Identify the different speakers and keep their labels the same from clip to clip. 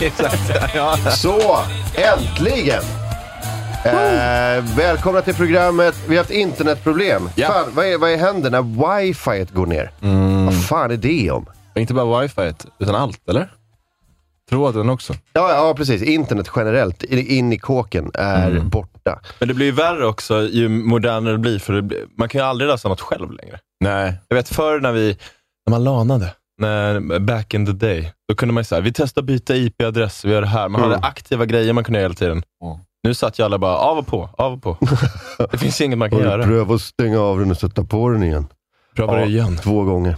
Speaker 1: Exakt, ja.
Speaker 2: Så, äntligen! Eh, välkomna till programmet. Vi har haft internetproblem.
Speaker 1: Ja.
Speaker 2: Fan, vad, är, vad är händer när wifi går ner? Vad fan är det om?
Speaker 1: Inte bara wifi, utan allt, eller? Tråden också.
Speaker 2: Ja, ja, precis. Internet generellt, i- in i kåken, är borta.
Speaker 3: Men det blir ju värre också ju modernare det blir, för det blir, man kan ju aldrig lösa något själv längre.
Speaker 1: Nej.
Speaker 3: Jag vet förr när vi, när man lanade, när, back in the day, då kunde man ju säga, vi testar att byta IP-adress, vi gör det här. Man
Speaker 2: Mm.
Speaker 3: hade aktiva grejer man kunde göra hela tiden.
Speaker 1: Mm.
Speaker 3: Nu satt ju alla bara, av och på, av och på. det finns inget man kan göra.
Speaker 2: Pröva att stänga av den och sätta på den igen.
Speaker 3: Pröva det igen.
Speaker 2: Två gånger.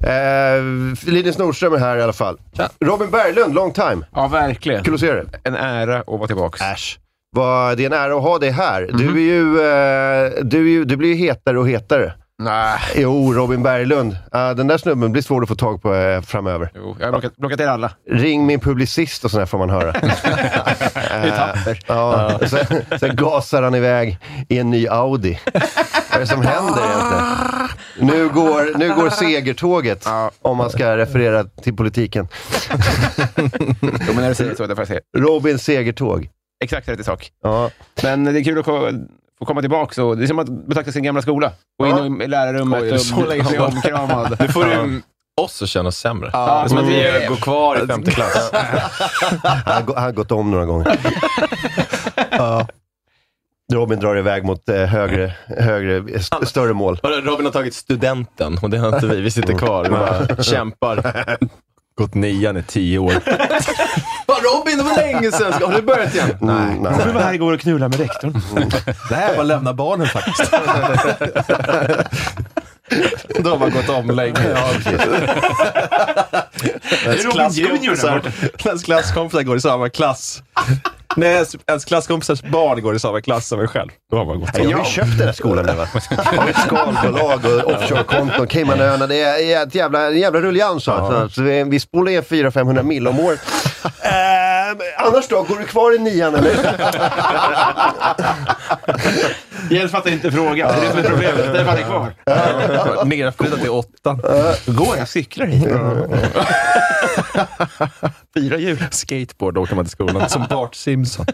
Speaker 2: Eh, Linus Nordström är här i alla fall.
Speaker 1: Tja.
Speaker 2: Robin Berglund, long time.
Speaker 1: Ja, verkligen.
Speaker 2: Kul att se dig.
Speaker 1: En ära att vara tillbaka.
Speaker 2: Äsch. Vad, det är en ära att ha dig här. Du, är ju, eh, du, är ju, du blir ju hetare och hetare.
Speaker 1: Nej.
Speaker 2: Jo, Robin Berglund. Eh, den där snubben blir svår att få tag på eh, framöver.
Speaker 1: Jo, jag har blockat, blockat er alla.
Speaker 2: Ring min publicist och sådär får man höra. Eh,
Speaker 1: Vi tapper.
Speaker 2: ja, sen, sen gasar han iväg i en ny Audi. Vad är det som händer egentligen? Nu går, nu går segertåget, om man ska referera till politiken.
Speaker 1: Jo, men när du säger så, det får jag säga.
Speaker 2: Robins segertåg.
Speaker 1: Exakt rätt i sak.
Speaker 2: Ja.
Speaker 1: Men det är kul att ko- få komma tillbaka. Och det är som att betrakta sin gamla skola. Gå
Speaker 2: Ja.
Speaker 1: in i lärarrummet
Speaker 3: Oj, så
Speaker 1: och
Speaker 3: länge
Speaker 1: bli
Speaker 3: sedan.
Speaker 1: omkramad.
Speaker 3: Nu får du oss att känna oss sämre. Det är som att vi
Speaker 1: Mm.
Speaker 3: går kvar i femte klass.
Speaker 2: Han har gå- han har gått om några gånger. ja. Robin drar iväg mot eh, högre, högre, st- större mål.
Speaker 3: Vadå, Robin har tagit studenten och det har inte vi. Vi sitter kvar och bara kämpar.
Speaker 4: Gått nian i tio år.
Speaker 3: Bara, Robin, det var länge sedan. Har du börjat igen?
Speaker 2: Mm, nej.
Speaker 4: Du var här igår och knullade med rektorn. Det här var lämna barnen faktiskt.
Speaker 3: Då har man gått om länge.
Speaker 4: Ens klasskompisar, ens klasskompisar går i samma klass. Nej, ens, ens klasskompisars barn går i samma klass som en själv. Då har man gått
Speaker 2: Jag har ju köpt den här skolan nu va? Av ett skalbolag och offshorekonton. Caymanöarna, det är ett jävla, en jävla rullians. va? Så- Så vi, vi spolar in 400-500 mil om året.
Speaker 4: Ehm,
Speaker 2: Eh, annars då? Går du kvar i nian eller?
Speaker 1: Jens fattar inte frågan. Det är det som är problemet. Därför är jag kvar.
Speaker 4: nerflyttad till åttan.
Speaker 1: Går jag? Cyklar hit?
Speaker 4: Fyra hjul. Skateboard åkte man till skolan, som Bart Simpson.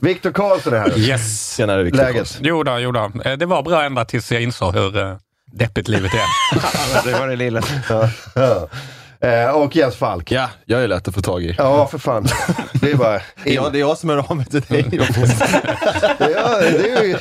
Speaker 2: Viktor Karlsson är här.
Speaker 4: Yes! Senare Victor
Speaker 2: Läget?
Speaker 5: Jo då, jo då. Eh, Det var bra ända tills jag insåg hur eh, deppigt livet är.
Speaker 1: Det var det lilla.
Speaker 2: Eh, och Jens Falk.
Speaker 4: Ja, jag är lätt att få tag i.
Speaker 2: Ja, för fan. Det är bara...
Speaker 4: Ja, det är jag som är av med till dig.
Speaker 2: Ja, det är ju,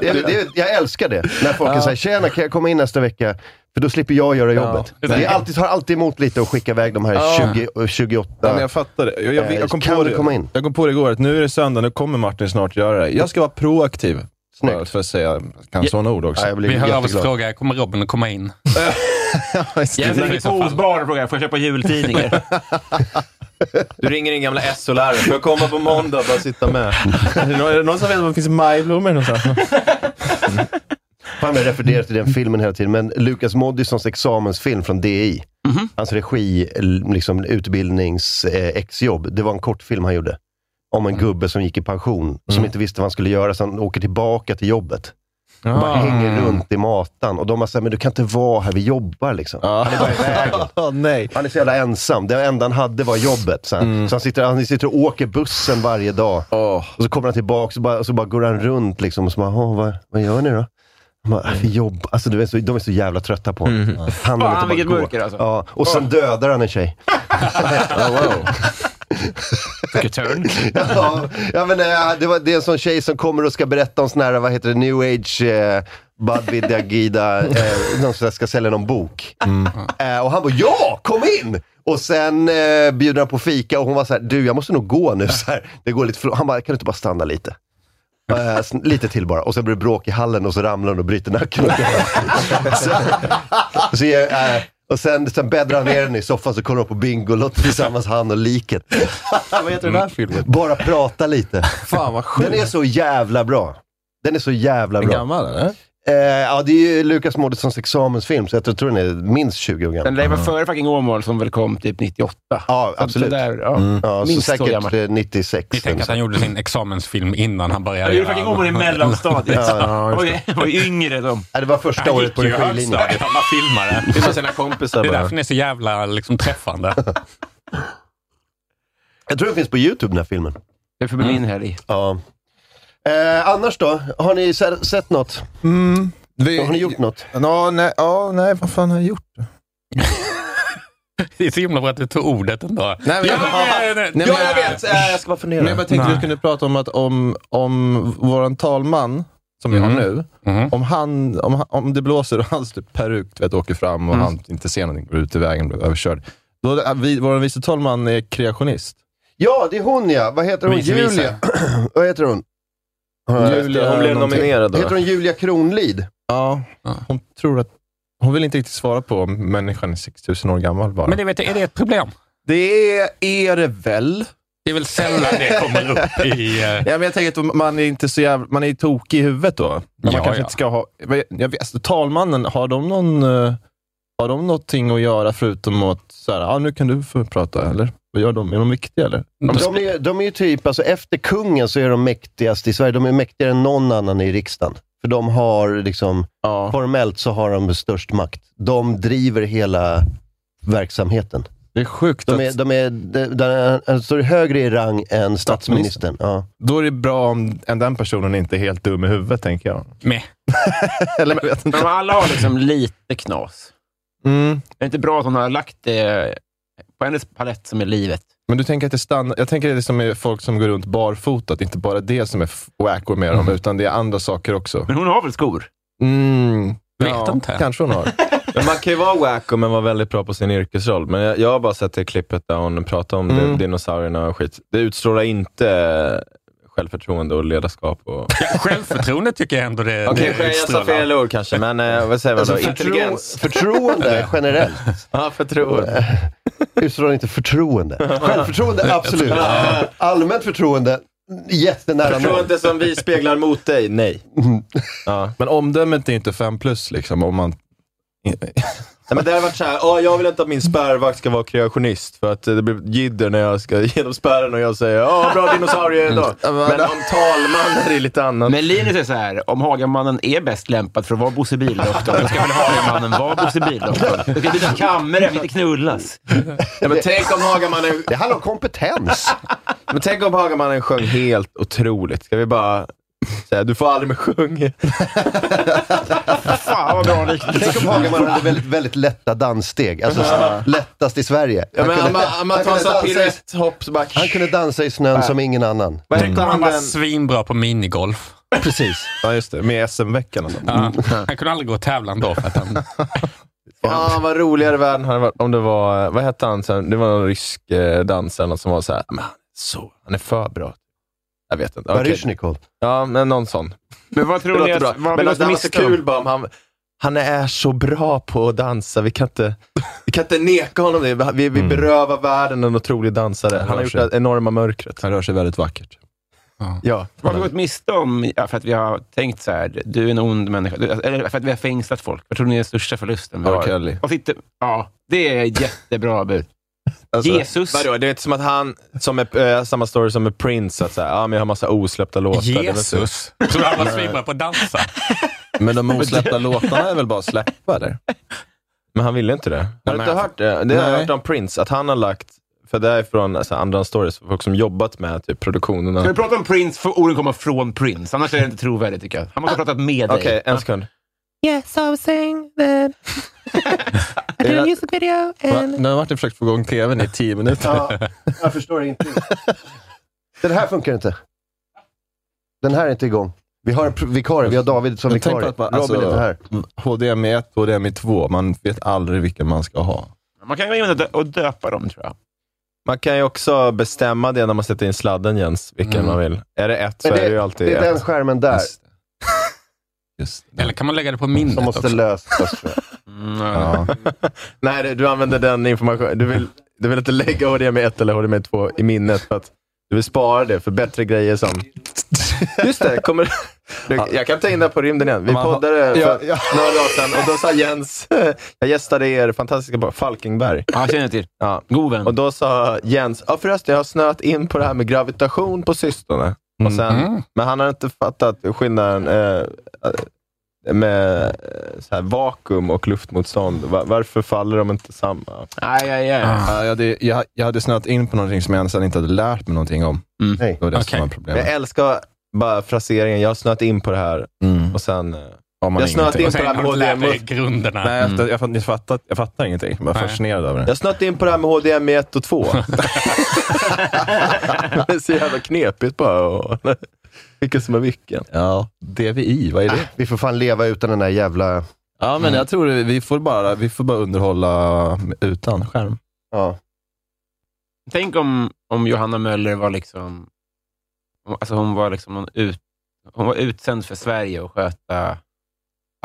Speaker 2: det är, det är, jag älskar det. När folk säger “tjena, kan jag komma in nästa vecka?” För då slipper jag göra jobbet.
Speaker 5: det
Speaker 2: det är
Speaker 5: tänker
Speaker 2: alltid, tar alltid emot lite att skicka iväg de här
Speaker 4: Ja.
Speaker 2: 20, och 28.
Speaker 4: Ja, men jag fattar det. Jag, jag,
Speaker 2: Eh,
Speaker 4: jag, kom
Speaker 2: kan
Speaker 4: på
Speaker 2: du
Speaker 4: det.
Speaker 2: komma in?
Speaker 4: jag kom på det igår, att nu är det söndag, nu kommer Martin snart göra det. Jag ska vara proaktiv.
Speaker 2: Snyggt.
Speaker 4: Bara För att säga kan sådana ord också.
Speaker 2: Ja, jag blir
Speaker 5: Vi hör av oss och
Speaker 2: jätteglad.
Speaker 5: frågar, kommer Robin att komma in?
Speaker 1: Jens
Speaker 5: Nej,
Speaker 1: ringer
Speaker 5: i så
Speaker 1: på
Speaker 5: fall.
Speaker 1: hos barn och frågar, får jag köpa jultidningar?
Speaker 3: Du ringer din gamla SO-lärare. Får jag komma på måndag och bara sitta med?
Speaker 4: Är det nå- är det någon som vet var det finns majblommor någonstans?
Speaker 2: Fan, jag refererar till den filmen hela tiden, men Lukas Moodyssons examensfilm från DI.
Speaker 4: Mhm.
Speaker 2: Hans regi, l- liksom, utbildnings, eh, exjobb. Det var en kortfilm han gjorde.
Speaker 4: Mm.
Speaker 2: Om en gubbe som gick i pension, som inte visste vad han skulle göra, så han åker tillbaka till jobbet. Bara hänger runt i matan. Och de har sagt, men du kan inte vara här, vi jobbar liksom. Han är bara i vägen.
Speaker 4: Åh nej.
Speaker 2: Han är så jävla ensam. Det enda han hade var jobbet. Så,
Speaker 1: Mm.
Speaker 2: så han, sitter, han sitter och åker bussen varje dag. Och så kommer han tillbaka och bara, så bara går han runt liksom, och så bara, "Jaha, vad, vad gör ni då? Han bara, "Äh, Vi jobbar. Alltså, du vet, så, de är så jävla trötta på honom. Han vill
Speaker 1: Mm. Fan,
Speaker 2: inte bara
Speaker 1: vilket
Speaker 2: gå.
Speaker 1: mörker, alltså.
Speaker 2: ja, Och sen dödar han en tjej. Oh,
Speaker 5: Vilken turn.
Speaker 2: ja, ja, men, eh, det, var, det är en sån tjej som kommer och ska berätta om sån här, vad heter det, new age, eh, Badvidya Gida, eh, någon som ska sälja någon bok. Eh, och han bara, ja, kom in! Och sen eh, bjuder han på fika och hon var så här, du jag måste nog gå nu. Så här, det går lite för... Han bara, kan du inte bara stanna lite? Eh, s- lite till bara. Och sen blir det bråk i hallen och så ramlar hon och bryter nacken. så, så, eh, och sen, sen bäddar han ner henne i soffan så kollar de på Bingolotto tillsammans, han och liket.
Speaker 4: Vad heter den här filmen?
Speaker 2: Bara prata lite.
Speaker 4: Fan vad sjukt.
Speaker 2: Den är så jävla bra. Den är så jävla
Speaker 4: Den är
Speaker 2: bra.
Speaker 4: gammal eller?
Speaker 2: Eh, ja, det är ju Lukas Moodyssons examensfilm, så jag tror- tror den är minst 20 år
Speaker 1: Den
Speaker 2: gammal.
Speaker 1: där var före fucking Åmål som väl kom typ 98.
Speaker 2: Ja,
Speaker 1: Så
Speaker 2: absolut.
Speaker 1: det Där, ja. Mm.
Speaker 2: Ja, så
Speaker 1: Minst så
Speaker 2: säkert
Speaker 1: gammal.
Speaker 2: eh, 96.
Speaker 5: Vi tänker att han gjorde sin examensfilm innan han började
Speaker 1: Jag gjorde fucking Åmål i mellanstadiet.
Speaker 2: Ja,
Speaker 1: Jag var ju- jag var ju yngre då.
Speaker 2: Ja, det var första
Speaker 5: Han
Speaker 2: året
Speaker 5: gick
Speaker 2: på
Speaker 5: ju i
Speaker 2: regilinjen.
Speaker 5: högstadiet, han bara filmade.
Speaker 4: Det är sina kompisar
Speaker 5: Det är
Speaker 4: bara.
Speaker 5: därför ni är så jävla liksom, träffande.
Speaker 2: Jag tror den finns på YouTube, den här filmen.
Speaker 1: Det är för min helg.
Speaker 2: Ja. Eh, annars då? Har ni se- sett något?
Speaker 6: Mm. Vi,
Speaker 2: Har ni gjort något?
Speaker 6: Ja, nej, ja, nej, vad fan har jag gjort?
Speaker 5: Det är så himla bra att du tog ordet ändå.
Speaker 6: Nej, men-
Speaker 5: nej, nej, nej.
Speaker 4: Ja, jag vet! Eh, Jag ska bara fundera.
Speaker 6: Men jag bara tänkte
Speaker 5: Nej.
Speaker 6: att vi kunde prata om att om, om våran talman, som vi har nu,
Speaker 5: Mhm.
Speaker 6: om, han, om, han- om det blåser och hans typ peruk du vet, åker fram och han inte ser någonting, går ut i vägen och blir överkörd. Då, eh, vi, vår vice talman är kreationist.
Speaker 2: Ja, det är hon ja. Vad heter hon?
Speaker 5: Visa, visa.
Speaker 2: Julia. Vad heter hon?
Speaker 6: Julia, hon blev nominerad
Speaker 2: Heter hon Julia Kronlid?
Speaker 6: Ja, hon tror att... Hon vill inte riktigt svara på om människan är 6000 år gammal bara.
Speaker 5: Men det, vet du, är det ett problem?
Speaker 6: det är, är det väl?
Speaker 5: Det är väl sällan det kommer upp i... eh,
Speaker 6: Ja, men jag tänker att man är inte så jävla, man är tokig i huvudet då. Men man
Speaker 5: Ja,
Speaker 6: kanske
Speaker 5: ja.
Speaker 6: inte ska ha... men Jag, jag, vet- alltså, talmannen, har de någon... eh, Har de någonting att göra förutom att så här, ah, nu kan du få prata, eller? Vad gör de? Är de viktiga, eller?
Speaker 2: De är, de är ju typ, alltså efter kungen så är de mäktigast i Sverige. De är mäktigare än någon annan i riksdagen. För de har liksom,
Speaker 6: Ja,
Speaker 2: formellt så har de störst makt. De driver hela verksamheten.
Speaker 6: det är sjukt.
Speaker 2: De är,
Speaker 6: att,
Speaker 2: de är, de, de, de står högre i rang än statsministern. Ja.
Speaker 6: Då är det bra om om den personen inte är helt dum i huvudet, tänker jag.
Speaker 5: Meh.
Speaker 6: eller jag vet
Speaker 1: Men
Speaker 6: inte.
Speaker 1: de alla har liksom lite knas.
Speaker 6: Mm.
Speaker 1: Det är inte bra att hon har lagt det på hennes palett som är livet.
Speaker 6: Men du tänker att det stannar... Jag tänker att det är som är folk som går runt barfota, att det inte bara det som är f- wackor med dem, utan det är andra saker också.
Speaker 1: Men hon har väl skor?
Speaker 6: Mm.
Speaker 5: Vet inte.
Speaker 6: Kanske hon har.
Speaker 3: Men man kan ju vara wacko men vara väldigt bra på sin yrkesroll. Men jag, jag har bara sett det klippet där hon pratar om
Speaker 6: Mm.
Speaker 3: det, dinosaurierna och skit. Det utstrålar inte självförtroende och ledarskap. Och...
Speaker 5: Ja, Självförtroende tycker jag ändå det,
Speaker 3: Okej,
Speaker 5: det
Speaker 3: jag sa fel ord kanske, men eh, vad säger man då?
Speaker 6: Alltså,
Speaker 2: förtro,
Speaker 3: Intelligens?
Speaker 2: Alltså, förtroende generellt.
Speaker 3: Ja, förtroende.
Speaker 2: Utstrålar inte förtroende. Självförtroende, absolut. Allmänt förtroende, jättenära noll.
Speaker 3: Förtroende som vi speglar mot dig? Nej. Ja.
Speaker 6: Men omdömet är inte fem plus liksom. Om man...
Speaker 3: Nej, men det har varit så här, "Ja, jag vill inte att min spärrvakt ska vara kreationist för att eh, det blir jidder när jag ska genom spärren och jag säger ja bra dinosaurie idag.
Speaker 6: Mm.
Speaker 3: Men om talmannen är det lite annat.
Speaker 1: Men Linus är så här, om Hagamannen är bäst lämpad för att vara Bosse Bildoktorn, då ska väl Hagamannen vara Bosse Bildoktorn. Då ska byta kammare, vi inte knullas.
Speaker 3: Ja, men tänk om Hagamannen
Speaker 2: Det handlar om kompetens.
Speaker 3: Men tänk om Hagamannen sjöng helt otroligt. Ska vi bara säga, du får aldrig mer sjunga.
Speaker 1: Fan vad bra liknelse.
Speaker 2: Tänk om Hagaman hade väldigt, väldigt lätta danssteg. Alltså lättast i Sverige.
Speaker 3: Ja, men han bara- han bara
Speaker 2: han
Speaker 3: tar en
Speaker 2: kunde
Speaker 3: sån
Speaker 2: dansa i-
Speaker 3: piruett, hopp, så bara...
Speaker 2: han kunde dansa i snön som ingen annan.
Speaker 3: Vad hette
Speaker 5: Han
Speaker 3: han
Speaker 5: var
Speaker 3: den?
Speaker 5: svinbra på minigolf.
Speaker 2: Precis.
Speaker 6: Ja, just det. Med SM-veckan och sånt.
Speaker 5: Ja, han kunde aldrig gå och tävla ändå. För att han,
Speaker 3: Fan vad roligare världen hade varit om det var, vad hette han sen? Det var någon rysk eh, dansare eller något som var så här, men han är så, han är för bra. Jag vet inte. Okej.
Speaker 2: Baryshnikov.
Speaker 3: Ja, men någon sån.
Speaker 1: Men vad
Speaker 3: Det
Speaker 1: tror ni
Speaker 3: låter
Speaker 1: att,
Speaker 3: bra.
Speaker 1: vad har vi
Speaker 3: Men
Speaker 1: gått
Speaker 3: att det var så
Speaker 1: miste
Speaker 3: kul
Speaker 1: om?
Speaker 3: bara om han, han är så bra på att dansa. Vi kan inte, vi kan inte neka honom det. Vi,
Speaker 6: Mm.
Speaker 3: vi berövar världen en otrolig dansare. Han har gjort det enorma mörkret.
Speaker 6: Han rör sig väldigt vackert.
Speaker 3: Ja.
Speaker 1: Vad har vi gått miste om ja, för att vi har tänkt så här, du är en ond människa, du, alltså, eller för att vi har fängslat folk? Vad tror ni är den största förlusten? vi
Speaker 3: R.
Speaker 1: har?
Speaker 3: Kelly.
Speaker 1: De sitter, ja, det är ett jättebra bud. Jesus.
Speaker 3: Alltså, Vadå, det är inte som att han, som är, eh, samma story som med Prince, att säga, ah, men jag har massa osläppta låtar. Det är väl så-
Speaker 5: Jesus. Tror du han var svinbra på att dansa?
Speaker 6: Men de osläppta låtarna är väl bara att släppa, eller?
Speaker 3: Men han ville inte det. Har du
Speaker 6: men
Speaker 3: inte
Speaker 6: jag-
Speaker 3: hört eh, det? Det har jag
Speaker 6: Nej.
Speaker 3: hört om Prince, att han har lagt, för det är från alltså, andra stories, folk som jobbat med typ, produktionen.
Speaker 1: Ska vi
Speaker 3: Okej,
Speaker 1: prata om Prince? För orden kommer från Prince. Annars är det inte trovärdigt tycker jag. Han måste ha pratat med dig.
Speaker 3: en sekund.
Speaker 6: Är det-
Speaker 7: Eh,
Speaker 6: Va? Nu har Martin försökt få igång tvn i tio minuter.
Speaker 2: Ja, jag förstår inte. Den här funkar inte. Den här är inte igång. Vi har en pr- vikarie, vi har David som
Speaker 6: Men tänk på
Speaker 2: vikarie.
Speaker 6: att man,
Speaker 2: Robin är inte här.
Speaker 6: alltså, HDMI 1 och HDMI 2, man vet aldrig vilken man ska ha.
Speaker 1: Man kan gå in och dö- och döpa dem tror jag.
Speaker 3: Man kan ju också bestämma det när man sätter in sladden, Jens, vilken man vill. Är det ett så
Speaker 2: Mm. Men
Speaker 3: är det ju alltid
Speaker 2: Det är den
Speaker 3: ett.
Speaker 2: skärmen där
Speaker 6: Just det. Just det.
Speaker 5: Eller kan man lägga det på minnet
Speaker 2: som måste
Speaker 5: också?
Speaker 2: lösas. tror jag.
Speaker 6: Ja.
Speaker 3: Nej, det- du använder den informationen. Du vill, du vill inte lägga HDMI 1 eller HDMI 2 i minnet för att du vill spara det för bättre grejer som... Just det, kommer... Du, jag kan ta in det här på rymden igen. Vi
Speaker 6: Man har-
Speaker 3: poddade för
Speaker 6: Ja, ja.
Speaker 3: några dagar sedan och då sa Jens, jag gästade er fantastiska bar, Falkenberg.
Speaker 1: Ja, känner jag till.
Speaker 3: Ja.
Speaker 1: God vän.
Speaker 3: Och då sa Jens, ja förresten, jag har snöat in på det här med gravitation på sistone. Och
Speaker 1: Mm.
Speaker 3: sen,
Speaker 6: Mhm.
Speaker 3: Men han har inte fattat skillnaden eh, eh, med eh, så här, vakuum och luftmotstånd. Va- varför faller de inte samma?
Speaker 1: Aj, aj, aj.
Speaker 6: Ja, jag, hade, jag, jag hade snöat in på någonting som jag sen inte hade lärt mig någonting om.
Speaker 1: Mm.
Speaker 6: Det var det
Speaker 5: Okej.
Speaker 6: som var
Speaker 3: Men Jag
Speaker 6: problemet.
Speaker 3: älskar bara fraseringen, jag har snöat in på det här.
Speaker 6: Mm.
Speaker 3: Och sen, eh,
Speaker 6: Har man
Speaker 3: Jag snöat
Speaker 6: ingenting.
Speaker 3: in-
Speaker 5: Och sen har du inte lärt dig grunderna.
Speaker 6: Nej, jag, jag, jag, fattar, jag fattar ingenting. Jag var
Speaker 5: Nej.
Speaker 6: fascinerad över det.
Speaker 3: jag har snöat in på det här med HDMI 1 och 2. det är så jävla knepigt bara. Och, vilken som är vilken.
Speaker 6: Ja, DVI, vad är det?
Speaker 2: Vi får fan leva utan den där jävla...
Speaker 6: Ja,
Speaker 3: Mm.
Speaker 6: men jag tror vi får, bara, vi får bara underhålla utan skärm.
Speaker 2: Ja.
Speaker 1: Tänk om, om Johanna Möller var liksom... om- Alltså hon var liksom någon ut, Hon var utsänd för Sverige och sköta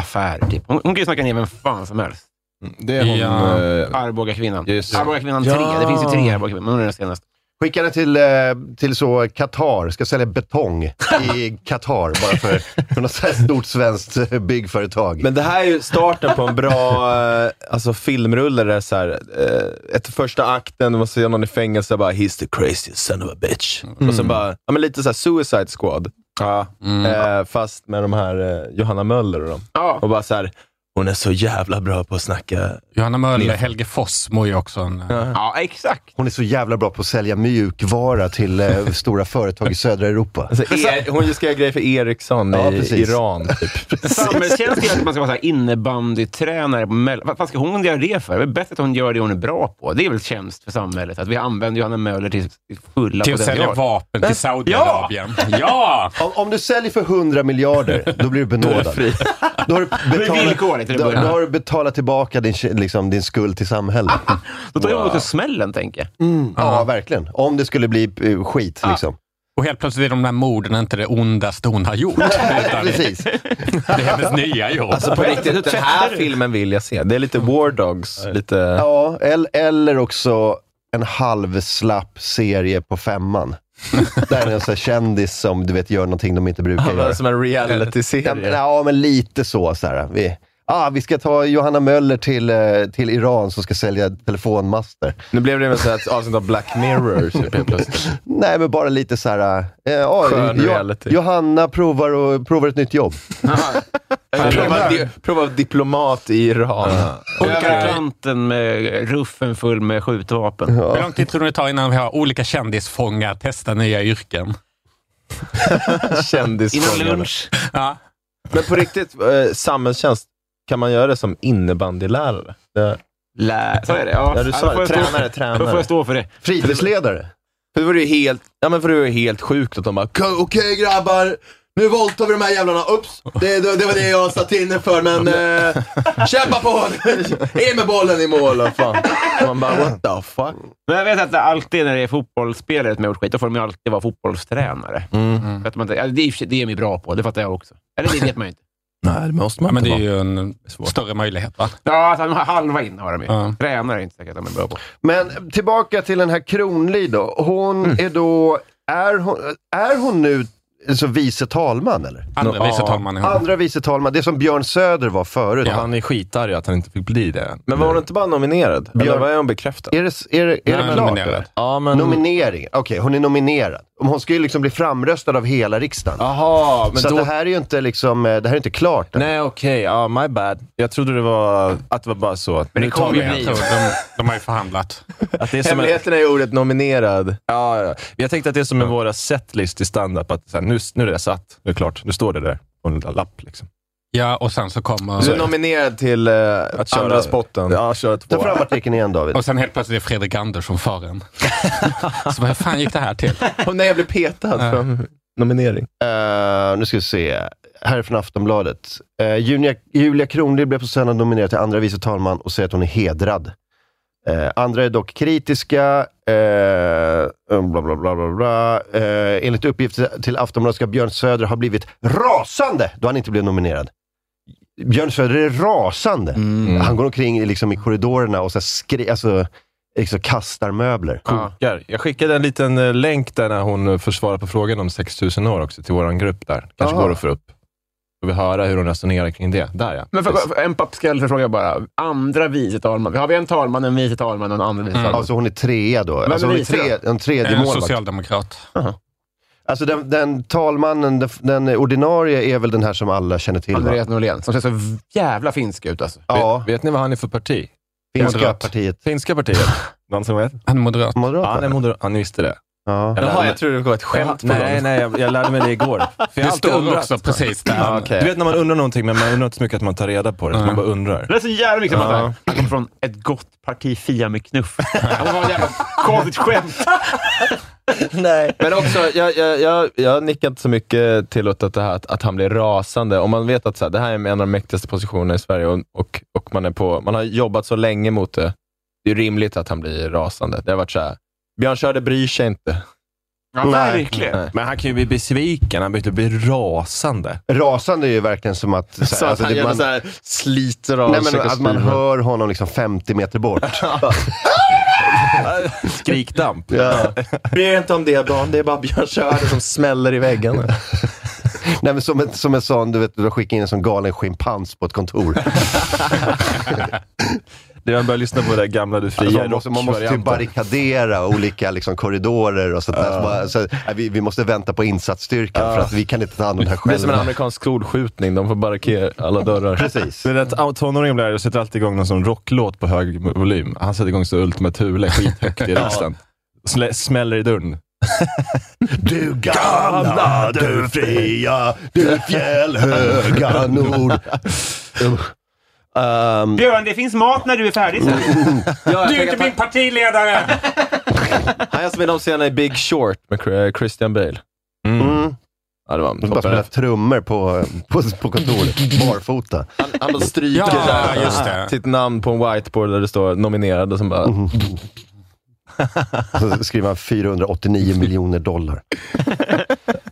Speaker 1: affärer. Typ. Hon, hon kan ju snacka ner vem fan som helst.
Speaker 6: Mm, Det är hon...
Speaker 5: Ja.
Speaker 6: eh,
Speaker 1: Arboga kvinnan.
Speaker 6: Just det.
Speaker 1: Arboga kvinnan 3.
Speaker 6: Ja.
Speaker 1: Det finns ju tre Arboga kvinnan, men hon är den senaste.
Speaker 2: Skicka den till, eh, till så Qatar, ska sälja betong i Qatar bara för, för något så här stort svenskt eh, byggföretag.
Speaker 3: Men det här är ju starten på en bra eh, alltså, filmrulle. Där det är så här, eh, efter första akten, man ser någon i fängelse bara “He's the craziest son of a bitch”. Och
Speaker 6: Mm.
Speaker 3: så bara, ja, men lite så här Suicide Squad. Eh, fast med de här eh, Johanna Möller och dem.
Speaker 1: Ja.
Speaker 3: Och bara så här, hon är så jävla bra på att snacka.
Speaker 5: Johanna Möller, Helge Fossmo är ju också en...
Speaker 1: Ja, exakt.
Speaker 2: Hon är så jävla bra på att sälja mjukvara till eh, stora företag i södra Europa.
Speaker 3: Alltså, er, hon ska göra grejer för Ericsson
Speaker 2: Ja,
Speaker 3: i
Speaker 2: precis.
Speaker 3: Iran. Typ.
Speaker 1: Samhällstjänst är att man ska vara så här innebandytränare på Mell- Vad fan ska hon göra det för? Det är väl bäst att hon gör det hon är bra på. Det är väl tjänst för samhället, att vi använder Johanna Möller till till fulla
Speaker 5: Till att sälja
Speaker 1: potential.
Speaker 5: vapen till Saudiarabien. Ja!
Speaker 2: Om, om du säljer för 100 miljarder, då blir du benådad. Då har du
Speaker 1: villkorligt
Speaker 2: betalat,
Speaker 1: till att
Speaker 2: då, då
Speaker 1: börja med.
Speaker 2: har du betalat tillbaka din, liksom, din skuld till samhället.
Speaker 1: Då tar jag också smällen, tänker jag.
Speaker 2: Ja, verkligen. Om det skulle bli eh, skit, liksom.
Speaker 5: Och helt plötsligt är de där morden inte det ondaste hon har gjort. Utan det
Speaker 2: Precis.
Speaker 5: är hennes nya jobb.
Speaker 3: Alltså på riktigt, den här filmen vill jag se. Det är lite War Dogs. Lite,
Speaker 2: Ja, el- eller också en halvslapp serie på femman. Där är en sån här kändis som du vet, gör någonting de inte brukar göra.
Speaker 3: som en
Speaker 2: Ja, men-
Speaker 3: reality-serie.
Speaker 2: ja, men lite så. så här. Vi, ah, vi ska ta Johanna Möller till, eh, till Iran som ska sälja telefonmaster.
Speaker 3: Nu blev det som ett avsnitt av Black Mirror typ, helt plötsligt.
Speaker 2: Nej, men bara lite så här... eh, ja,
Speaker 3: Skön reality.
Speaker 2: Johanna provar, och, provar ett nytt jobb.
Speaker 3: Prova, di, prova diplomat i Iran.
Speaker 1: Över kanten med ruffen full med skjutvapen.
Speaker 5: Hur lång tid tror du det tar innan vi har olika kändisfångar testa nya yrken?
Speaker 1: Innan
Speaker 3: Kändisfångarna.
Speaker 1: lunch.
Speaker 5: Ja.
Speaker 3: Men på riktigt, eh, samhällstjänst, kan man göra det som innebandylärare? Det,
Speaker 1: Lä. Så är det. Ja.
Speaker 3: ja, du
Speaker 1: då
Speaker 3: sa
Speaker 1: får
Speaker 3: det.
Speaker 1: jag stå-
Speaker 3: Tränare,
Speaker 1: Då får
Speaker 3: tränare.
Speaker 1: jag stå för det.
Speaker 2: Fritidsledare.
Speaker 3: För det var ju helt, ja, men för det var ju helt sjukt att de bara, "Okej, okej grabbar, nu våldtar vi de här jävlarna. Ups, det, det, det var det jag satt inne för, men eh, kämpa på. In med bollen i mål. Och fan. Man bara, what the fuck?
Speaker 1: Men jag vet att det alltid när det är fotbollsspelare som har gjort skit, då får de ju alltid vara fotbollstränare.
Speaker 6: Mm.
Speaker 1: För att man, inte- ja, det, är, i och för sig- det är de ju bra på, det fattar jag också. Eller det vet man ju inte.
Speaker 6: Nej, det måste man
Speaker 5: ja, men
Speaker 6: inte
Speaker 5: det är
Speaker 6: vara.
Speaker 5: ju en större möjlighet, va?
Speaker 1: Ja, alltså, de har halva in har de ju.
Speaker 5: Ja.
Speaker 1: Tränare är inte säkert att de är bra på.
Speaker 2: Men tillbaka till den här Kronlid då. Hon
Speaker 3: Mm.
Speaker 2: är då... Är hon, är hon nu alltså, vice talman, eller?
Speaker 5: Andra
Speaker 6: Nå-
Speaker 5: vice
Speaker 6: ja.
Speaker 5: talmannen.
Speaker 2: Andra vice talman, det är som Björn Söder var förut.
Speaker 6: Ja, Han är skitarg att han inte fick bli det.
Speaker 3: Men var hon inte bara nominerad? Eller
Speaker 2: Björn-
Speaker 3: var hon bekräftad?
Speaker 2: Är det, är det, är det
Speaker 5: Nej,
Speaker 2: klart?
Speaker 5: nominerad.
Speaker 2: eller?
Speaker 6: Ja, men...
Speaker 2: Nominering. Okej, hon är nominerad. hon ska ju liksom bli framröstad av hela riksdagen.
Speaker 3: Jaha, men
Speaker 2: så
Speaker 3: då...
Speaker 2: att det här är ju inte, liksom, eh, det här är inte klart än.
Speaker 3: Nej, okej. Ja, my bad. Jag trodde det var, att det var bara så.
Speaker 5: Men det
Speaker 3: Nu tar
Speaker 5: kommer
Speaker 3: vi
Speaker 5: ju
Speaker 3: en.
Speaker 5: bli. De, de har ju förhandlat.
Speaker 3: Att det är som en,
Speaker 6: Hemligheten är ordet nominerad.
Speaker 3: ja, ja. Jag tänkte att det är som med våra setlist i standup. Att så här, nu, nu är det satt. Nu är det klart. Nu står det där på en lapp. Liksom.
Speaker 5: Ja, och sen så kommer...
Speaker 6: Du är nominerad till eh,
Speaker 3: Att köra-
Speaker 6: andra spotten.
Speaker 3: Ja, kör två.
Speaker 2: Ta fram artikeln igen David.
Speaker 5: Och sen helt plötsligt är Fredrik Andersson fören. så vad fan gick det här till?
Speaker 6: Och när jag blev petad.
Speaker 5: Ja.
Speaker 6: För nominering.
Speaker 2: Eh, nu ska vi se. Här är från Aftonbladet. Eh, Julia, Julia Kronlid blev på söndag nominerad till andra vice talman och säger att hon är hedrad. Eh, andra är dock kritiska. Eh, bla, bla, bla, bla, bla. Eh, enligt uppgifter till Aftonbladet ska Björn Söder ha blivit rasande då han inte blev nominerad. Björn Söder är rasande.
Speaker 1: Mm.
Speaker 3: Mm.
Speaker 2: Han går omkring liksom, i korridorerna och så här skri- alltså, liksom, kastar möbler.
Speaker 3: Kokar. Jag skickade en liten eh, länk där när hon eh, försvarar på frågan om 6000 år också till vår grupp där. Kanske
Speaker 2: Aha.
Speaker 3: går att få upp. Får vi höra hur hon resonerar kring det. Där ja.
Speaker 1: Men för, för, en pappskäll liksom fråga bara. Andra vice talman. Har vi en talman, en vice talman och en andra vice
Speaker 5: Mm.
Speaker 1: talman?
Speaker 2: Alltså hon är trea då. Alltså, hon är
Speaker 1: visar
Speaker 2: tre, en tredje
Speaker 3: Eh,
Speaker 5: En
Speaker 2: målvakt.
Speaker 5: socialdemokrat.
Speaker 2: Alltså den, den talmannen, den, den ordinarie är väl den här som alla känner till? Va?
Speaker 1: Andreas Norlén, som ser så jävla finsk ut. Alltså.
Speaker 2: Ja,
Speaker 3: Vet ni vad han är för parti?
Speaker 2: finska
Speaker 5: moderat.
Speaker 2: partiet.
Speaker 3: Finska partiet. Någon som vet?
Speaker 5: Han är moderat.
Speaker 3: Ja, han är
Speaker 2: Moderaterna?
Speaker 3: moderat. Ja, ni visste det.
Speaker 2: Ja.
Speaker 3: lärde
Speaker 6: Jaha,
Speaker 3: mig-
Speaker 6: jag trodde det var ett skämt på
Speaker 3: nej,
Speaker 6: dem.
Speaker 3: nej, jag, jag lärde mig det igår. För jag har
Speaker 5: Det
Speaker 3: alltid
Speaker 5: står
Speaker 3: undrat.
Speaker 5: också precis där.
Speaker 3: Ja, okej. Du vet när man undrar någonting, men man undrar inte så mycket att man tar reda på det. så
Speaker 5: Nej.
Speaker 3: Man bara undrar.
Speaker 1: Det är så jävla mycket
Speaker 3: Ja.
Speaker 1: ja. han kommer från ett gott parti Fia med knuff. Det var ett jävla konstigt skämt.
Speaker 6: Men också, jag, jag, jag, jag nickar inte så mycket till åt att, det här, att, att han blir rasande. Om man vet att så här, det här är en av de mäktigaste positionerna i Sverige och, och, och man, är på, man har jobbat så länge mot det. Det är rimligt att han blir rasande. Det har varit så här, Björn Söder bryr sig inte.
Speaker 1: Ja, verkligen.
Speaker 6: Nej.
Speaker 3: Men han kan ju bli besviken. Han behöver inte bli rasande.
Speaker 2: Rasande är ju verkligen som att... Så,
Speaker 6: Så att
Speaker 2: alltså,
Speaker 6: han
Speaker 2: det,
Speaker 6: gärna
Speaker 2: man,
Speaker 6: så här, sliter av
Speaker 2: nej,
Speaker 6: sig
Speaker 2: men, att man
Speaker 6: kostymen.
Speaker 2: hör honom liksom 50 meter bort.
Speaker 3: Skrikdamp.
Speaker 2: ja.
Speaker 6: Bry er inte om det barn, det är bara Björn Söder som smäller i väggen.
Speaker 2: nej, men som, en, som en sån, du vet, du skickar in en sån galen schimpans på ett kontor.
Speaker 3: Det jag börjar lyssna på det där gamla du friar
Speaker 2: Alltså, man måste, man måste typ
Speaker 3: rock-varianten.
Speaker 2: barrikadera olika liksom, korridorer och sånt där. Så bara, så, nej, vi, vi måste vänta på insatsstyrkan för att vi kan inte ta hand om det här
Speaker 6: Det blir som en
Speaker 2: själva.
Speaker 6: amerikansk skolskjutning, de får barrikera alla dörrar.
Speaker 2: Precis.
Speaker 3: Det är att au- tonåringen blir, sätter alltid igång någon sån rocklåt på hög volym. Han sätter igång så Ultima Thule skithögt i riksdagen. Slä- Smäller i dörren.
Speaker 2: Du gamla, du fria, du fjällhöga nord. Ehm,
Speaker 1: Björn, det finns mat när du är färdig sen.
Speaker 6: jag tänker att
Speaker 5: partiledare!
Speaker 6: han, han är som i de scenerna i Big Short med Cr- Christian Bale.
Speaker 2: mm.
Speaker 6: Ja, det var en
Speaker 2: Bara spela
Speaker 6: toppen.
Speaker 2: trummor på, på, på kontoret, barfota.
Speaker 6: Han, han bara stryker
Speaker 5: Ja,
Speaker 6: där,
Speaker 5: just det.
Speaker 6: sitt namn på en whiteboard där det står nominerad och sen bara...
Speaker 3: Mm.
Speaker 2: Så skriver han 489 miljoner dollar.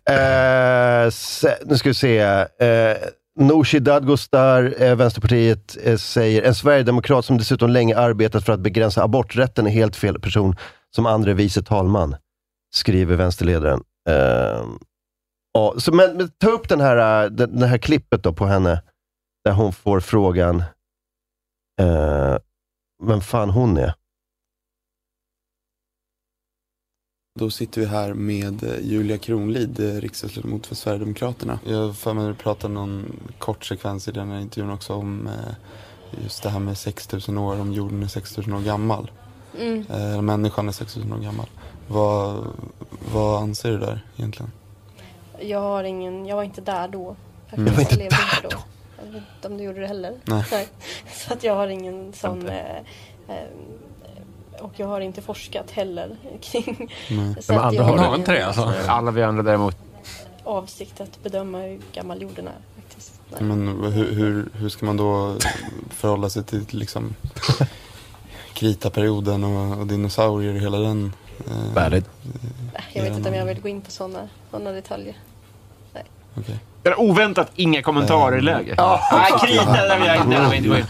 Speaker 2: Eh, se, nu ska vi se. Uh, Nooshi Dadgostar, eh, Vänsterpartiet, eh, säger en sverigedemokrat som dessutom länge arbetat för att begränsa aborträtten är helt fel person som andre vice talman, skriver vänsterledaren. Eh, ja, så, men, men ta upp den här, eh, den, det här klippet då på henne, där hon får frågan eh, vem fan hon är.
Speaker 8: Då sitter vi här med eh, Julia Kronlid, eh, riksdagsledamot för Sverigedemokraterna. Jag har för mig att du pratade någon kort sekvens i den här intervjun också om eh, just det här med 6000 år, om jorden är 6000 år gammal.
Speaker 9: Mm.
Speaker 8: Eh, människan är 6000 år gammal. Vad, vad anser du där egentligen?
Speaker 9: Jag har ingen, jag var inte där då. Faktiskt.
Speaker 8: Du Mm. var
Speaker 2: inte
Speaker 9: levde
Speaker 2: där då.
Speaker 9: Jag vet inte om du gjorde det heller.
Speaker 8: Nej.
Speaker 9: Så att jag har ingen sån... Eh, eh, och jag har inte forskat heller kring...
Speaker 8: Nej.
Speaker 9: Så att
Speaker 5: Hon har inte det alltså?
Speaker 1: Alla vi andra däremot.
Speaker 9: avsikt att bedöma hur gammal jorden är faktiskt. Nej.
Speaker 8: Men hur, hur, hur ska man då förhålla sig till liksom kritaperioden och, och dinosaurier och hela den? eh,
Speaker 3: Värdigt.
Speaker 9: jag vet inte om jag vill gå in på sådana, såna detaljer.
Speaker 8: okej.
Speaker 1: Det är oväntat inga
Speaker 2: Ehm,
Speaker 1: kommentarer-läge. Nej, krita där vi är. Nej, men det var ju-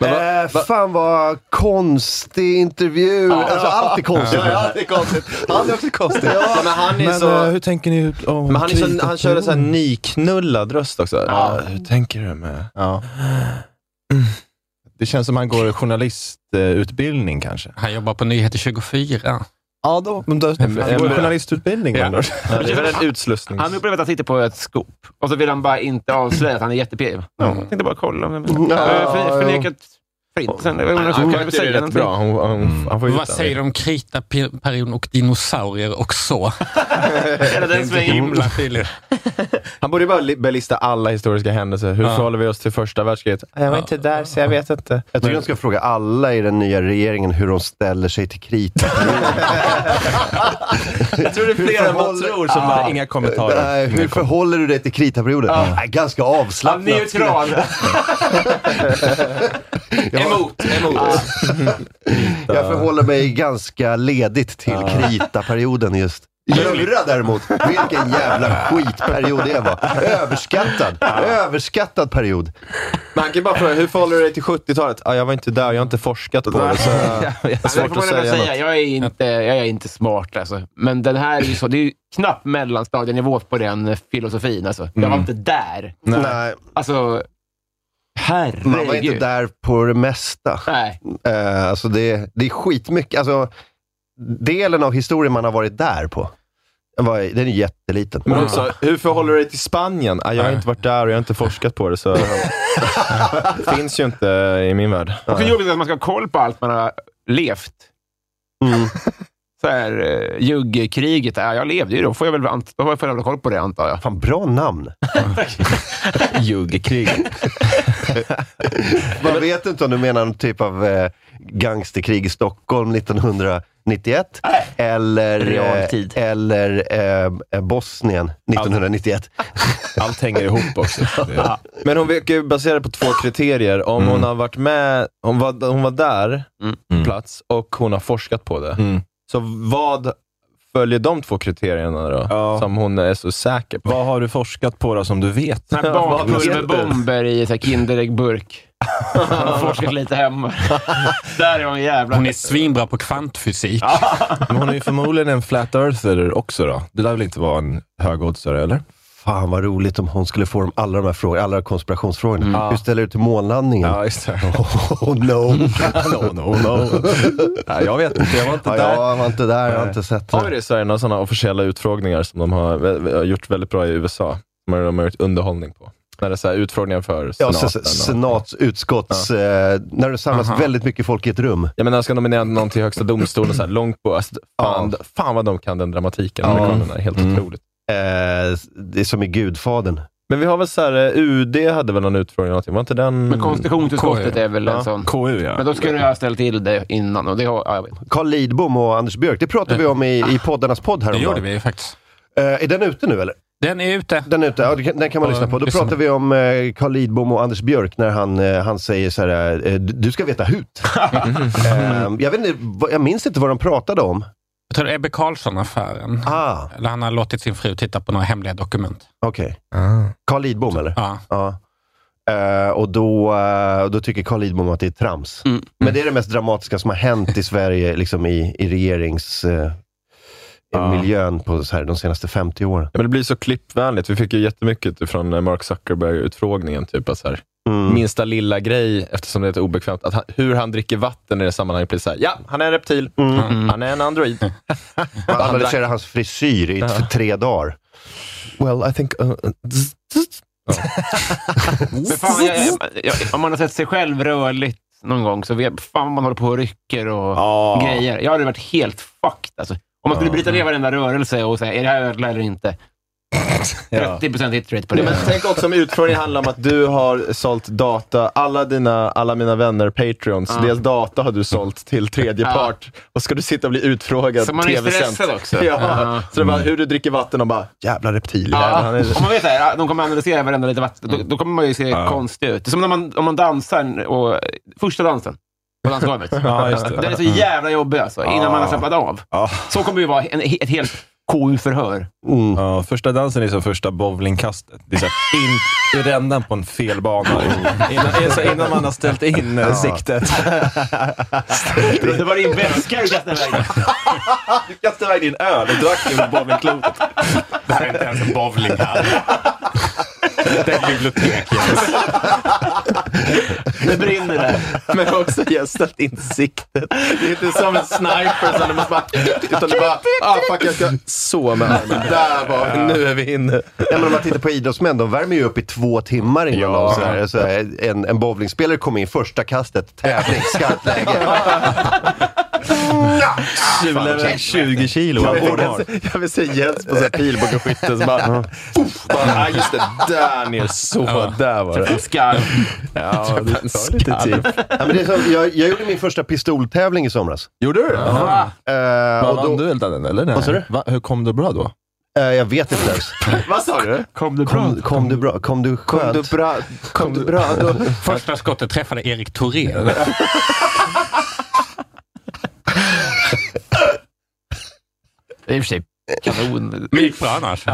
Speaker 2: Eh, fan vad konstig intervju. Alltså allt är konstigt.
Speaker 6: Ja, det är konstigt. Han är också konstig. Ja, men han är
Speaker 3: Men
Speaker 6: så...
Speaker 3: eh, hur tänker ni ut om Mm.
Speaker 6: Men han, är
Speaker 3: kriget?
Speaker 6: så, han kör en sån här nyknullad röst också. Ja. Hur tänker du med...
Speaker 3: Ja. Det känns som han går journalistutbildning kanske.
Speaker 5: Han jobbar på Nyheter 24.
Speaker 4: Ja, då, men då,
Speaker 3: En-
Speaker 4: han går
Speaker 3: en-
Speaker 4: journalistutbildning.
Speaker 3: Ja.
Speaker 4: eller?
Speaker 3: Ja, det är väl en utslussning.
Speaker 1: Han upplever att han sitter på ett skop och så vill han bara inte avslöja att han är jättepig. Ja, jag tänkte bara kolla om det
Speaker 3: Ja,
Speaker 1: är Eh,
Speaker 3: ja.
Speaker 1: förnekat fritt. Sen, jag undrar, så kan jag
Speaker 3: Hon skötte
Speaker 1: väl
Speaker 3: det
Speaker 1: säga
Speaker 3: rätt
Speaker 1: någonting. Mm.
Speaker 3: bra. Hon, hon, han får ut
Speaker 5: Vad
Speaker 3: den.
Speaker 5: säger du om krita, pe- period och dinosaurier och så?
Speaker 1: Eller
Speaker 5: det är så himla tydligt.
Speaker 3: Han borde ju bara li- belista alla historiska händelser. Hur
Speaker 2: Ja.
Speaker 3: förhåller vi oss till första världskriget? Jag var inte där, så jag vet inte.
Speaker 2: Jag tycker de ska fråga alla i den nya regeringen hur de ställer sig till krita.
Speaker 4: Jag tror det är fler än man tror som bara, inga kommentarer.
Speaker 2: Ah, Nej, hur förhåller du dig till kritaperioden?
Speaker 4: Ja. typ-
Speaker 2: Nej, Ganska avslappnat.
Speaker 4: Ja, neutral.
Speaker 2: emot,
Speaker 1: emot.
Speaker 2: Jag förhåller mig ganska ledigt till kritaperioden just. Jura däremot, vilken jävla skitperiod det var. Överskattad. Överskattad period.
Speaker 3: Men han kan ju bara fråga, hur förhåller du dig till 70-talet? Ah, jag var inte där, jag har inte forskat på det. Så jag
Speaker 1: Ja,
Speaker 3: är
Speaker 1: det
Speaker 3: svårt
Speaker 1: får man ändå
Speaker 3: att säga,
Speaker 1: säga.
Speaker 3: något.
Speaker 1: Jag, är inte, jag är inte smart alltså. Men den här är ju så, det är ju knappt mellanstadienivå på den eh, filosofin. Alltså. Jag var
Speaker 2: Mm.
Speaker 1: inte där.
Speaker 2: Nej.
Speaker 1: Alltså, herregud.
Speaker 2: Man var inte där på det mesta.
Speaker 1: Nej.
Speaker 2: alltså det, det är skitmycket. Alltså, delen av historien man har varit där på, var, den är jätteliten.
Speaker 3: Men också, hur förhåller du dig till Spanien? Ah, jag har inte varit där och jag har inte forskat på det, så... Finns ju inte i min värld.
Speaker 1: Också jobbigt att man ska ha koll på allt man har levt.
Speaker 2: Mm.
Speaker 1: Så här, eh, juggkriget. Ja, jag levde ju då. Får jag väl, ant- då får jag väl ha koll på det, antar jag.
Speaker 2: Fan, bra namn.
Speaker 3: Juggkriget.
Speaker 2: Man vet inte om du menar någon typ av eh, gangsterkrig i Stockholm 1991 eller, eh,
Speaker 3: Realtid.
Speaker 2: eller eh, eh, Bosnien 1991.
Speaker 3: Allt hänger ihop också. Men hon verkar ju basera på två kriterier.
Speaker 4: Mm.
Speaker 3: Om hon har varit med, hon var, hon var där, plats, och hon har forskat på det.
Speaker 4: Mm.
Speaker 3: Så vad följer de två kriterierna då, som hon är så säker på?
Speaker 4: Vad har du forskat på då som du vet?
Speaker 1: Såna här Bakpulverbomber i så här Kinderäggburk. Har Forskat lite hemma. Där är hon jävla...
Speaker 5: Hon är svinbra på kvantfysik.
Speaker 4: Men hon är ju förmodligen en flat earther också då. Det där vill inte vara en högoddsare, eller?
Speaker 2: Fan vad roligt om hon skulle få dem alla de här frågorna, alla konspirationsfrågorna.
Speaker 4: Mm.
Speaker 2: Hur ställer du till månlandningen?
Speaker 4: Ja, just det.
Speaker 2: Oh no.
Speaker 4: no, no, no. Nej, jag vet inte. Jag var inte
Speaker 2: Ja,
Speaker 4: där.
Speaker 2: Jag var inte där, jag har inte sett
Speaker 3: Har vi det i Sverige, några sådana officiella utfrågningar som de har, vä- har gjort väldigt bra i USA? Som de har gjort underhållning på. När det är så här utfrågningar för
Speaker 2: Ja,
Speaker 3: senaten.
Speaker 2: sen-
Speaker 3: och-
Speaker 2: senatsutskotts... Eh, när det samlas
Speaker 3: Aha.
Speaker 2: väldigt mycket folk i ett rum.
Speaker 3: Jag menar, jag ska nominera någon till högsta domstolen, så här, långt på. Alltså, fan, fan vad de kan den dramatiken,
Speaker 2: Ja. Mm.
Speaker 3: amerikanerna. Helt otroligt.
Speaker 2: Eh, det är som i Gudfadern.
Speaker 3: Men vi har väl så här, eh, UD hade väl någon utfrågning, någonting. var inte den...
Speaker 1: Men konstitutionsutskottet är väl en sån.
Speaker 4: KU,
Speaker 1: Men då skulle jag ha ställt till det innan. Och det har, ja, jag vet.
Speaker 2: Carl Lidbom och Anders Björk, det pratade vi om i, i poddarnas podd
Speaker 5: Det
Speaker 2: häromdagen.
Speaker 5: gjorde vi ju faktiskt.
Speaker 2: Eh, är den ute nu eller?
Speaker 5: Den är ute.
Speaker 2: Den är ute, ja, det kan- den kan man
Speaker 5: Ja,
Speaker 2: lyssna på. Då
Speaker 5: lyssna.
Speaker 2: pratar vi om eh, Carl Lidbom och Anders Björk när han, eh, han säger så här, eh, du du ska veta hut. eh, jag, vet inte, vad- jag minns inte vad de pratade om.
Speaker 5: Jag tror det är Ebbe Carlsson-affären.
Speaker 2: Ah,
Speaker 5: Eller han har låtit sin fru titta på några hemliga dokument.
Speaker 2: okej. Carl Lidbom eller?
Speaker 5: Ja.
Speaker 2: Ja. Eh, och då, eh, då tycker Carl Lidbom att det är trams.
Speaker 6: Mm,
Speaker 2: Men det är det mest dramatiska som har hänt i Sverige liksom i, i regeringsmiljön på så här, de senaste 50 åren.
Speaker 3: Ja, men det blir så klippvänligt. Vi fick ju jättemycket från eh, Mark Zuckerberg-utfrågningen. Typ, att så här,
Speaker 2: Mm.
Speaker 3: Minsta lilla grej, eftersom det är ett obekvämt. Att han, hur han dricker vatten i det sammanhanget blir så här, ja, han är en reptil.
Speaker 4: Mm.
Speaker 3: Han är en android.
Speaker 2: Man Mm. analyserar hans frisyr i för tre dagar.
Speaker 3: Well, I think... Uh,
Speaker 1: Men fan, jag, jag, jag, om man har sett sig själv rörligt någon gång så vet fan vad man håller på och rycker och grejer. Jag hade varit helt fucked. Alltså. Om man skulle bryta ner varenda rörelse och säga, är det här ödla eller inte? 30% hit rate på det.
Speaker 3: Men tänk också om utfrågningen handlar om att du har sålt data, alla, dina, alla mina vänner Patreons,
Speaker 1: Ja.
Speaker 3: deras data har du sålt till tredje
Speaker 1: Ja.
Speaker 3: part och ska du sitta och bli utfrågad
Speaker 1: Så man är ju
Speaker 3: TV-sänt.
Speaker 1: stressad också.
Speaker 3: Ja.
Speaker 1: Ja.
Speaker 3: Så det är bara hur du dricker vatten och bara, jävla reptil. jävlar, han
Speaker 1: Ja,
Speaker 3: är...
Speaker 1: om man vet så här, de kommer analysera varenda lite vatten, då, då kommer man ju se konstig ut. Det är som när man, om man dansar, och, första dansen på dansgolvet.
Speaker 4: Ja, just det.
Speaker 1: Den är så jävla jobbig alltså, innan man har slappnat av.
Speaker 4: Ja.
Speaker 1: Så kommer det ju vara en, ett helt KU-förhör.
Speaker 4: Ja, första dansen är som första bowlingkastet. Det är så här, in i rändan på en fel bana. Innan, alltså, innan man har ställt in eh, siktet.
Speaker 1: Det var din väska du kastade iväg.
Speaker 4: Du kastade iväg din öl och drack den på bowlingklotet.
Speaker 5: Det här är inte ens en bowling här. Ett bibliotek, Jens.
Speaker 6: Det brinner där. Men också gästat insiktet. Det är inte som en sniper, utan det måste bara... Utan det bara ah, fuck, jag ska...
Speaker 2: Så med armen.
Speaker 6: Där var Nu är vi inne.
Speaker 2: Ja, men om man tittar på idrottsmän, de värmer ju upp i två timmar innan de så här, så här, en, en bowlingspelare kom in första kastet, tävling, skarpt läge.
Speaker 6: Tjular
Speaker 2: Fan,
Speaker 6: väl 20 kilo.
Speaker 2: Jag vill-
Speaker 6: Jag vill se Jens på pilbågeskytte som bara... Ja, ah, just det. Där ner. Så, där var det. Skarp. Ja, det tar lite tid.
Speaker 2: Ja, men det är som, jag, jag gjorde min första pistoltävling i somras.
Speaker 10: Gjorde du?
Speaker 2: Ja.
Speaker 10: Vad vann du hela den eller?
Speaker 2: Vad sa du?
Speaker 10: Va, hur kom du bra då?
Speaker 2: Eh, jag vet inte ens.
Speaker 6: Vad sa du?
Speaker 2: Kom du bra? Kom, du bra? Kom du skönt?
Speaker 6: du bra? Kom du bra?
Speaker 5: Första skottet träffade Erik Thorén.
Speaker 1: Det är i och för sig kanon.
Speaker 5: Men gick bra annars.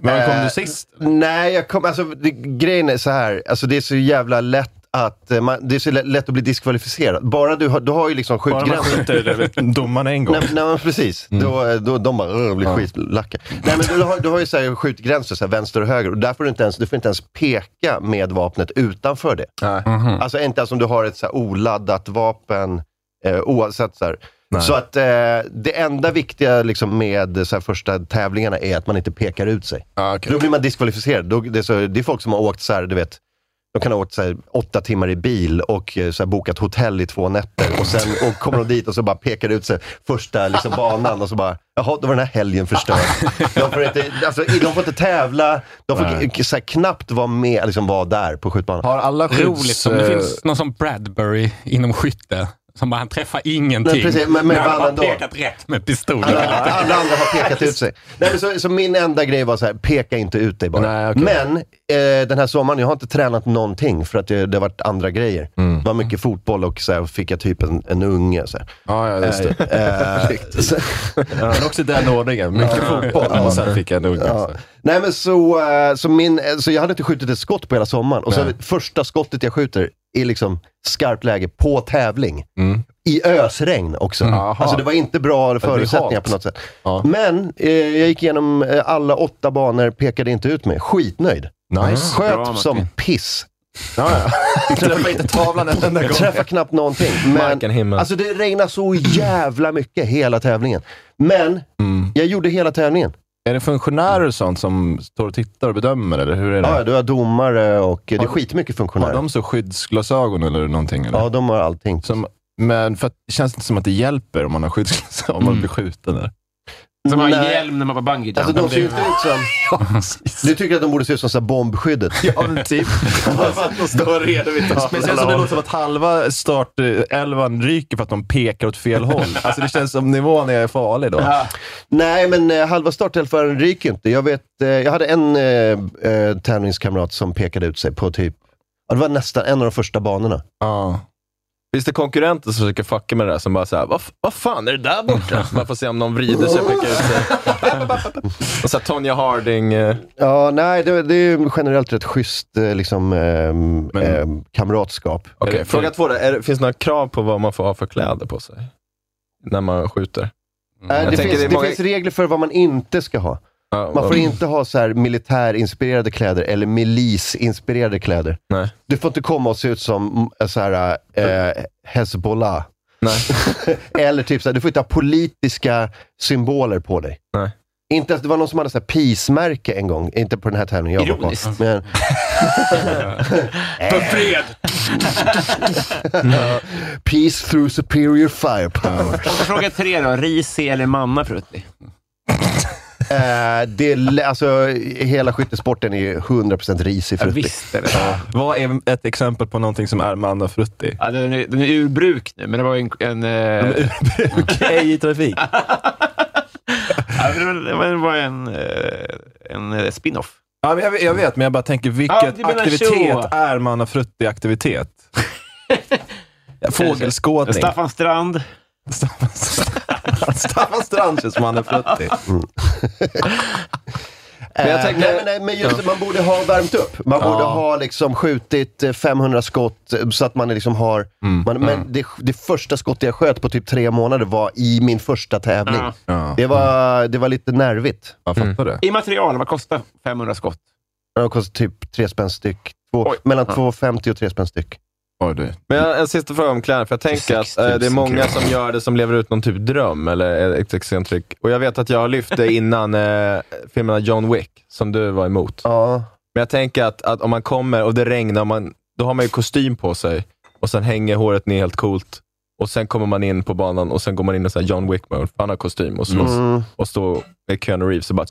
Speaker 2: Men kom du sist? nej, jag kom, alltså, det, grejen är så här. Alltså, det är så jävla lätt att, eh, man, det är så lä- lätt att bli diskvalificerad. Bara du har, du har ju liksom
Speaker 10: Bara man
Speaker 2: skjutgränsen.
Speaker 10: skjuter domarna en gång. Mm.
Speaker 2: Nej, nej men precis. Då, eh, då, de bara "Åh, blir skitlacka. Nej, men du, har, du har ju så här skjutgränser, så här, vänster och höger. Och där får du, inte ens, du får inte ens peka med vapnet utanför det.
Speaker 10: Mhm.
Speaker 2: Alltså inte ens om du har ett så här, oladdat vapen, eh, oavsett. Så, här.
Speaker 10: Nej.
Speaker 2: så att eh, det enda viktiga liksom, med så här, första tävlingarna är att man inte pekar ut sig. Då blir man diskvalificerad. Då, det, är så, det är folk som har åkt så här, du vet, de kan ha åkt så här, åtta timmar i bil och eh, så här, bokat hotell i två nätter. Och sen och kommer de dit och så bara pekar ut sig första liksom, banan och så bara, jaha, då var den här helgen förstörd. De får inte, alltså, de får inte tävla, de får
Speaker 10: Nej.
Speaker 2: k- så här, knappt vara med, liksom, vara där på skjutbanan.
Speaker 10: Har alla skjuts...
Speaker 5: Roligt som det
Speaker 10: eh,
Speaker 5: finns någon som Bradbury inom skytte. Som bara, han träffar ingenting.
Speaker 2: Men precis, men- men
Speaker 5: han har
Speaker 2: vann
Speaker 5: bara
Speaker 2: ändå.
Speaker 5: pekat rätt med pistolen.
Speaker 2: Alla, alla andra har pekat ut sig. Nej, men så, så min enda grej var så här, peka inte ut dig bara.
Speaker 10: Nej, okej.
Speaker 2: Men eh, den här sommaren, jag har inte tränat någonting för att det, det har varit andra grejer.
Speaker 10: Mm.
Speaker 2: Det var mycket fotboll och så här, och fick jag typ en, en unge. Så här.
Speaker 10: Ja, ja, just det.
Speaker 2: Eh, eh, så,
Speaker 10: Men också i den ordningen. Mycket fotboll alltså. och sen fick jag en unge.
Speaker 2: ja.
Speaker 10: också.
Speaker 2: Nej, men så, eh, så, min, eh, så jag hade inte skjutit ett skott på hela sommaren. Och så första skottet jag skjuter är liksom skarpt läge på tävling. I ösregn också.
Speaker 10: Mm. Jaha.
Speaker 2: Alltså det var inte bra
Speaker 10: blir
Speaker 2: förutsättningar
Speaker 10: halt.
Speaker 2: på något sätt.
Speaker 10: Ja.
Speaker 2: Men eh, jag gick igenom eh, alla åtta banor, pekade inte ut mig. Skitnöjd.
Speaker 10: Nice.
Speaker 2: Sköt
Speaker 1: Bra, Martin.
Speaker 2: som piss.
Speaker 10: Ja, ja. Träffade inte tavlan en enda
Speaker 2: Jag
Speaker 10: gång.
Speaker 2: träffade knappt någonting. Men,
Speaker 6: Marken, himlen.
Speaker 2: alltså det regnade så jävla mycket hela tävlingen. Men
Speaker 10: Mm.
Speaker 2: jag gjorde hela tävlingen.
Speaker 10: Är det funktionärer och sånt som står och tittar och bedömer, eller hur är det?
Speaker 2: Ja, du har domare och eh, det är
Speaker 10: Har-
Speaker 2: skitmycket
Speaker 10: Har
Speaker 2: funktionärer.
Speaker 10: de så skyddsglasögon eller någonting? Eller?
Speaker 2: Ja, de har allting.
Speaker 10: Som, men för att, känns det inte som att det hjälper om man har skyddsglasögon, om
Speaker 6: Mm.
Speaker 10: man blir skjuten? Eller?
Speaker 1: Som har
Speaker 2: Nej.
Speaker 1: hjälm när man var bungee
Speaker 2: Alltså de ser ju inte ut som... Du tycker att de borde se ut som så här bombskyddet?
Speaker 10: Ja, men typ.
Speaker 2: står redo vid
Speaker 10: Speciellt som det låter som att halva startelvan ryker för att de pekar åt fel håll. Alltså det känns som nivån är farlig då.
Speaker 2: Nej, men eh, halva startelfaren ryker inte. Jag, vet, eh, jag hade en eh, eh, tävlingskamrat som pekade ut sig på typ... Ja, det var nästan en av de första banorna.
Speaker 10: Ja.
Speaker 6: Finns det konkurrenter som försöker fucka med det där som bara såhär, vad, f- vad fan är det där borta? Man får se om någon vrider sig och pekar ut sig. Och så här, Tonya Harding. eh,
Speaker 2: Ja, nej, det, det är ju generellt rätt schysst eh, liksom, ehm, ehm, kamratskap.
Speaker 6: Okej, Fråga två då. Är, det- finns det några krav på vad man får ha för kläder på sig? När man skjuter?
Speaker 2: Nej,
Speaker 6: Jag
Speaker 2: det
Speaker 6: tänker
Speaker 2: finns,
Speaker 6: det
Speaker 2: det,
Speaker 6: är många-
Speaker 2: finns regler för vad man inte ska ha.
Speaker 6: Ja,
Speaker 2: Man
Speaker 6: vad-
Speaker 2: får inte ha så här militärinspirerade kläder eller milisinspirerade kläder.
Speaker 6: Nej.
Speaker 2: Du får inte komma och se ut som mm, så här, eh, Hezbollah.
Speaker 6: Nej.
Speaker 2: eller typ så här, du får inte ha politiska symboler på dig.
Speaker 6: Nej.
Speaker 2: Inte, ens- det var någon som hade så här peace-märke en gång, inte på den här tävlingen jag var
Speaker 1: Ironiskt.
Speaker 2: på. Men,
Speaker 5: För fred!
Speaker 2: peace through superior firepower.
Speaker 1: Fråga tre då. Risi eller manna frutti?
Speaker 2: eh, det, är lä- alltså, hela skyttesporten är ju 100% risig
Speaker 1: Ja,
Speaker 2: för
Speaker 1: visst är det så.
Speaker 10: Vad är ett exempel på någonting som är manna frutti?
Speaker 1: Ja, den, är, den är ur bruk nu, men det var ju en... en eh,
Speaker 10: Ej i trafik.
Speaker 1: ja, men det var- det var- det var en, eh, en eh, spin-off.
Speaker 10: Ja, men jag, vet- jag vet, men jag bara tänker,
Speaker 1: Ja,
Speaker 10: vilket
Speaker 1: du menar
Speaker 10: aktivitet
Speaker 1: så.
Speaker 10: är manna frutti-aktivitet? Ja, Fågelskådning.
Speaker 1: Staffan Strand.
Speaker 10: Staffan Staffan Strand känns som manna frutti.
Speaker 2: Men
Speaker 6: jag tänker-
Speaker 2: Äh, nej, men, nej, men just, det, man borde ha värmt upp. Man borde ha liksom skjutit eh, 500 skott eh, så att man liksom har... man, Men det, det första skottet jag sköt på typ tre månader var i min första tävling.
Speaker 1: Ja.
Speaker 10: Ja.
Speaker 2: Det, var, det var lite nervigt.
Speaker 6: Mm.
Speaker 10: Jag fattar det.
Speaker 1: I material, vad kostar 500 skott?
Speaker 2: De kostar typ tre spänn styck. Två, mellan 2,50 och 3 spänn styck.
Speaker 3: Oj, du. Men en, en sista fråga om kläder, för jag tänker att eh, det är
Speaker 2: 6000
Speaker 3: många
Speaker 2: kronor.
Speaker 3: som gör det som lever ut någon typ dröm eller ett excentrick. Och jag vet att jag har lyft det innan eh, filmerna John Wick, som du var emot. Men jag tänker att, att om man kommer och det regnar, man, då har man ju kostym på sig och sen hänger håret ner helt coolt. Och sen kommer man in på banan och sen går man in i så här John Wick-mode, för han har kostym och slåss.
Speaker 2: Mm.
Speaker 3: Och står med Keanu Reeves och bara...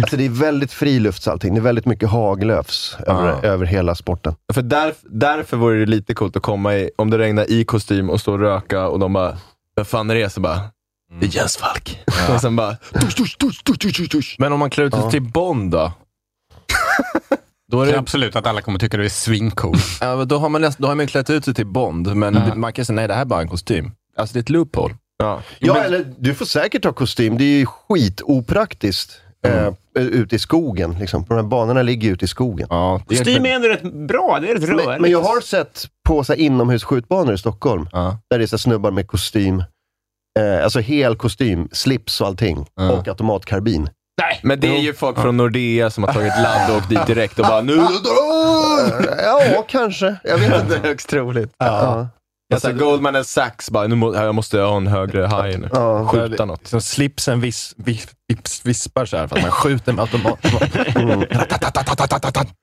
Speaker 2: Alltså det är väldigt frilufts allting. Det är väldigt mycket haglöfs över, över hela sporten.
Speaker 3: För där, därför vore det lite coolt att komma i, om det regnar i kostym och stå och röka och de bara, vem fan är det? Så bara,
Speaker 10: Mm.
Speaker 3: det är Jens Falk. Och sen bara,
Speaker 10: Men om man klär ut sig
Speaker 3: Ja.
Speaker 10: till Bond då? Då är det... Absolut att alla kommer tycka du är svincool. Ja, men då har man, nästan, då har man klätt ut sig till Bond, men man kan säga nej, det här är bara en kostym. Alltså det är ett loophole.
Speaker 3: Ja,
Speaker 2: Ja, eller du får säkert ha kostym. Det är ju skitopraktiskt. Mm. ute i skogen. Liksom. På de här banorna ligger ju ute i skogen.
Speaker 10: Ja,
Speaker 1: Kostym är ändå rätt bra. Det är rätt
Speaker 2: men,
Speaker 1: rörigt.
Speaker 2: men jag har sett på så här, inomhusskjutbanor i Stockholm,
Speaker 10: Ja.
Speaker 2: där det är så här, snubbar med kostym. Eh, alltså hel kostym, slips och allting. Och automatkarbin.
Speaker 3: Nej. Men det är ju folk från Nordea som har tagit ladd och åkt dit direkt och bara, nu
Speaker 2: Ja, kanske. Jag vet
Speaker 3: inte. högst troligt.
Speaker 2: Ja.
Speaker 3: Jag sa Alltså, Goldman and Sachs bara, nu må, jag måste ha en högre high nu. Skjuta något.
Speaker 10: Liksom slipsen vis, vis, vips, vispar så här för att man skjuter med automat.
Speaker 3: Mm.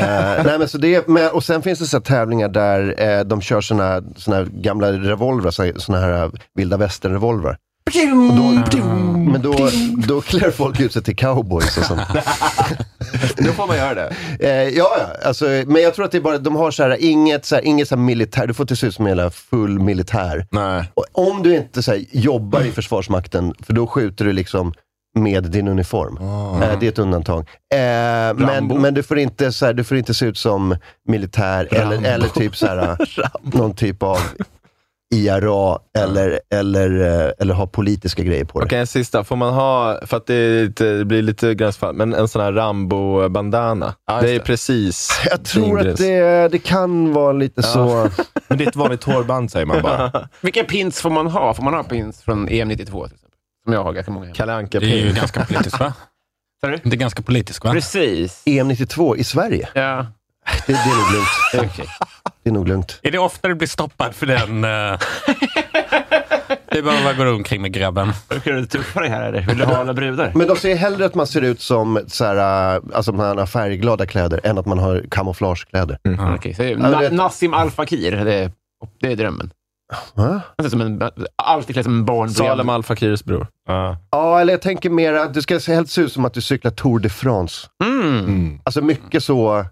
Speaker 2: Eh, nej, men så det, men, och sen finns det så här tävlingar där eh, de kör såna, såna här gamla revolver, så- såna här eh, vilda västern-revolver. Och då- Ah. Men då, då klär folk ut sig till cowboys och sånt.
Speaker 3: då får man göra det.
Speaker 2: Eh, ja, ja. Alltså, men jag tror att det är bara, de har så här, inget, så här, inget så här militär, du får inte se ut som en jävla full militär.
Speaker 10: Nej.
Speaker 2: Och om du inte så här, jobbar i Försvarsmakten, för då skjuter du liksom med din uniform. Eh, det är ett undantag. Eh, men
Speaker 10: Ah. Rambo.
Speaker 2: men du, får inte, så här, du får inte se ut som militär eller,
Speaker 10: Rambo.
Speaker 2: eller typ så här, någon typ av IRA eller,
Speaker 10: Ah.
Speaker 2: eller, eh, eller ha politiska grejer på dig.
Speaker 3: Okej, en sista. Får man ha, för att det, är lite, det blir lite gränsfall, men en sån här Rambo-bandana. det är precis
Speaker 2: Jag tror att det, det kan vara lite
Speaker 10: Ah.
Speaker 2: så.
Speaker 10: Men det är ett vanligt hårband säger man bara.
Speaker 1: Vilka pins får man ha? Får man ha pins från EM 92 till exempel? Som jag har ganska många.
Speaker 3: Kalle Anka
Speaker 5: Det är ju ganska politiskt va? Det är ganska politiskt va?
Speaker 1: Precis.
Speaker 2: EM 92 E i Sverige?
Speaker 1: Ja.
Speaker 2: Det, det är nog lugnt. Det är nog lugnt.
Speaker 5: Är det ofta du blir stoppad för den? eh? det är bara vad går du omkring med grabben.
Speaker 1: Ska du tuffa dig här eller? Vill du ha alla brudar?
Speaker 2: Men de säger hellre att man ser ut som så här, äh, alltså att man har färgglada kläder än att man har kamouflagekläder.
Speaker 1: Mm. Okej, så är det-
Speaker 2: Ja,
Speaker 1: Na-
Speaker 2: det-
Speaker 1: Nassim Al Fakir, det är, det är drömmen.
Speaker 2: Va?
Speaker 1: Han ser som en, alltid klädd som en barn.
Speaker 3: Salem Al Fakirs bror.
Speaker 2: Ja, eller jag tänker mer att du ska se- helst se ut som att du cyklar Tour de France.
Speaker 1: Mm.
Speaker 2: Alltså mycket så,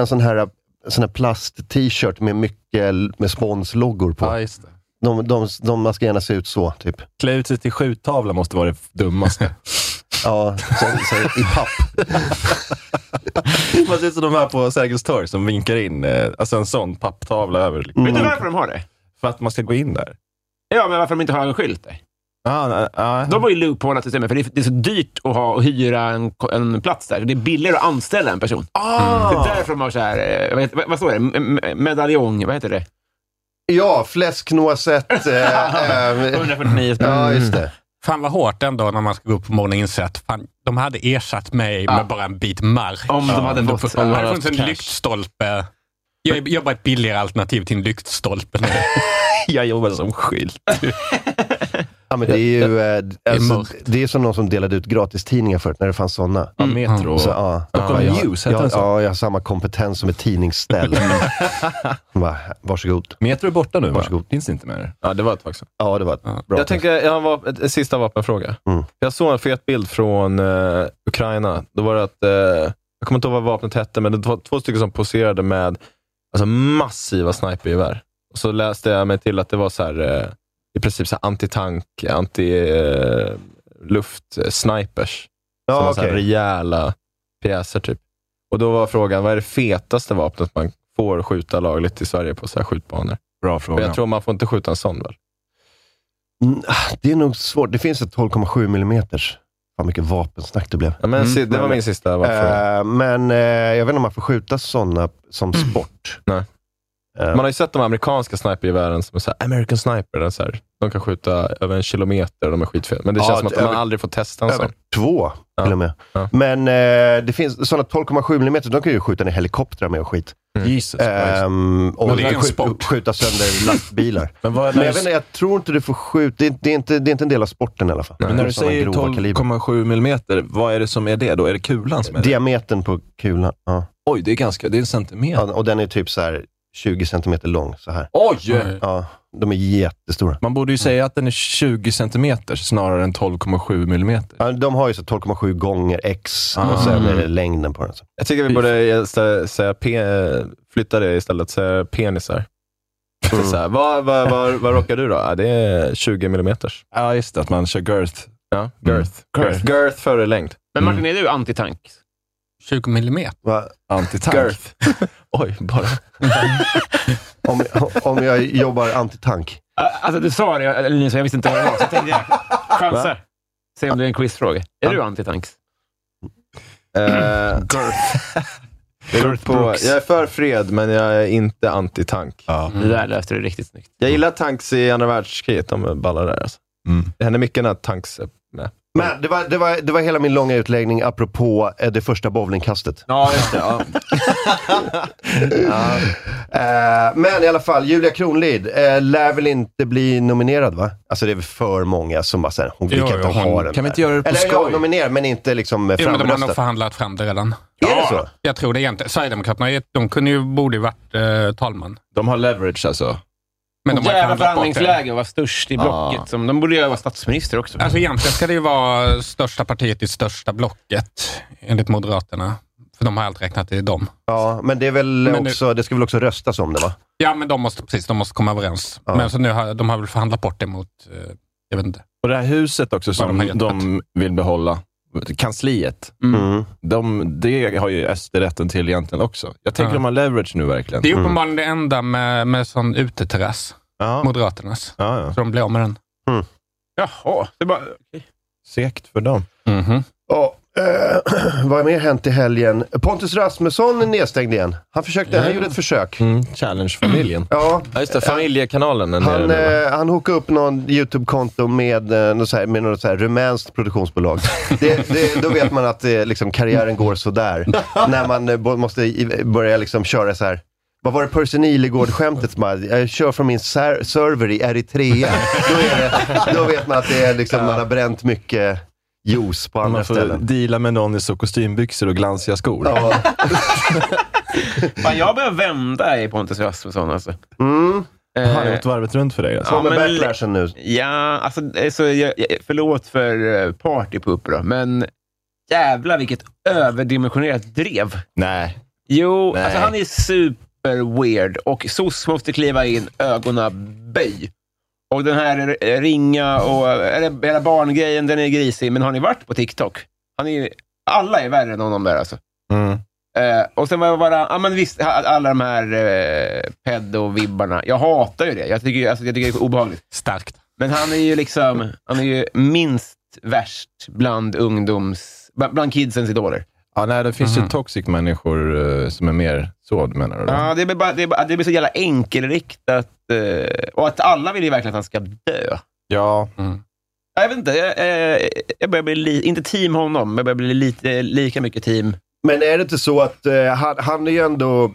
Speaker 2: en sån här, en sån här plast-t-shirt med mycket l- med sponsloggor på.
Speaker 10: Ja, just det.
Speaker 2: De, de, de, man ska gärna se ut så, typ.
Speaker 10: Klä ut sig till skjuttavla måste vara det dummaste.
Speaker 2: ja, så, så, i papp.
Speaker 10: Man ser ut som de här på Sergels torg som vinkar in eh, alltså en sån papptavla över. liksom.
Speaker 2: Mm.
Speaker 1: Vet du varför de har det?
Speaker 10: För att man ska gå in där.
Speaker 1: Ja, men varför de inte har en skylt där?
Speaker 10: Ah, ah.
Speaker 1: De har ju loopholat systemet, för det är, det är så dyrt att ha och hyra en, en plats där. Det är billigare att anställa en person.
Speaker 2: Ah.
Speaker 1: Det är därför de har så här, eh, vad, heter, vad- vad står det? M- m- Medaljong, vad heter det?
Speaker 2: Ja, fläsknoisette. Eh, eh,
Speaker 1: 149 spänn.
Speaker 2: Ja, just det.
Speaker 5: Fan vad hårt ändå när man ska gå upp på morgonen och inse att fan, de hade ersatt mig med bara en bit mark.
Speaker 1: Om de hade
Speaker 5: Då-
Speaker 1: fått-
Speaker 5: Om det hade
Speaker 1: haft
Speaker 5: funnits en
Speaker 1: cash.
Speaker 5: lyktstolpe. Jag jobbar ett billigare alternativ till en lyktstolpe nu.
Speaker 10: jag jobbar som skylt.
Speaker 2: Ja, men det är ju eh, alltså,
Speaker 10: mörkt.
Speaker 2: det är som någon som delade ut gratistidningar förut, när det fanns sådana.
Speaker 10: Ja,
Speaker 3: Mm.
Speaker 10: Metro.
Speaker 2: Så, ja.
Speaker 10: Stockholm
Speaker 2: ja, jag-
Speaker 10: News, hette
Speaker 2: ja,
Speaker 10: den så?
Speaker 2: Ja, jag har samma kompetens som ett tidningsställ. Va, varsågod.
Speaker 10: Metro är borta nu va?
Speaker 2: Varsågod.
Speaker 10: Finns inte mer.
Speaker 3: Ja, det var ett tag sedan.
Speaker 2: Ja, det var ett bra
Speaker 3: jag tänker, jag har en, vap- en sista vapenfråga.
Speaker 2: Mm.
Speaker 3: Jag såg en fet bild från eh, Ukraina. Då var det att, eh, jag kommer inte ihåg vad vapnet hette, men det var två stycken som poserade med alltså, massiva snipergevär. Och så läste jag mig till att det var så här, eh, i princip så här antitank, anti-luft-snipers.
Speaker 2: Ja,
Speaker 3: som var så här
Speaker 2: okej.
Speaker 3: rejäla pjäser typ. Och då var frågan, vad är det fetaste vapnet man får skjuta lagligt i Sverige på så här skjutbanor?
Speaker 10: Bra
Speaker 3: Och
Speaker 10: fråga.
Speaker 3: jag tror man får inte skjuta en sån väl?
Speaker 2: Mm, ah, Det är nog svårt. Det finns ett 12,7 millimeters. Vad mycket vapensnack det blev.
Speaker 3: Ja, men
Speaker 10: Mm.
Speaker 3: si- det var min sista varför.
Speaker 2: Eh, men eh, jag vet inte om man får skjuta sådana som sport.
Speaker 3: Nej. Man har ju sett de amerikanska snipergevären som är såhär, American sniper. Den så här, de kan skjuta över en kilometer och de är skitfeta. Men det
Speaker 2: Ja,
Speaker 3: känns som att
Speaker 2: över-
Speaker 3: man aldrig får testa en
Speaker 2: över
Speaker 3: sån.
Speaker 2: två till och med. Men eh, det finns sådana 12,7 mm, de kan ju skjuta ner helikoptrar med och skit.
Speaker 10: Mm. Jesus
Speaker 2: Ehm, och
Speaker 10: Men det är en
Speaker 2: skj-
Speaker 10: sport.
Speaker 2: skjuta sönder lastbilar.
Speaker 10: Men vad är-
Speaker 2: Men jag, vet, inte, jag tror inte du får skjuta, det, är- det, är inte, det är inte en del av sporten i alla fall.
Speaker 10: Men när du
Speaker 2: Sådana
Speaker 10: säger
Speaker 2: grova kaliber.
Speaker 10: 12,7 millimeter, vad är det som är det då? Är det kulan som är det?
Speaker 2: Diametern på kulan, ja.
Speaker 10: Oj, det är ganska, det är en centimeter.
Speaker 2: Ja, och den är typ så här 20 centimeter lång. Så här.
Speaker 10: Oj!
Speaker 5: eh,
Speaker 2: Ja, de är jättestora.
Speaker 10: Man borde ju säga att den är 20 centimeter snarare än 12,7 millimeter.
Speaker 2: Ja, de har ju så 12,7 gånger x
Speaker 10: Ah.
Speaker 2: och sen är det längden på den. Så.
Speaker 3: Jag tycker vi borde stä- säga pe- flytta det istället, säga penisar. Så här, vad, vad, vad, vad rockar du då? Ja, det är 20 millimeters.
Speaker 10: Ja, just det. Att man kör girth. Mm.
Speaker 3: Ja, girth.
Speaker 1: Mm.
Speaker 3: Girth. girth före längd.
Speaker 1: Men Martin,
Speaker 2: Mm.
Speaker 1: är du antitank?
Speaker 5: 20 millimeter.
Speaker 2: Va?
Speaker 10: Antitank.
Speaker 3: Girth. Oj, bara.
Speaker 2: om, om jag jobbar antitank.
Speaker 1: Alltså, du sa det, jag- Linus, jag visste inte vad det var, så jag tänkte jag chansa. Se om det är en quizfråga. Är du antitanks?
Speaker 3: Jag, går Eh, på,
Speaker 1: Brooks.
Speaker 3: jag är för fred, men jag är inte anti-tank.
Speaker 5: Mm.
Speaker 1: Det där löste du riktigt snyggt.
Speaker 3: Jag gillar tanks i andra världskriget. De är ballar där. Alltså.
Speaker 5: Mm.
Speaker 3: Det händer mycket när tanks är med.
Speaker 2: Men det var, det, var, det var hela min långa utläggning apropå eh, det första bowlingkastet.
Speaker 10: Ja, just det. Ja.
Speaker 2: Eh, men i alla fall, Julia Kronlid eh, lär väl inte bli nominerad va? Alltså det är väl för många som bara säger hon vi
Speaker 5: Jo,
Speaker 2: kan inte
Speaker 5: jo,
Speaker 2: ha
Speaker 5: hon-
Speaker 2: den
Speaker 5: kan vi
Speaker 2: där."
Speaker 5: inte göra det på
Speaker 2: Eller,
Speaker 5: skoj?
Speaker 2: Ja, nominerad, men inte liksom eh,
Speaker 5: Jo, men de har nog
Speaker 2: framröstad.
Speaker 5: förhandlat fram det redan.
Speaker 2: Är det så?
Speaker 5: Jag tror det egentligen. Sverigedemokraterna är- de kunde ju, borde ju varit eh, talman.
Speaker 10: De har leverage alltså.
Speaker 5: Men de har
Speaker 1: Jävla
Speaker 5: förhandlat bort det.
Speaker 1: förhandlingsläge och vara störst i blocket.
Speaker 5: Ja.
Speaker 1: Som, de borde ju vara statsminister också.
Speaker 5: Alltså egentligen ska det ju vara största partiet i största blocket, enligt Moderaterna. För de har allt räknat i dem.
Speaker 2: Ja, men det är väl
Speaker 5: Men nu-
Speaker 2: också, det ska väl också röstas om det va?
Speaker 5: Ja, men de måste, precis, de måste komma överens.
Speaker 2: Ja.
Speaker 5: Men så nu har, de har väl förhandlat bort det mot, eh, jag vet inte.
Speaker 10: Och det här huset också
Speaker 5: Vad de
Speaker 10: som
Speaker 5: har Mm.
Speaker 10: de,
Speaker 5: gett
Speaker 10: vill behålla. Kansliet.
Speaker 2: Mm.
Speaker 10: De, det har ju SD rätten till egentligen också. Jag tänker
Speaker 5: Ja.
Speaker 10: de har leverage nu verkligen.
Speaker 5: Det
Speaker 3: Mm.
Speaker 5: är uppenbarligen det enda med, med sån uteterrass. Moderaternas. Så de blir av med den.
Speaker 1: Jaha, det är bara...
Speaker 10: Segt för dem.
Speaker 2: Ja, eh, vad har mer hänt i helgen? Pontus Rasmusson är nedstängd igen. Han försökte, han gjorde ett försök.
Speaker 3: Challenge-familjen.
Speaker 2: Ja.
Speaker 3: Mm. Ja, just det. Familjekanalen. är nere
Speaker 2: Han,
Speaker 3: nu, va?
Speaker 2: eh, han hookade upp någon YouTube-konto med eh, något, så här, med något så här rumänskt produktionsbolag. Det, det, då vet man att eh, liksom, karriären går sådär. När man eh, bo- måste i- börja liksom, köra så här. Vad var det Percy Nilegård-skämtet? som bara, Jag kör från min ser- server i Eritrea. Då, är det, då vet man att det är, liksom, man har bränt mycket juice på andra
Speaker 10: Man får
Speaker 2: ställen.
Speaker 10: deala med någon i så kostymbyxor och glansiga skor.
Speaker 2: Ja.
Speaker 1: Fan, jag börjar vända i Pontus Rasmusson alltså. Eh,
Speaker 2: Mm.
Speaker 10: Har det gått varvet runt för dig? Alltså.
Speaker 2: Kommer backlashen nu?
Speaker 1: Ja, alltså, eh, så jag, jag- förlåt för eh, partypupp då, men jävlar vilket överdimensionerat drev.
Speaker 10: Nej.
Speaker 1: Jo,
Speaker 10: Nej.
Speaker 1: alltså han är super weird och SOS måste kliva in, ögonen böj. Och den här eh, ringa och eh, eller hela barngrejen, den är grisig, men har ni varit på TikTok? Han är, ju- alla är värre än honom där alltså. Eh, och sen var jag bara, ja men visst, ha- alla de här eh, pedo-vibbarna. Jag hatar ju det. Jag tycker, ju- alltså, jag tycker det är obehagligt.
Speaker 5: Starkt.
Speaker 1: Men han är ju liksom, han är ju minst värst bland ungdoms, bland bland kidsens idoler.
Speaker 10: Ja, nej, det finns
Speaker 1: Mhm.
Speaker 10: ju toxic människor eh, som är mer så, menar du? då?
Speaker 1: Ja, det blir, bara, det, är bara, det blir så jävla enkelriktat. eh, och att alla vill ju verkligen att han ska dö.
Speaker 10: Ja.
Speaker 1: Jag vet inte, jag, eh, jag börjar bli, li, inte team honom, men jag börjar bli lite, eh, lika mycket team.
Speaker 2: Men är det inte så att eh, han, han är ju ändå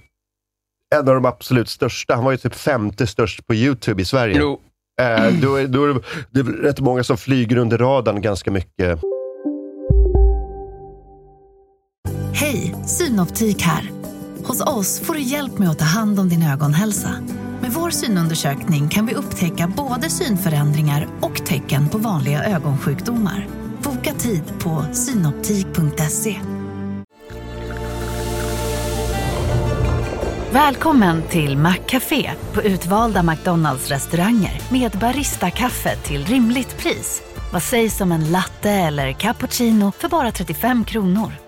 Speaker 2: en av de absolut största. Han var ju typ femte störst på YouTube i Sverige.
Speaker 1: Jo.
Speaker 2: Eh, då är, då är det, det är väl rätt många som flyger under radarn ganska mycket.
Speaker 11: Hej, Synoptik här. Hos oss får du hjälp med att ta hand om din ögonhälsa. Med vår synundersökning kan vi upptäcka både synförändringar och tecken på vanliga ögonsjukdomar. Boka tid på synoptik.se. Välkommen till Maccafé på utvalda McDonalds restauranger med Baristakaffe till rimligt pris. Vad sägs om en latte eller cappuccino för bara 35 kronor?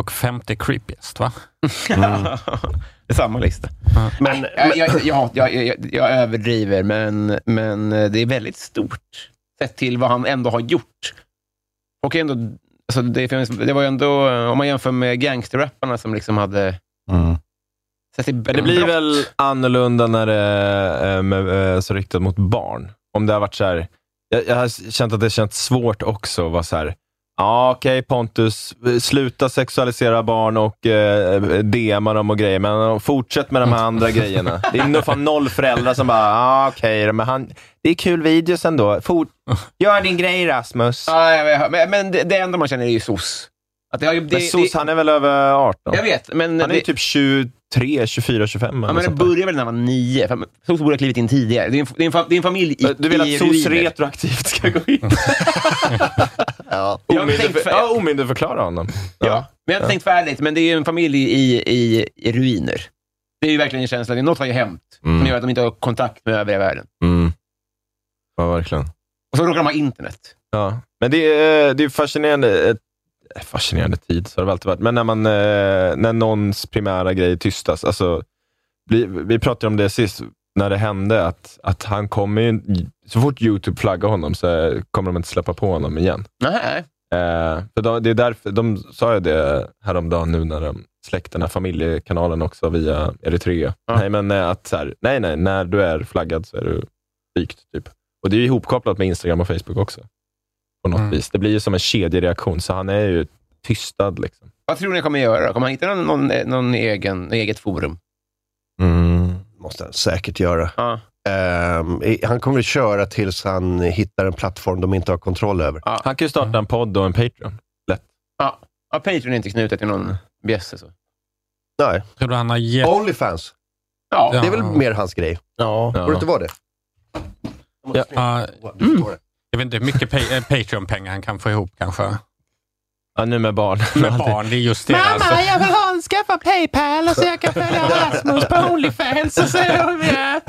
Speaker 5: Och 50 creepiest, va?
Speaker 1: Det är samma lista. Men,
Speaker 5: men-
Speaker 1: jag, jag, jag, jag, jag överdriver, men, men eh, det är väldigt stort sett till vad han ändå har gjort. Och ändå, alltså det, finns- det var ju ändå, eh, om man jämför med gangsterrapparna som liksom hade...
Speaker 10: Mm.
Speaker 1: Sett till
Speaker 3: Men det blir väl annorlunda när det är eh, med, eh, så riktat mot barn. Om det har varit så här, jag, jag har känt att det känts svårt också att vara så här, ja okej Pontus, sluta sexualisera barn och eh, DMa dem och grejer, men fortsätt med de här andra grejerna. Det är nog fan noll föräldrar som bara, ja okej, då, men han, det är kul videos ändå. Fort, gör din grej Rasmus.
Speaker 1: Ja, jag vet, men, men det, det enda man känner är ju SOS. Att det har ju, det,
Speaker 3: men SOS,
Speaker 1: det,
Speaker 3: han är väl över 18?
Speaker 1: Jag vet, men
Speaker 3: han är ju
Speaker 1: det-
Speaker 3: typ 23, 24, 25.
Speaker 1: ja, men det börjar väl när man var nio. Fan, SOS borde ha klivit in tidigare. Det är en, det är en, fa- det är en familj i
Speaker 3: Du vill
Speaker 1: i
Speaker 3: att SOS
Speaker 1: ruiner.
Speaker 3: retroaktivt ska gå in? ja. Omyndigför- ja, omyndigförklara honom. Ja.
Speaker 1: Men jag har inte tänkt färdigt, men det är ju en familj i, i, i ruiner. Det är ju verkligen en känsla. Det är Något har ju hänt
Speaker 3: Mm.
Speaker 1: som gör att de inte har kontakt med övriga världen.
Speaker 3: Mm. Ja, verkligen.
Speaker 1: Och så råkar de ha internet.
Speaker 3: Ja. Men det är, det är fascinerande, eh, fascinerande tid, så har det väl alltid varit, men när, man, eh, när någons primära grej tystas. Alltså, vi, vi pratade om det sist, när det hände, att, att han kommer ju, så fort YouTube flaggar honom så kommer de inte släppa på honom igen.
Speaker 1: Nej.
Speaker 3: Eh, för de, det är därför, de sa ju det häromdagen nu när de släckte den här familjekanalen också via Eritrea. Nej, men eh, att så här, nej, nej, när du är flaggad så är du vikt. Typ. Och det är ju ihopkopplat med Instagram och Facebook också. På något vis. Det blir ju som en kedjereaktion, så han är ju tystad. Liksom.
Speaker 1: Vad tror ni jag kommer göra? Kommer han hitta någon, någon, någon egen, eget forum?
Speaker 2: Måste han säkert göra.
Speaker 1: Ja.
Speaker 2: Ehm, i- han kommer att köra tills han hittar en plattform de inte har kontroll över.
Speaker 3: Han kan ju starta en podd och en Patreon. Lätt.
Speaker 1: Ja, ja Patreon är inte knutet till någon bjässe. Så.
Speaker 2: Nej.
Speaker 5: Tror du han har gett...
Speaker 2: Onlyfans.
Speaker 1: Ja.
Speaker 2: Det är väl mer hans grej. Ja. Borde inte vara det?
Speaker 5: Ja. Mm. Jag vet inte hur mycket pa- eh, Patreon-pengar han kan få ihop kanske.
Speaker 3: Ja, nu med barn.
Speaker 5: Med barn, det är just det. alltså.
Speaker 7: jag vill ha en skaffa Paypal så jag kan följa Rasmus på Onlyfans och se hur vi är.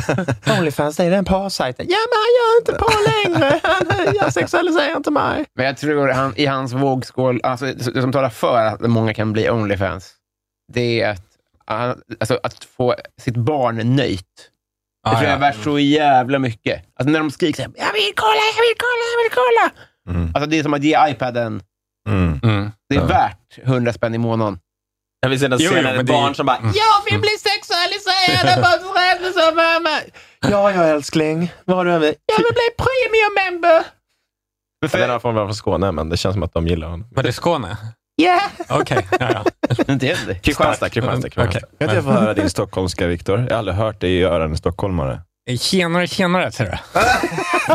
Speaker 3: Onlyfans, det är den parsajten.
Speaker 7: Ja, men han gör inte på längre. Han jag sexualiserar inte mig.
Speaker 1: Men jag tror han, i hans vågskål, alltså, det som talar för att många kan bli Onlyfans, det är att, han- alltså, att få sitt barn nöjt. Det
Speaker 5: Ah,
Speaker 1: tror jag
Speaker 5: ja.
Speaker 1: är värt så jävla mycket. Alltså när de skriker så här, jag vill kolla, jag vill kolla, jag vill kolla.
Speaker 5: Mm.
Speaker 1: Alltså det är som att ge iPaden, det är värt 100 spänn i månaden.
Speaker 3: Jag vill se den
Speaker 1: Jo, jo,
Speaker 3: scenen med
Speaker 1: men det-
Speaker 3: barn som bara,
Speaker 7: Jag vill bli sexualiserad på Rasmus och mamma.
Speaker 3: ja, ja älskling, vad har du över?
Speaker 7: Jag vill bli premium member.
Speaker 3: Jag vet inte om han var från Skåne, men det känns som att de gillar honom.
Speaker 5: Var det Skåne?
Speaker 7: Yeah.
Speaker 5: Okej, ja, ja.
Speaker 3: Kristianstad, Kristianstad. Kristianstad.
Speaker 5: Okej. Kan inte jag få höra din
Speaker 10: stockholmska, Viktor? Jag har aldrig hört dig göra en stockholmare.
Speaker 5: Tjenare, tjenare, ser du.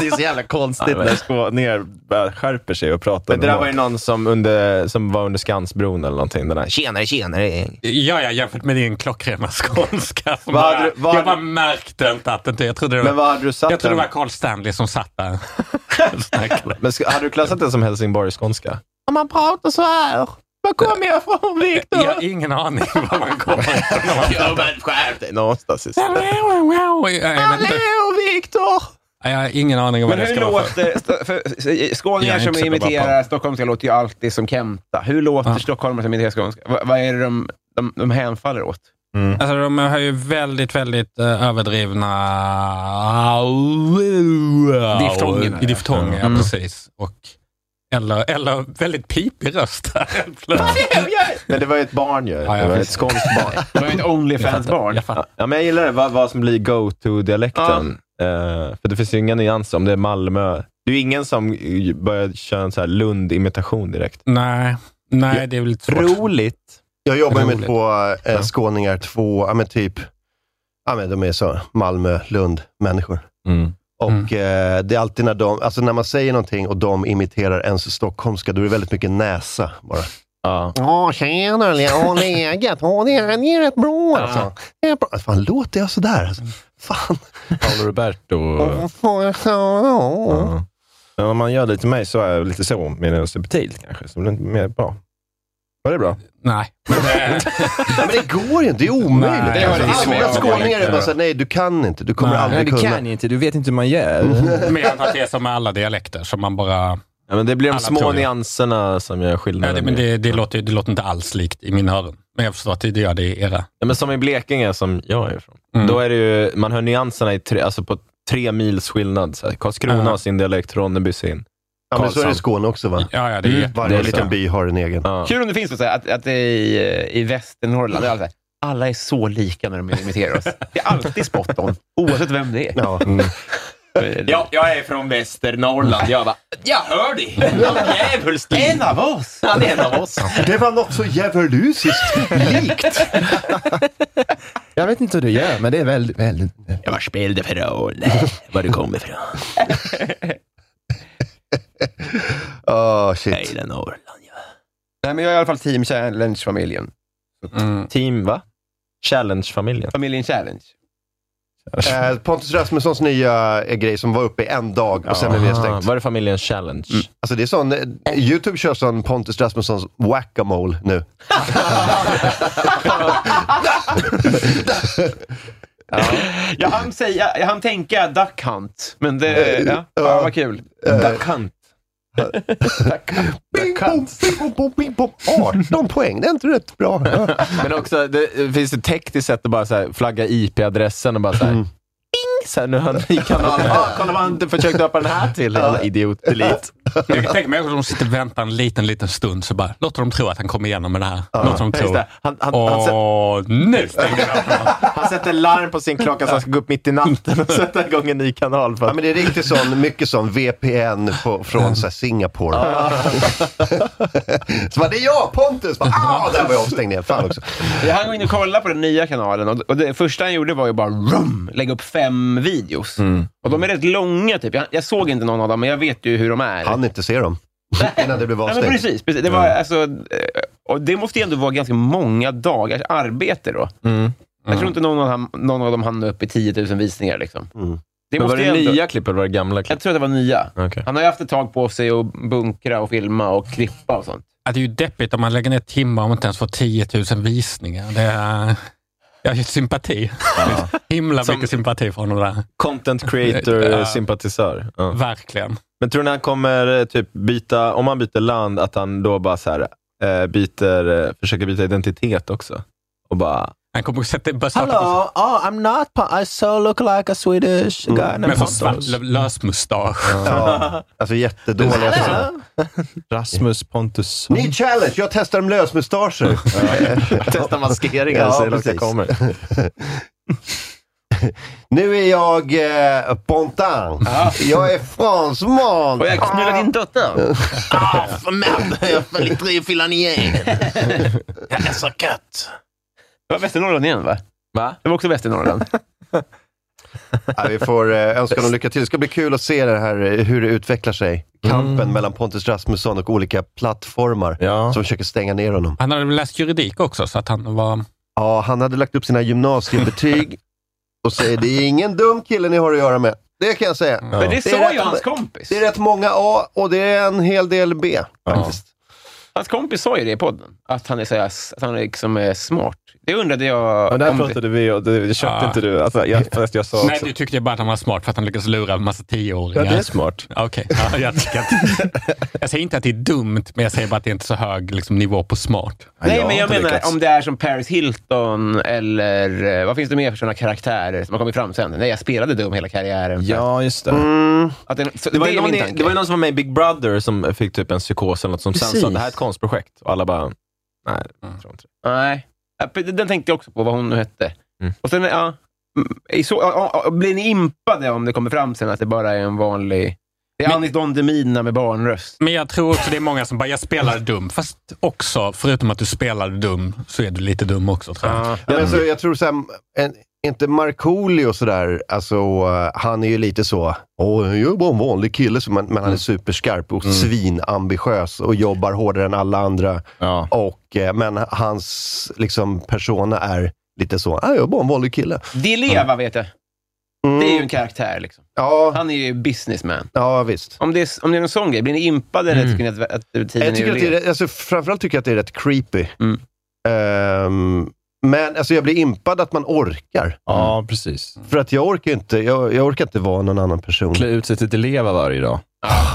Speaker 10: Det är så jävla konstigt
Speaker 3: Ja, men-
Speaker 10: när skåningar bara skärper sig och pratar
Speaker 3: Men det där var ju
Speaker 10: normalt.
Speaker 3: någon som, under, som var under Skansbron eller någonting. Den där, tjenare, tjenare. gäng."
Speaker 5: Ja, ja, jämfört med din klockrena skånska. Som
Speaker 3: Vad
Speaker 5: bara,
Speaker 3: hade du- vad
Speaker 5: jag
Speaker 3: hade-
Speaker 5: bara märkte inte att det inte... Jag trodde det var,
Speaker 3: Men vad hade du satt
Speaker 5: jag trodde det
Speaker 3: den?
Speaker 5: var Carl Stanley som satt där.
Speaker 3: Men ska, hade du klassat det som helsingborgsskånska?
Speaker 7: Om man pratar så här. Var kommer jag ifrån, Viktor?
Speaker 5: Jag har ingen aning var man kommer ifrån när man pratar.
Speaker 3: Skärp dig någonstans.
Speaker 7: Hallå, Viktor!
Speaker 5: Jag har ingen aning om vad
Speaker 1: Men
Speaker 5: det
Speaker 1: hur
Speaker 5: ska vara för.
Speaker 1: låter... st- för-
Speaker 5: Jag
Speaker 1: Skåningar
Speaker 5: är inte
Speaker 1: som
Speaker 5: så bra
Speaker 1: imiterar stockholmska låter ju alltid som Kenta. Hur låter stockholmare som imiterar skånska? Va- Vad är det de, de, de hänfaller åt?
Speaker 5: Alltså, de har ju väldigt, väldigt eh, överdrivna
Speaker 1: Diftonger.
Speaker 5: Diftonger, ja,
Speaker 1: Mm.
Speaker 5: precis. Och, eller, eller väldigt pipig röst. där, helt plötsligt.
Speaker 3: Men det var ju ett barn ju.
Speaker 5: ja,
Speaker 3: det var ett
Speaker 5: visst.
Speaker 3: skånskt barn.
Speaker 1: Det var ju ett Onlyfans-barn.
Speaker 3: Ja, men jag gillar det, vad, vad som blir go-to-dialekten. Eh, för det finns ju inga nyanser om det är Malmö. Det är ju ingen som eh, börjar köra en så här Lund-imitation direkt.
Speaker 5: Nej, nej det är väl lite svårt.
Speaker 3: Roligt.
Speaker 2: Jag jobbar ju med
Speaker 12: Roligt.
Speaker 2: två eh, skåningar, två, ja men typ, ja men de är så Malmö, Lund-människor.
Speaker 12: Mm.
Speaker 2: Och
Speaker 13: Mm.
Speaker 2: eh, det är alltid när de, alltså när man säger någonting och de imiterar ens stockholmska, då är det väldigt mycket näsa bara. Ja.
Speaker 13: Ja, tjena, ja, läget? Ja, det är det är rätt bra alltså. Det är bra.
Speaker 2: Fan, låter jag sådär? Alltså, fan.
Speaker 12: Paolo Roberto.
Speaker 2: Ja.
Speaker 12: Men om man gör lite mig så är jag lite så, medan jag är subtilt kanske. Så blir det inte mer bra. Var det bra?
Speaker 5: Nej.
Speaker 2: Men det går ju inte, det är omöjligt.
Speaker 12: Nej, det är
Speaker 2: alltså,
Speaker 12: svårt.
Speaker 2: alla skåningar är bara såhär, nej du kan inte, du kommer aldrig kunna.
Speaker 12: inte. Du vet inte hur man gör.
Speaker 5: Mer än att det är som med alla dialekter, som man bara...
Speaker 3: Ja, men det blir de
Speaker 5: Alla
Speaker 3: små
Speaker 5: tror jag.
Speaker 3: nyanserna som gör
Speaker 5: Ja,
Speaker 3: skillnaden.
Speaker 5: det, men det, det, låter, det låter inte alls likt i mina öron. Men jag förstår att det gör det i era.
Speaker 3: Ja, men som i Blekinge, som jag är ifrån.
Speaker 5: Mm.
Speaker 3: Då är det ju, man hör nyanserna i tre, alltså på tre mils skillnad. Så här. Karlskrona
Speaker 2: Ja.
Speaker 3: har sin dialekt, Ronneby sin.
Speaker 2: Ja, men så är det i
Speaker 3: Karlshamn.
Speaker 2: Skåne också va?
Speaker 5: Ja, ja,
Speaker 3: det är jätte-
Speaker 2: Varje
Speaker 3: det är
Speaker 2: liten
Speaker 3: så.
Speaker 2: by har en egen.
Speaker 1: Kul om det finns så här, att, att det är i, i Västernorrland, det är alla, så här, alla är så lika när de imiterar oss. Det är alltid spot on, oavsett vem det är.
Speaker 3: Mm.
Speaker 2: Ja. Mm.
Speaker 3: Ja, jag är från Västernorrland. Jag bara, jag hör dig! Djävulskt En av oss! Han är en av oss.
Speaker 2: Det var något så djävulusiskt likt.
Speaker 12: Jag vet inte hur du gör, men det är väldigt... väldigt... Jag bara spelade för roll, var du kommer ifrån.
Speaker 2: Oh, shit.
Speaker 12: Hela Norrland, ja. Nej, men jag är i alla fall team challenge-familjen.
Speaker 3: Team, va? Challenge-familjen.
Speaker 12: Familjen challenge.
Speaker 2: Eh, Pontus Rasmussons nya eh, grej som var uppe i en dag och sen blev det
Speaker 3: Aha,
Speaker 2: stängt.
Speaker 3: Var det familjen Challenge?
Speaker 12: Mm.
Speaker 2: Alltså det är sån, eh, Youtube kör sån Pontus Rasmussons whack-a-mole nu.
Speaker 1: Jag hann, säga, jag hann tänka Duck Hunt, men det...
Speaker 12: Eh,
Speaker 1: Ja, ja, vad kul.
Speaker 12: Duck Hunt. eh,
Speaker 2: Bing, bom, bing, bom, bom, bing, bom. 18 poäng, det är inte rätt bra.
Speaker 3: Men också, det, finns det tekniskt sätt att bara så här, flagga IP-adressen och bara så här, Ding! Så här, nu har han ny kanal. Ah, kolla vad han försökt döpa den här till. Jävla idiot. Delete.
Speaker 5: Jag kan tänka mig att de sitter och väntar en liten, liten stund, så bara låter de tro att han kommer igenom med det här. låter de
Speaker 3: just
Speaker 5: tro.
Speaker 3: det. Han- han- han
Speaker 5: Åh,
Speaker 3: sätter-
Speaker 5: nu stänger jag.
Speaker 3: Han sätter larm på sin klocka så han ska gå upp mitt i natten och sätta igång en ny kanal. För
Speaker 2: Ja,
Speaker 3: att...
Speaker 2: men det är riktigt sån, mycket sån VPN på, från så här, Singapore. så bara, det är jag, Pontus! Bara, ah, där var jag avstängd igen. Fan också.
Speaker 1: Jag hann gå in och kolla på den nya kanalen och- och det första han gjorde var ju bara rum, lägga upp fem videos.
Speaker 3: Mm.
Speaker 1: Och de är rätt långa, typ. Jag, jag såg inte någon av dem, men jag vet ju hur de är.
Speaker 2: Han inte se dem. Innan det blev
Speaker 1: Ja, men
Speaker 2: avstängt.
Speaker 1: precis. precis. Det, var, alltså, eh, och det måste ju ändå vara ganska många dagars arbete då.
Speaker 3: Mm.
Speaker 1: Jag tror inte någon av, han, någon av dem hann upp i 10 000 visningar. Liksom. Det
Speaker 3: Mm. men var
Speaker 1: måste
Speaker 3: det
Speaker 1: ju ändå-
Speaker 3: nya klipp eller var det gamla klipp?
Speaker 1: Jag tror att det var nya.
Speaker 3: Okej.
Speaker 1: Han har ju haft ett tag på sig att bunkra och filma och klippa och sånt.
Speaker 5: Ja, Det är ju deppigt om man lägger ner timmar och inte ens får 10 000 visningar. Det är, jag har ju sympati. Himla mycket sympati från honom där.
Speaker 3: Content creator-sympatisör. Ja.
Speaker 5: Verkligen.
Speaker 3: Men tror ni han kommer eh, typ byta, om han byter land, att han då bara så här, eh, byter, eh, försöker byta identitet också? Och bara...
Speaker 5: Han kommer sätta börja
Speaker 3: Hello, oh, I'm not, pa- I so look like a Swedish guy. named
Speaker 5: Med för
Speaker 3: Pontus.
Speaker 5: Mm. svart lö- lösmustasch.
Speaker 2: Ja, alltså jättedåliga.
Speaker 3: Hello. Rasmus Pontus.
Speaker 2: Ny challenge, jag testar med lösmustascher.
Speaker 3: Testa maskeringar och se hur långt jag
Speaker 2: precis.
Speaker 3: kommer.
Speaker 2: Nu är jag eh, Pontin. Jag är fransman.
Speaker 1: Får jag knulla din dotter?
Speaker 3: Ah, för män! Jag föll tre fillan igen. Jag är så gött.
Speaker 1: Det var Västernorrland igen, va?
Speaker 3: Va?
Speaker 1: Det var också Västernorrland.
Speaker 2: Ja, vi får eh, önska dem lycka till. Det ska bli kul att se det här, eh, hur det utvecklar sig. Kampen
Speaker 1: Mm.
Speaker 2: mellan Pontus Rasmusson och olika plattformar som försöker stänga ner honom.
Speaker 5: Han hade väl läst juridik också, så att han var...
Speaker 2: Ja, han hade lagt upp sina gymnasiebetyg och säger det är ingen dum kille ni har att göra med. Det kan jag säga.
Speaker 1: Men det sa
Speaker 2: rätt-
Speaker 1: ju hans kompis.
Speaker 2: Det är rätt många A och det är en hel del B. Faktiskt.
Speaker 1: Hans kompis sa ju det i podden, att han är, så här, att han är liksom eh, smart. Det undrade jag
Speaker 12: Men det här
Speaker 1: om
Speaker 12: pratade vi och det, det köpte
Speaker 5: Ah.
Speaker 12: inte du. Alltså, jag, fast jag sa också.
Speaker 5: Nej, du tyckte bara att han var smart för att han lyckades lura en massa tioåringar.
Speaker 12: Ja, det är smart.
Speaker 5: Okej, ja, jag, tycker att- jag säger inte att det är dumt, men jag säger bara att det är inte så hög liksom, nivå på smart.
Speaker 1: Nej, men jag menar om det är som Paris Hilton eller eh, vad finns det mer för sådana karaktärer som har kommit fram sen? Nej, jag spelade dum hela karriären.
Speaker 12: Ja, just det. Mm.
Speaker 1: Att det, så,
Speaker 3: Det var, ju
Speaker 1: är
Speaker 3: någon,
Speaker 1: min
Speaker 3: i-
Speaker 1: tanke.
Speaker 3: det var ju någon som var med i Big Brother som fick typ en psykos eller något som sen sa
Speaker 1: Precis.
Speaker 3: det här är ett konstprojekt. Och alla bara, nej,
Speaker 12: Mm.
Speaker 3: jag tror inte det.
Speaker 1: Nej, Ja, p- den tänkte jag också på, vad hon nu hette. Och sen, mm, ja, mm, i så, ja, ja, blir ni impade om det kommer fram sen att det bara är en vanlig... Det är Anis Don Demina med barnröst.
Speaker 5: Men jag tror också det är många som bara, jag spelade dum. Fast också, förutom att du spelade dum, så är du lite dum också tror jag.
Speaker 2: Ja, men så, jag tror så här, en, inte Markoolio sådär, alltså, eh, han är ju lite så, åh, jag är bara en vanlig kille, så, men, men
Speaker 1: Mm.
Speaker 2: han är superskarp och svinambitiös och jobbar hårdare än alla andra. Och, eh, men hans liksom, persona är lite så, "Ah, jag är bara en vanlig kille. Mm.
Speaker 1: Di
Speaker 10: Mm.
Speaker 1: Leva vet jag. Det är ju en karaktär. Liksom. Han är ju businessman.
Speaker 2: Ja, visst.
Speaker 1: Om det är, om det är en sån grej, blir ni impade
Speaker 10: Mm.
Speaker 1: eller tycker ni att, att tiden
Speaker 2: jag tycker
Speaker 1: är
Speaker 2: att det är, alltså, framförallt tycker jag att det är rätt creepy.
Speaker 10: Mm.
Speaker 2: Ehm, men alltså, jag blir impad att man orkar.
Speaker 10: Ja, precis.
Speaker 2: För att jag orkar inte, jag, jag orkar inte vara någon annan person.
Speaker 10: Klä ut sig till eleva varje dag.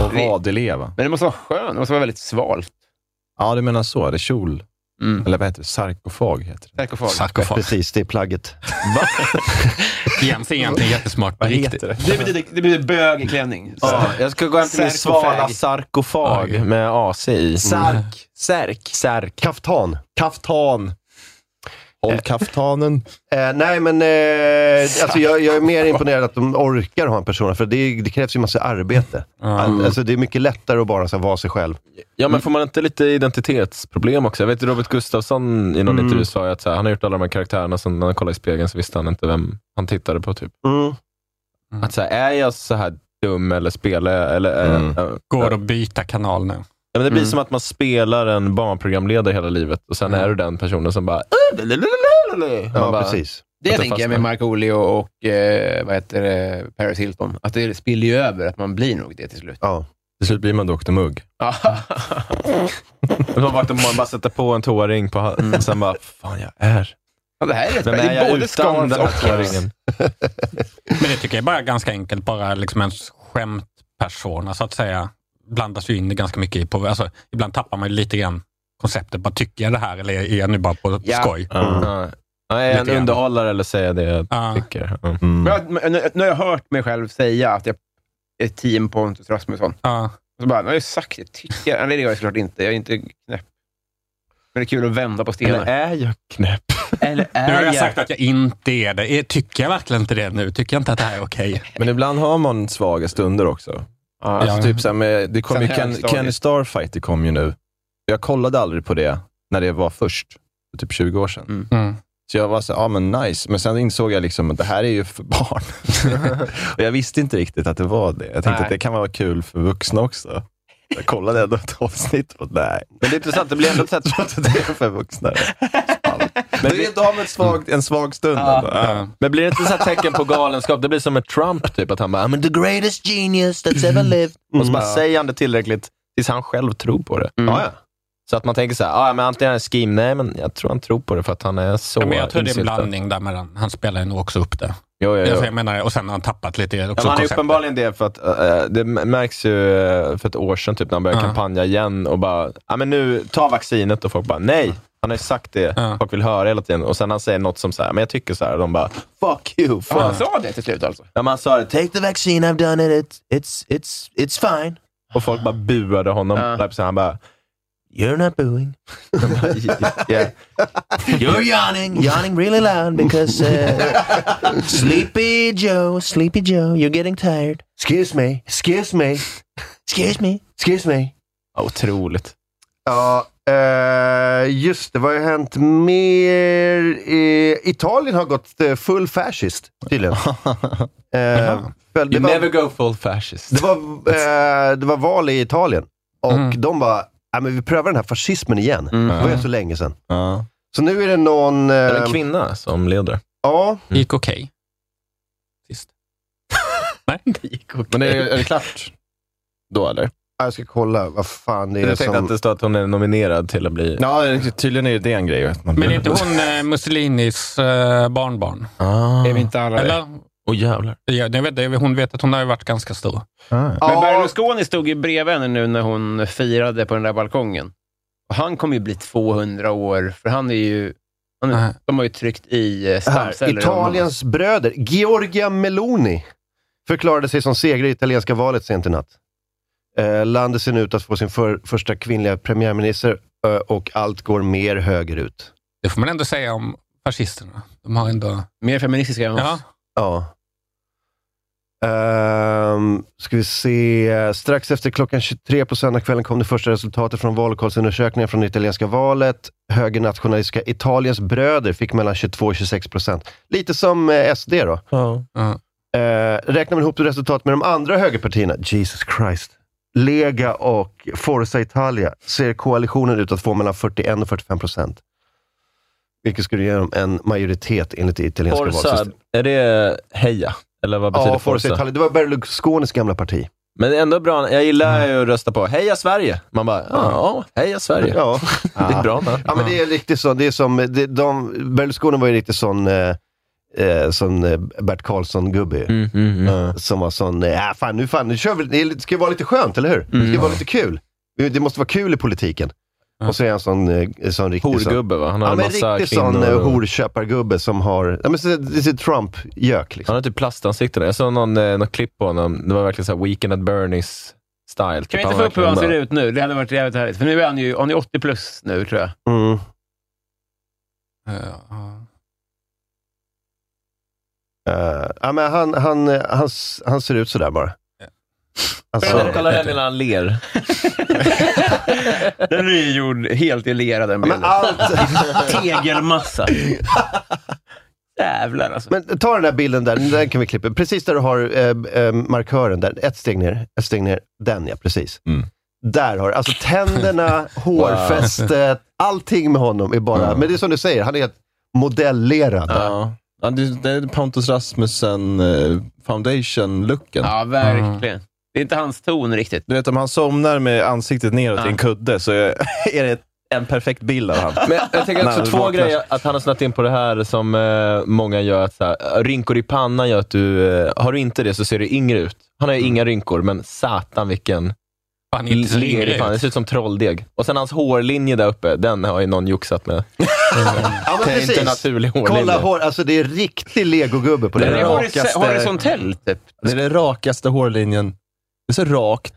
Speaker 10: Och vad eleva.
Speaker 1: Men det måste vara skönt. Det måste vara väldigt svalt. Mm.
Speaker 10: Ja, du menar så. Det är kjol. Eller vad heter det? Sarkofag heter det.
Speaker 1: Sarkofag.
Speaker 2: Precis, det är plagget.
Speaker 5: Jens är egentligen jättesmart på riktigt.
Speaker 1: Det betyder, det betyder bög i klänning.
Speaker 10: Ja, jag ska gå hem till min svala sarkofag med AC i. Sark. Särk. Särk.
Speaker 2: Kaftan.
Speaker 10: Kaftan. Håll kaftanen.
Speaker 2: Eh, nej, men eh, alltså, jag, jag är mer imponerad att de orkar ha en person, för det, det krävs ju massa arbete.
Speaker 1: Mm.
Speaker 2: Att, alltså, det är mycket lättare att bara så, här, vara sig själv.
Speaker 3: Mm. Ja, men får man inte lite identitetsproblem också? Jag vet Robert Gustafsson i någon
Speaker 2: Mm.
Speaker 3: intervju sa ju att så här, han har gjort alla de här karaktärerna, sen när han kollade i spegeln så visste han inte vem han tittade på. Typ.
Speaker 2: Mm.
Speaker 1: Mm.
Speaker 3: Att så här, är jag så här dum eller spelar jag? Eller,
Speaker 1: Mm.
Speaker 5: Går att byta kanal nu?
Speaker 3: Ja, men det blir
Speaker 5: Mm.
Speaker 3: som att man spelar en barnprogramledare hela livet och
Speaker 1: Mm.
Speaker 3: sen är du den personen som bara...
Speaker 1: Ja,
Speaker 3: Man bara-
Speaker 1: precis.
Speaker 3: att
Speaker 1: Det
Speaker 3: det
Speaker 1: tänker jag med
Speaker 3: fastnar.
Speaker 1: Markoolio och eh, vad heter det, Paris Hilton. Att det spiller ju över, att man blir nog det till slut.
Speaker 2: Ja.
Speaker 3: Till slut blir man Dr Mugg. Det var bara att man bara sätter på en toaring på handen och sen bara, fan jag är...
Speaker 1: Ja, Mm. det här är rätt
Speaker 3: Vem
Speaker 1: bra. Det är
Speaker 3: jag
Speaker 1: både
Speaker 3: utan
Speaker 1: Scans
Speaker 3: den här
Speaker 1: och Scans.
Speaker 3: toaringen?
Speaker 5: Men det tycker jag är bara ganska enkelt. Bara liksom en skämtpersona så att säga blandas ju in ganska mycket i. På, alltså, ibland tappar man ju lite grann konceptet. Bara, tycker jag det här eller är jag nu bara på skoj?
Speaker 3: Ja. Ja, är jag en
Speaker 1: Lite grann.
Speaker 3: underhållare eller säger jag det jag
Speaker 5: Ja.
Speaker 3: tycker? Mm.
Speaker 1: Men jag, men nu, nu har jag hört mig själv säga att jag är team Pontus Rasmusson. Och så bara, nu har jag ju sagt det. Tycker jag. Eller det gör jag såklart inte. Jag är inte knäpp. Men det är kul att vända på stenar.
Speaker 5: Eller är
Speaker 3: jag knäpp?
Speaker 1: Eller
Speaker 5: Nu har
Speaker 1: är
Speaker 5: jag
Speaker 1: jag...
Speaker 5: sagt att jag inte är det. Är- Tycker jag verkligen inte det nu? Tycker jag inte att det här är okej?
Speaker 3: Men ibland har man svaga stunder också. Alltså,
Speaker 5: Ja.
Speaker 3: typ så här med, det kom
Speaker 5: Sen
Speaker 3: ju Ken,
Speaker 5: högstadiet.
Speaker 3: Kenny Starfighter kom ju nu. Jag kollade aldrig på det när det var först, för typ 20 år sedan.
Speaker 5: Mm.
Speaker 3: Så jag var så här, ja men nice. Men sen insåg jag liksom att det här är ju för barn. och jag visste inte riktigt att det var det. Jag tänkte
Speaker 10: Nej.
Speaker 3: att det kan vara kul för vuxna också. Jag kollade ändå ett avsnitt och nej. Men det är intressant, det blir ändå ett sätt att det är för vuxna. Men det är ändå av ett svagt, en svag stund. ändå. Ja. Men blir det inte så här tecken på galenskap? Det blir som med Trump, typ, att han bara, "I'm the greatest genius that's ever lived. Och så bara
Speaker 10: Mm.
Speaker 3: säger han det tillräckligt tills han själv tror på det.
Speaker 5: Mm.
Speaker 3: Ja, ja. Så att man tänker så här, ah, ja, men antingen är han skim, nej men jag tror han tror på det för att han är så
Speaker 5: Ja, men jag tror det är en
Speaker 3: insyltad.
Speaker 5: blandning där mellan. Han spelar ju nog också upp det.
Speaker 3: Jo, jo, jo.
Speaker 5: Alltså, Jag menar, och sen har han tappat lite
Speaker 3: Ja,
Speaker 5: också
Speaker 3: men han är
Speaker 5: koncept.
Speaker 3: uppenbarligen det, för att eh, det märks ju eh, för ett år sedan typ, när han började kampanja igen och bara, ja men nu, ta vaccinet och folk bara, nej. Han har ju sagt det folk vill höra hela tiden och sen han säger något som så här, men jag tycker så här och de bara, fuck you. Fuck.
Speaker 1: Ja, han sa det till slut alltså.
Speaker 3: Ja, men han sa det, take the vaccine, I've done it, it's, it's, it's, it's fine. Och folk bara buade honom. Typ, så han bara, you're not booing. De bara, yeah.
Speaker 10: You're yawning, yawning
Speaker 3: really loud because uh, Sleepy Joe, Sleepy Joe, you're getting tired.
Speaker 2: Excuse me, excuse me.
Speaker 3: Excuse me.
Speaker 2: Excuse me.
Speaker 3: Ja, Otroligt.
Speaker 2: Ja, eh, just det. Vad har hänt mer? Eh, Italien har gått eh, full fascist, tydligen. Eh, väl, det,
Speaker 3: You never
Speaker 2: var,
Speaker 3: go full fascist.
Speaker 2: det, var, eh, det var val i Italien och
Speaker 3: Mm.
Speaker 2: de bara, "Ja, men vi prövar den här fascismen igen. Det var ju så länge sedan.
Speaker 3: Ja.
Speaker 2: Så nu är det någon... eh,
Speaker 3: Mm. Är det en kvinna som leder?
Speaker 2: Ja.
Speaker 5: Det gick okej. Mm. Sist. Nej,
Speaker 3: det gick okej. Men det är, är det klart då, eller?
Speaker 2: Ja, Jag ska kolla vad fan det är
Speaker 3: Jag tänkte
Speaker 2: som...
Speaker 3: att det står att hon är nominerad till att bli... Ja, tydligen är det en grej.
Speaker 5: Men är inte hon eh, Mussolinis eh, barnbarn?
Speaker 3: Ah.
Speaker 1: Är vi inte alla det?
Speaker 5: Eller?
Speaker 3: Åh jävlar.
Speaker 5: Ja, jag vet, det. hon vet att hon har ju varit ganska stor.
Speaker 3: Ah.
Speaker 1: Men Berlusconi stod ju bredvid henne nu när hon firade på den där balkongen. Och han kommer ju bli 200 år, för han är ju... Han,
Speaker 3: Mm.
Speaker 1: är- de har ju tryckt i eh,
Speaker 2: Här,
Speaker 1: stamceller. i honom.
Speaker 2: Italiens bröder, Giorgia Meloni, förklarade sig som segrare i italienska valet sent i natt. Eh, landet ser nu ut att få sin för, första kvinnliga premiärminister eh, och allt går mer högerut.
Speaker 5: Det får man ändå säga om fascisterna. De har ändå...
Speaker 1: Mer feministiska än oss.
Speaker 5: Ja.
Speaker 2: Ja. Ehm, ska vi se. Strax efter klockan 23 på söndagskvällen kom det första resultatet från valkollsundersökningen från det italienska valet. Högernationalistiska Italiens bröder fick mellan 22 och 26 procent. Lite som eh, SD då. Eh, räknar man ihop resultatet med de andra högerpartierna, Jesus Christ, Lega och Forza Italia, ser koalitionen ut att få mellan 41 och 45 procent. Vilket skulle ge dem en majoritet enligt det italienska
Speaker 3: Forza,
Speaker 2: valsystemet.
Speaker 3: är det Heja? Eller vad betyder
Speaker 2: Ja, Forza Italia. Det var Berlusconis gamla parti.
Speaker 3: Men ändå bra. Jag gillar ju att rösta på Heja Sverige. Man bara, Mm. ja, heja Sverige.
Speaker 2: Ja.
Speaker 3: Det är bra namn.
Speaker 2: Ja, men det är riktigt så. Det är som, det, de, Berlusconi var ju riktigt sån, eh, eh, sån eh, Bert Karlsson-gubbe.
Speaker 3: Mm,
Speaker 2: Eh, som var sån, ja fan nu, fan, nu kör vi, det ska ju vara lite skönt, eller hur? Det ska ju
Speaker 3: Mm.
Speaker 2: vara lite kul. Det måste vara kul i politiken. Och så är han sån, eh, sån riktig...
Speaker 3: Horgubbe, va? Han har
Speaker 2: ja,
Speaker 3: en
Speaker 2: men
Speaker 3: massa
Speaker 2: riktig sån
Speaker 3: kvinnor
Speaker 2: eh,
Speaker 3: och-
Speaker 2: horköpargubbe som har... Ja, men så, det är Trump-gök. Liksom.
Speaker 3: Han har typ plastansikten. Jag såg någon, eh, något klipp på honom. Det var verkligen så här Weekend at Bernies style.
Speaker 2: Typ
Speaker 1: Kan vi inte få upp hur han ser ut nu? Det hade varit jävligt härligt. För nu är han ju han är 80 plus nu, tror jag.
Speaker 2: Mm. Eh, ja, men han, han, eh, han, s- han ser ut sådär bara. Alltså,
Speaker 3: Kolla- kolla den lilla han ler.
Speaker 1: Den är ju gjord helt i lera, den bilden. Tegelmassa. Jävlar alltså.
Speaker 2: Men ta den där bilden där, den kan vi klippa. Precis där du har eh, eh, markören, där. ett steg ner, ett steg ner. Den ja, precis.
Speaker 10: Mm.
Speaker 2: Där har du, alltså tänderna, hårfästet, allting med honom är bara, men det är som du säger, han är helt modellerad.
Speaker 10: Ja. Ja, det det är Pontus Rasmussen eh, foundation-looken.
Speaker 1: Ja, verkligen. Det är inte hans ton riktigt.
Speaker 10: Du vet, om han somnar med ansiktet neråt i en kudde så är är det en perfekt bild av han.
Speaker 3: Men jag tänker också
Speaker 10: När han
Speaker 3: två
Speaker 10: vaknar.
Speaker 3: grejer, att han har snöat in på det här som eh, många gör, att så här, rynkor i pannan gör att du, eh, har du inte det så ser du yngre ut. Han har
Speaker 10: Mm.
Speaker 3: ju inga rynkor, men satan vilken
Speaker 5: Han är inte så
Speaker 3: ler i
Speaker 5: yngre
Speaker 3: pannan.
Speaker 5: ut.
Speaker 3: Det ser ut som trolldeg. Och sen hans hårlinje där uppe, den har ju någon joxat med.
Speaker 2: Ja,
Speaker 3: det är inte en naturlig hårlinje.
Speaker 2: Kolla hår, alltså det är riktig legogubbe på det.
Speaker 10: Den
Speaker 2: där.
Speaker 10: är rakaste-
Speaker 3: typ.
Speaker 10: Det är den rakaste hårlinjen. Det är så rakt.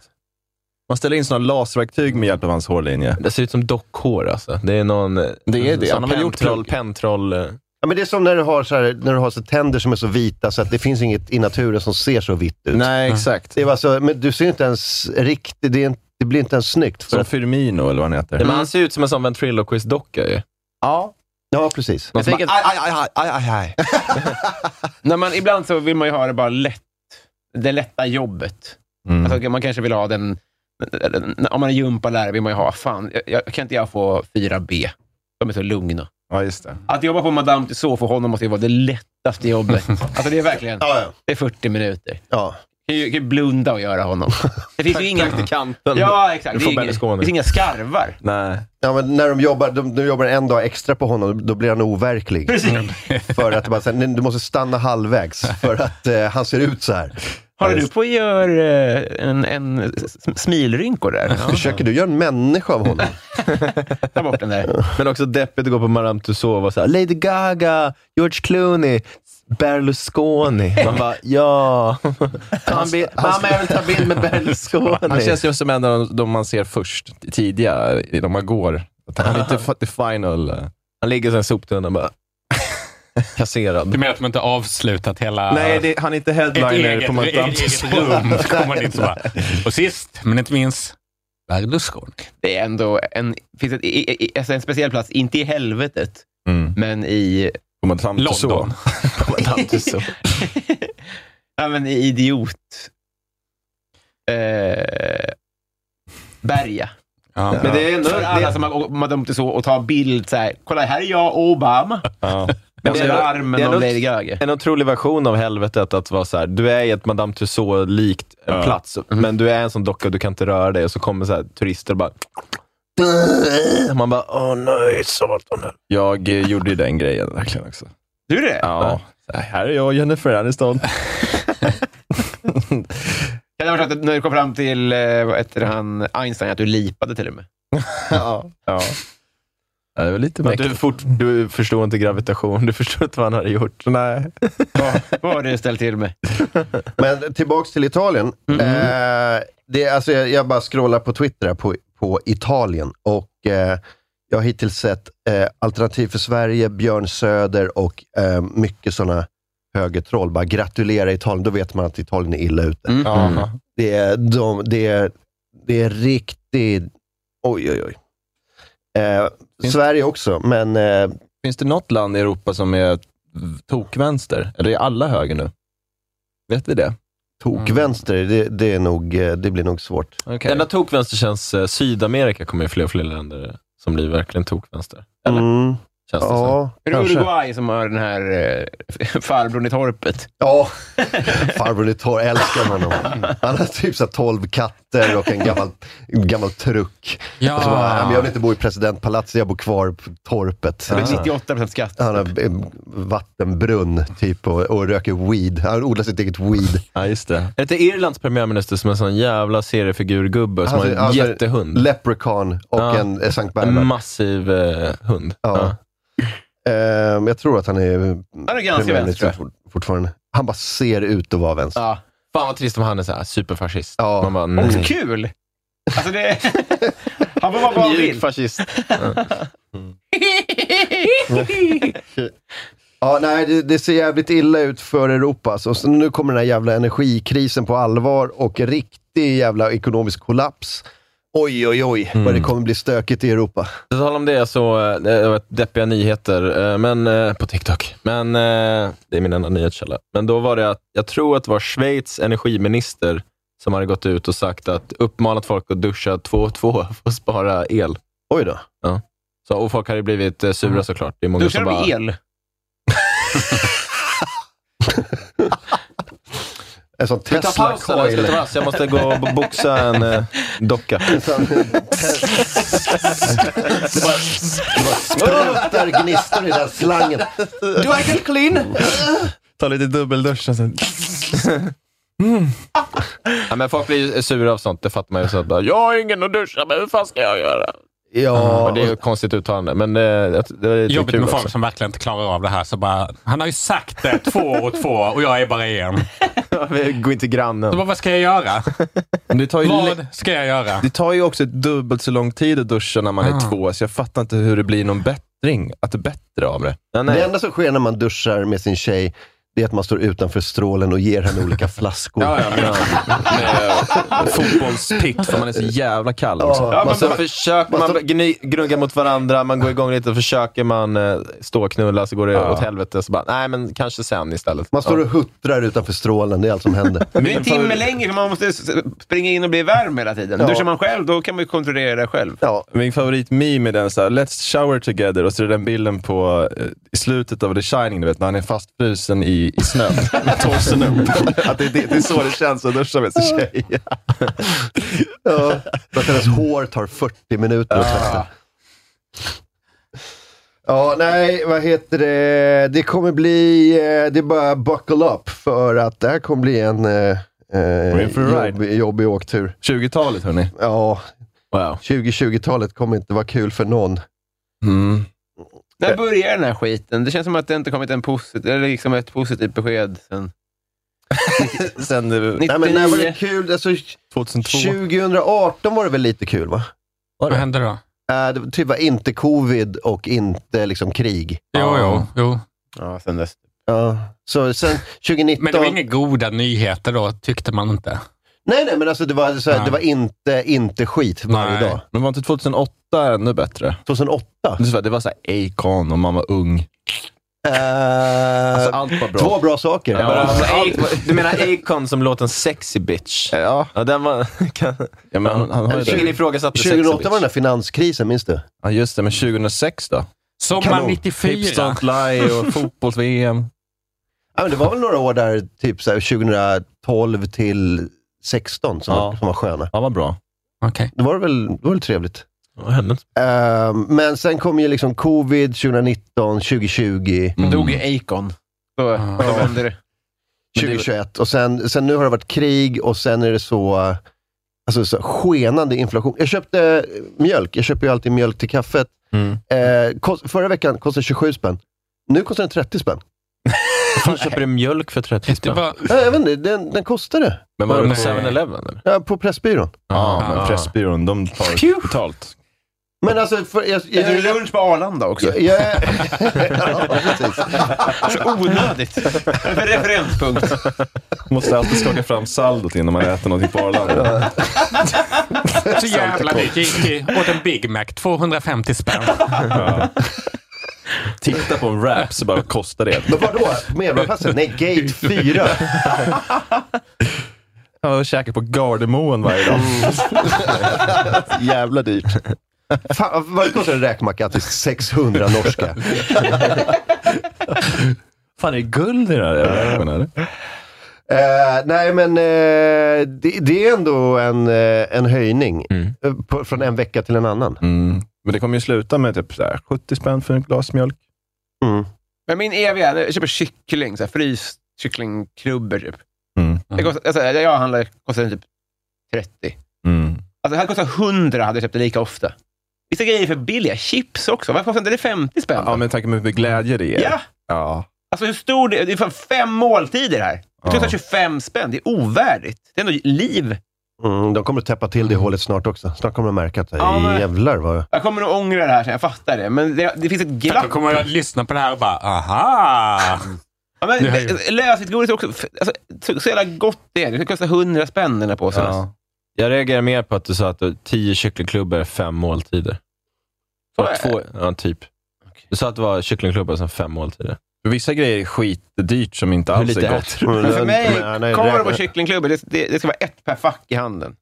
Speaker 10: Man ställer in sådana laserverktyg med hjälp av hans hårlinje.
Speaker 3: Det ser ut som dockhår alltså. Det är någon...
Speaker 10: Det är det. Han har gjort
Speaker 3: pentroll, pentroll. eh.
Speaker 2: Ja, men det är som när du har, så här, när du har så tänder som är så vita så att det finns inget i naturen som ser så vitt ut.
Speaker 10: Nej, exakt.
Speaker 2: Det var så, men du ser inte ens riktigt, det, är inte, det blir inte ens snyggt.
Speaker 10: Som Firmino eller vad han heter.
Speaker 3: Nej, men han ser ut som en sån ventriloquist-docka ju.
Speaker 10: Ja.
Speaker 2: Ja, Alltså, precis.
Speaker 1: Jag tänker att- När man, ibland så vill man ju ha det bara lätt. Det lätta jobbet.
Speaker 2: Mm.
Speaker 10: Mm.
Speaker 1: Alltså, man kanske vill ha den... Om man är gympalärare vill man ju ha, fan, jag, jag, kan inte jag få 4B? De är så lugna.
Speaker 10: Ja, just det.
Speaker 1: Att jobba på Madame Tussauds för honom måste ju vara det lättaste jobbet. Alltså det är verkligen Det är 40 minuter.
Speaker 2: Ja.
Speaker 1: Kan ju, kan ju blunda och göra honom. Det finns ju inga...
Speaker 2: Praktikanten.
Speaker 1: Ja, exakt.
Speaker 2: Du
Speaker 1: Det
Speaker 2: får
Speaker 1: är inga,
Speaker 2: Berlusconi.
Speaker 1: det finns inga skarvar.
Speaker 10: Nej.
Speaker 2: Ja, men när de jobbar, de, de jobbar en dag extra på honom, då blir han overklig. för att det bara, så här, "Nej, du måste stanna halvvägs för att eh, han ser ut så här.
Speaker 1: Har du på att göra eh, en, en s- smilrynkor där?
Speaker 2: Försöker du göra en människa av honom?
Speaker 1: Ta bort den där.
Speaker 3: Men också deppigt att gå på Madame Tussauds och vara såhär, Lady Gaga, George Clooney, Berlusconi. Man bara, ja. Ta en bild. Mamma, jag vill ta bild med Berlusconi.
Speaker 10: Han känns ju som en av de man ser först, tidiga, de man går. Att Han är inte fa- the final. eh.
Speaker 3: Han ligger som en soptunna bara. Kasserad.
Speaker 5: Du menar att de inte avslutat hela...
Speaker 10: Nej, det, han är inte headliner
Speaker 5: ett eget,
Speaker 10: på Madame
Speaker 5: ett eget
Speaker 10: Tussauds.
Speaker 5: rum. kommer man dit så bara. Och sist, men inte minst, Berlusconi.
Speaker 1: Det är ändå en, finns ett, i, i, alltså en speciell plats, inte i helvetet, men i...
Speaker 10: Mm. På Madame
Speaker 1: London.
Speaker 10: Madame Tussauds.
Speaker 1: ja, men i idiot... Eh, berga.
Speaker 5: Ja.
Speaker 1: Men det är ändå för alla som har och- Madame Tussauds och tar bild så här. Kolla, här är jag och Obama.
Speaker 3: Men
Speaker 1: Och så är armen
Speaker 3: det är
Speaker 1: om
Speaker 3: något-
Speaker 1: Lady Gaga.
Speaker 3: En otrolig version av helvetet att vara så här, du är i ett Madame Tussauds-likt
Speaker 10: Ja.
Speaker 3: plats, men du är en sån docka och du kan inte röra dig. Och så kommer så här, turister och bara... Man bara, åh nej, satan.
Speaker 10: Jag eh, gjorde ju den grejen verkligen också.
Speaker 1: Du det?
Speaker 10: Ja. Här är jag, Jennifer Aniston.
Speaker 1: Kan det ha varit att när du kom fram till eh, vad heter han, Einstein, att du lipade till och med?
Speaker 10: ja. ja. Det var lite
Speaker 3: Men du,
Speaker 10: mäktigt.
Speaker 3: fort, du förstår inte gravitation, du förstår inte vad han hade gjort. Nej.
Speaker 1: Vad har du ställt till med?
Speaker 2: Men tillbaks till Italien. Eh, det, är- alltså, jag, jag bara scrollar på Twitter här på, på Italien och eh, jag har hittills sett eh, Alternativ för Sverige, Björn Söder och eh, mycket sådana högertroll bara gratulera Italien, då vet man att Italien är illa ute. Mm.
Speaker 3: Jaha.
Speaker 2: Det, är, de, det, är, det är riktigt... Oj, oj, oj. Eh, Sverige också, men... Eh,
Speaker 3: Finns det något land i Europa som är tokvänster? Eller är alla höger nu? Vet vi det?
Speaker 2: Tokvänster, det, det, är nog, eh, det blir nog svårt.
Speaker 3: Okay. Mm. Denna tokvänster känns... eh, Sydamerika kommer ju fler och fler länder som blir verkligen tokvänster. Eller? Känns det
Speaker 2: Mm. Ja,
Speaker 3: så?
Speaker 1: Är det Uruguay som har den här eh, farbrorn i torpet?
Speaker 2: Ja, farbrorn i torr älskar man honom. Han har typ så här 12 katter och en gammal, en gammal truck.
Speaker 1: Ja.
Speaker 2: Och så bara, "Nej, men jag vill inte bo i presidentpalatset, jag bor kvar på torpet. Liksom.
Speaker 1: Det är 98 procent skatt.
Speaker 2: Han har en vattenbrunn typ och, och röker weed. Han odlar sitt eget weed.
Speaker 3: Ja, just det. Är det inte Irlands premiärminister som är en sån jävla seriefigurgubbe
Speaker 2: Alltså,
Speaker 3: som har en jättehund?
Speaker 2: Leprechaun och
Speaker 3: Ja.
Speaker 2: en eh, Sankt
Speaker 3: En
Speaker 2: Bernhard.
Speaker 3: massiv eh, hund.
Speaker 2: Ja. Ehm, jag tror att han är,
Speaker 3: Han är ganska
Speaker 2: premiärminister
Speaker 3: vänster, tror
Speaker 2: fort- fortfarande. Han bara ser ut att vara vänster.
Speaker 3: Ja. Fan vad trist om han är så här superfascist. Mm.
Speaker 2: Ja.
Speaker 3: Man bara,
Speaker 2: Och
Speaker 3: nej.
Speaker 1: Kul! Alltså det... Han får vara vad han
Speaker 3: Mjuk
Speaker 1: vill.
Speaker 3: fascist.
Speaker 2: Ja, nej, det, det ser jävligt illa ut för Europa. Så, så nu kommer den här jävla energikrisen på allvar och en riktig jävla ekonomisk kollaps. Oj, oj, oj, vad det kommer bli stökigt i Europa.
Speaker 3: På tal om det, jag såg eh, det var deppiga nyheter eh, men, eh, på TikTok. Men, eh, det är min enda nyhetskälla. Men då var det att, jag tror att det var Schweiz energiminister som hade gått ut och sagt att uppmanat folk att duscha två och två för att spara el.
Speaker 2: Oj då.
Speaker 3: Ja. Så, och folk hade blivit eh, sura såklart. Det är många
Speaker 1: Du kör
Speaker 3: som bara,
Speaker 1: med el.
Speaker 2: En sån
Speaker 3: Vi tar
Speaker 2: Tesla
Speaker 3: paus här, jag ska ta vass. Jag måste gå och bo- boxa en eh, docka.
Speaker 2: Sprutar gnistor i den här slangen.
Speaker 3: Do I get clean? Ta lite dubbeldusch och sen... Mm. ja, men folk blir ju sura av sånt, det fattar man ju. Så att bara, jag har ingen att duscha med, hur fan ska jag göra?
Speaker 2: Ja.
Speaker 3: Och det är ju ett konstigt uttalande, men det, det, det är lite
Speaker 5: Jobbigt
Speaker 3: kul
Speaker 5: med folk
Speaker 3: också.
Speaker 5: som verkligen inte klarar av det här. Så bara, han har ju sagt det två och två och jag är bara en.
Speaker 3: Gå inte grannen.
Speaker 5: Så bara, vad ska jag göra?
Speaker 10: Det tar ju
Speaker 5: Vad ska jag göra?
Speaker 10: Det tar ju också dubbelt så lång tid att duscha när man
Speaker 5: Ah.
Speaker 10: är två, så jag fattar inte hur det blir någon bättring, att det är bättre av det.
Speaker 2: Det enda som sker när man duschar med sin tjej, det är att man står utanför strålen och ger henne olika flaskor.
Speaker 10: Ja, ja, men, med fotbollspitt, för man är så jävla kall. också.
Speaker 3: Ja, man, så försöker man gny, gnugga mot varandra, man går igång lite, och försöker man eh, stå och knulla så går det åt helvete. Så bara, nej men kanske sen istället.
Speaker 2: Man står och huttrar utanför strålen, det är allt som händer.
Speaker 1: Det är en timme längre för man måste s- springa in och bli varm hela tiden.
Speaker 10: Ja.
Speaker 1: Duschar man själv, då kan man ju kontrollera det själv.
Speaker 10: Min favoritmeme är den så här, “Let's shower together” och så är det den bilden på eh, i slutet av The Shining, du vet, när han är fastfrusen i, i snön med torsen upp. Att det, är det, det är så det känns att duscha med sin tjej.
Speaker 2: Ja, för att hennes hår tar 40 minuter att tvätta. Ja, nej, vad heter det? Det kommer bli... eh, Det är bara buckle up för att det här kommer bli en eh, eh,
Speaker 10: in for a
Speaker 2: jobb, jobbig åktur.
Speaker 10: 20-talet hörni.
Speaker 2: Ja,
Speaker 10: wow.
Speaker 2: 2020-talet kommer inte vara kul för någon.
Speaker 1: När börjar den här skiten? Det känns som att det inte kommit en posit- eller liksom ett positivt besked sen...
Speaker 10: sen
Speaker 1: eh,
Speaker 2: Nej, men när var det kul? Alltså,
Speaker 10: 2002.
Speaker 2: 2018 var det väl lite kul, va?
Speaker 5: Vad hände då?
Speaker 2: Eh, det var typ var inte covid och inte liksom krig.
Speaker 5: Jo, jo, jo.
Speaker 1: Ja, sen dess.
Speaker 2: Ja, så sen 2019...
Speaker 5: Men det var inga goda nyheter då, tyckte man inte.
Speaker 2: Nej, nej, men alltså det var, så här,
Speaker 5: Nej.
Speaker 2: det var inte, inte skit varje
Speaker 10: Nej.
Speaker 2: dag.
Speaker 10: Men var inte 2008 ännu bättre?
Speaker 2: 2008?
Speaker 10: Det var, det var så här Acon och man var ung.
Speaker 2: Äh,
Speaker 10: Alltså, allt var bra.
Speaker 2: Eh, Två bra saker.
Speaker 10: Ja.
Speaker 3: Alltså, A- du menar Akon som låten Sexy Bitch?
Speaker 10: Ja.
Speaker 3: den var... Kan,
Speaker 10: ja, men han, han har ju
Speaker 3: Ingen
Speaker 10: det.
Speaker 3: ifrågasatte Sexy
Speaker 2: 2008
Speaker 3: Bitch.
Speaker 2: var den där finanskrisen, minns du?
Speaker 10: Ja, just det. Men 2006 då?
Speaker 5: Sommar 94.
Speaker 10: Hips don't lie och fotbolls-VM.
Speaker 2: Ja, men det var väl några år där, typ så här, 2012 till 16 som, var, som var sköna.
Speaker 10: Ja, vad bra.
Speaker 5: Okej.
Speaker 2: Det var väl, det var väl trevligt.
Speaker 3: Vad hände?
Speaker 2: Ehm, men sen kom ju liksom covid 2019, 2020.
Speaker 7: Mm.
Speaker 1: Då dog ju Acon. Så, då vände det.
Speaker 2: 2021. Och sen, sen nu har det varit krig och sen är det så, eh, alltså, så skenande inflation. Jag köpte eh, mjölk. Jag köper ju alltid mjölk till kaffet. Eh, kost, förra veckan kostade 27 spänn. Nu kostar den 30 spänn.
Speaker 3: Fan, köper du mjölk för 30 spänn?
Speaker 2: Ja, jag vet inte, den, den kostade.
Speaker 3: Men var det på
Speaker 10: Nej.
Speaker 3: 7-Eleven? eller?
Speaker 2: Ja, på Pressbyrån.
Speaker 10: Ja, men Pressbyrån, de tar betalt.
Speaker 2: Men alltså... För, jag,
Speaker 1: Är det lunch på Arlanda också?
Speaker 2: Jag, jag,
Speaker 1: Så onödigt. Referenspunkt.
Speaker 7: Måste alltid skaka fram saldot innan man äter någonting på Arlanda.
Speaker 5: Så jävla dyrt. Jag gick i- åt en Big Mac, 250 spänn.
Speaker 7: Titta på en rap så bara kostar det.
Speaker 2: Men vadå? Medborgarplatsen? Nej, gate 4.
Speaker 7: Jag käkar på Gardermoen varje dag.
Speaker 2: Jävla dyrt. Fan, vad kostar en räkmacka till 600 norska?
Speaker 7: Fan, är det guld i den här jävla räkmackan, eller?
Speaker 2: Eh, nej, men eh, det, det är ändå en, eh, en höjning eh, på, från en vecka till en annan.
Speaker 7: Mm. Men det kommer ju sluta med typ så här 70 spänn för ett glas mjölk.
Speaker 2: Mm.
Speaker 1: Men min eviga, jag köper kyckling, så här, fryst kycklingkrubbor typ.
Speaker 7: Mm.
Speaker 1: Det kostar, alltså, där jag handlar kostar den typ 30.
Speaker 7: Mm.
Speaker 1: Alltså, hade kostat 100 hade jag köpt det lika ofta. Vissa grejer är för billiga. Chips också. Varför kostar inte det 50 spänn?
Speaker 7: Ja, men tack med hur mycket glädje det ger.
Speaker 1: Ja.
Speaker 7: ja.
Speaker 1: Alltså hur stor det är. Det är fan fem måltider här. Det kostar
Speaker 2: Ja.
Speaker 1: 25 spänn. Det är ovärdigt. Det är ändå liv.
Speaker 2: Mm, de kommer att täppa till det hålet snart också. Snart kommer de märka att eh,
Speaker 1: Ja, men-
Speaker 2: jävlar vad...
Speaker 1: Jag kommer att ångra det här sen. Jag fattar det. Men det, det finns ett glapp.
Speaker 5: Då kommer jag lyssna på det här och bara, aha!
Speaker 1: Ja, men,
Speaker 5: Det här är
Speaker 1: det- lösviktsgodis är också... Alltså, så, så jävla gott det är. Det kostar 100 spänn den här påsen. alltså.
Speaker 3: Jag reagerar mer på att du sa att du- 10 kycklingklubbor är fem måltider.
Speaker 1: Så
Speaker 3: Det var
Speaker 1: är
Speaker 3: två, ja, typ. Du sa att det var kycklingklubbor som fem måltider.
Speaker 7: För vissa grejer är skitdyrt som inte
Speaker 3: Hur
Speaker 7: alls
Speaker 3: lite
Speaker 7: är gott.
Speaker 3: äter du?
Speaker 1: Men
Speaker 2: Mm.
Speaker 1: för mig,
Speaker 3: Men, nej,
Speaker 1: korv
Speaker 3: räkna-
Speaker 1: och kycklingklubbor, det, det, det ska vara ett per fack i handen.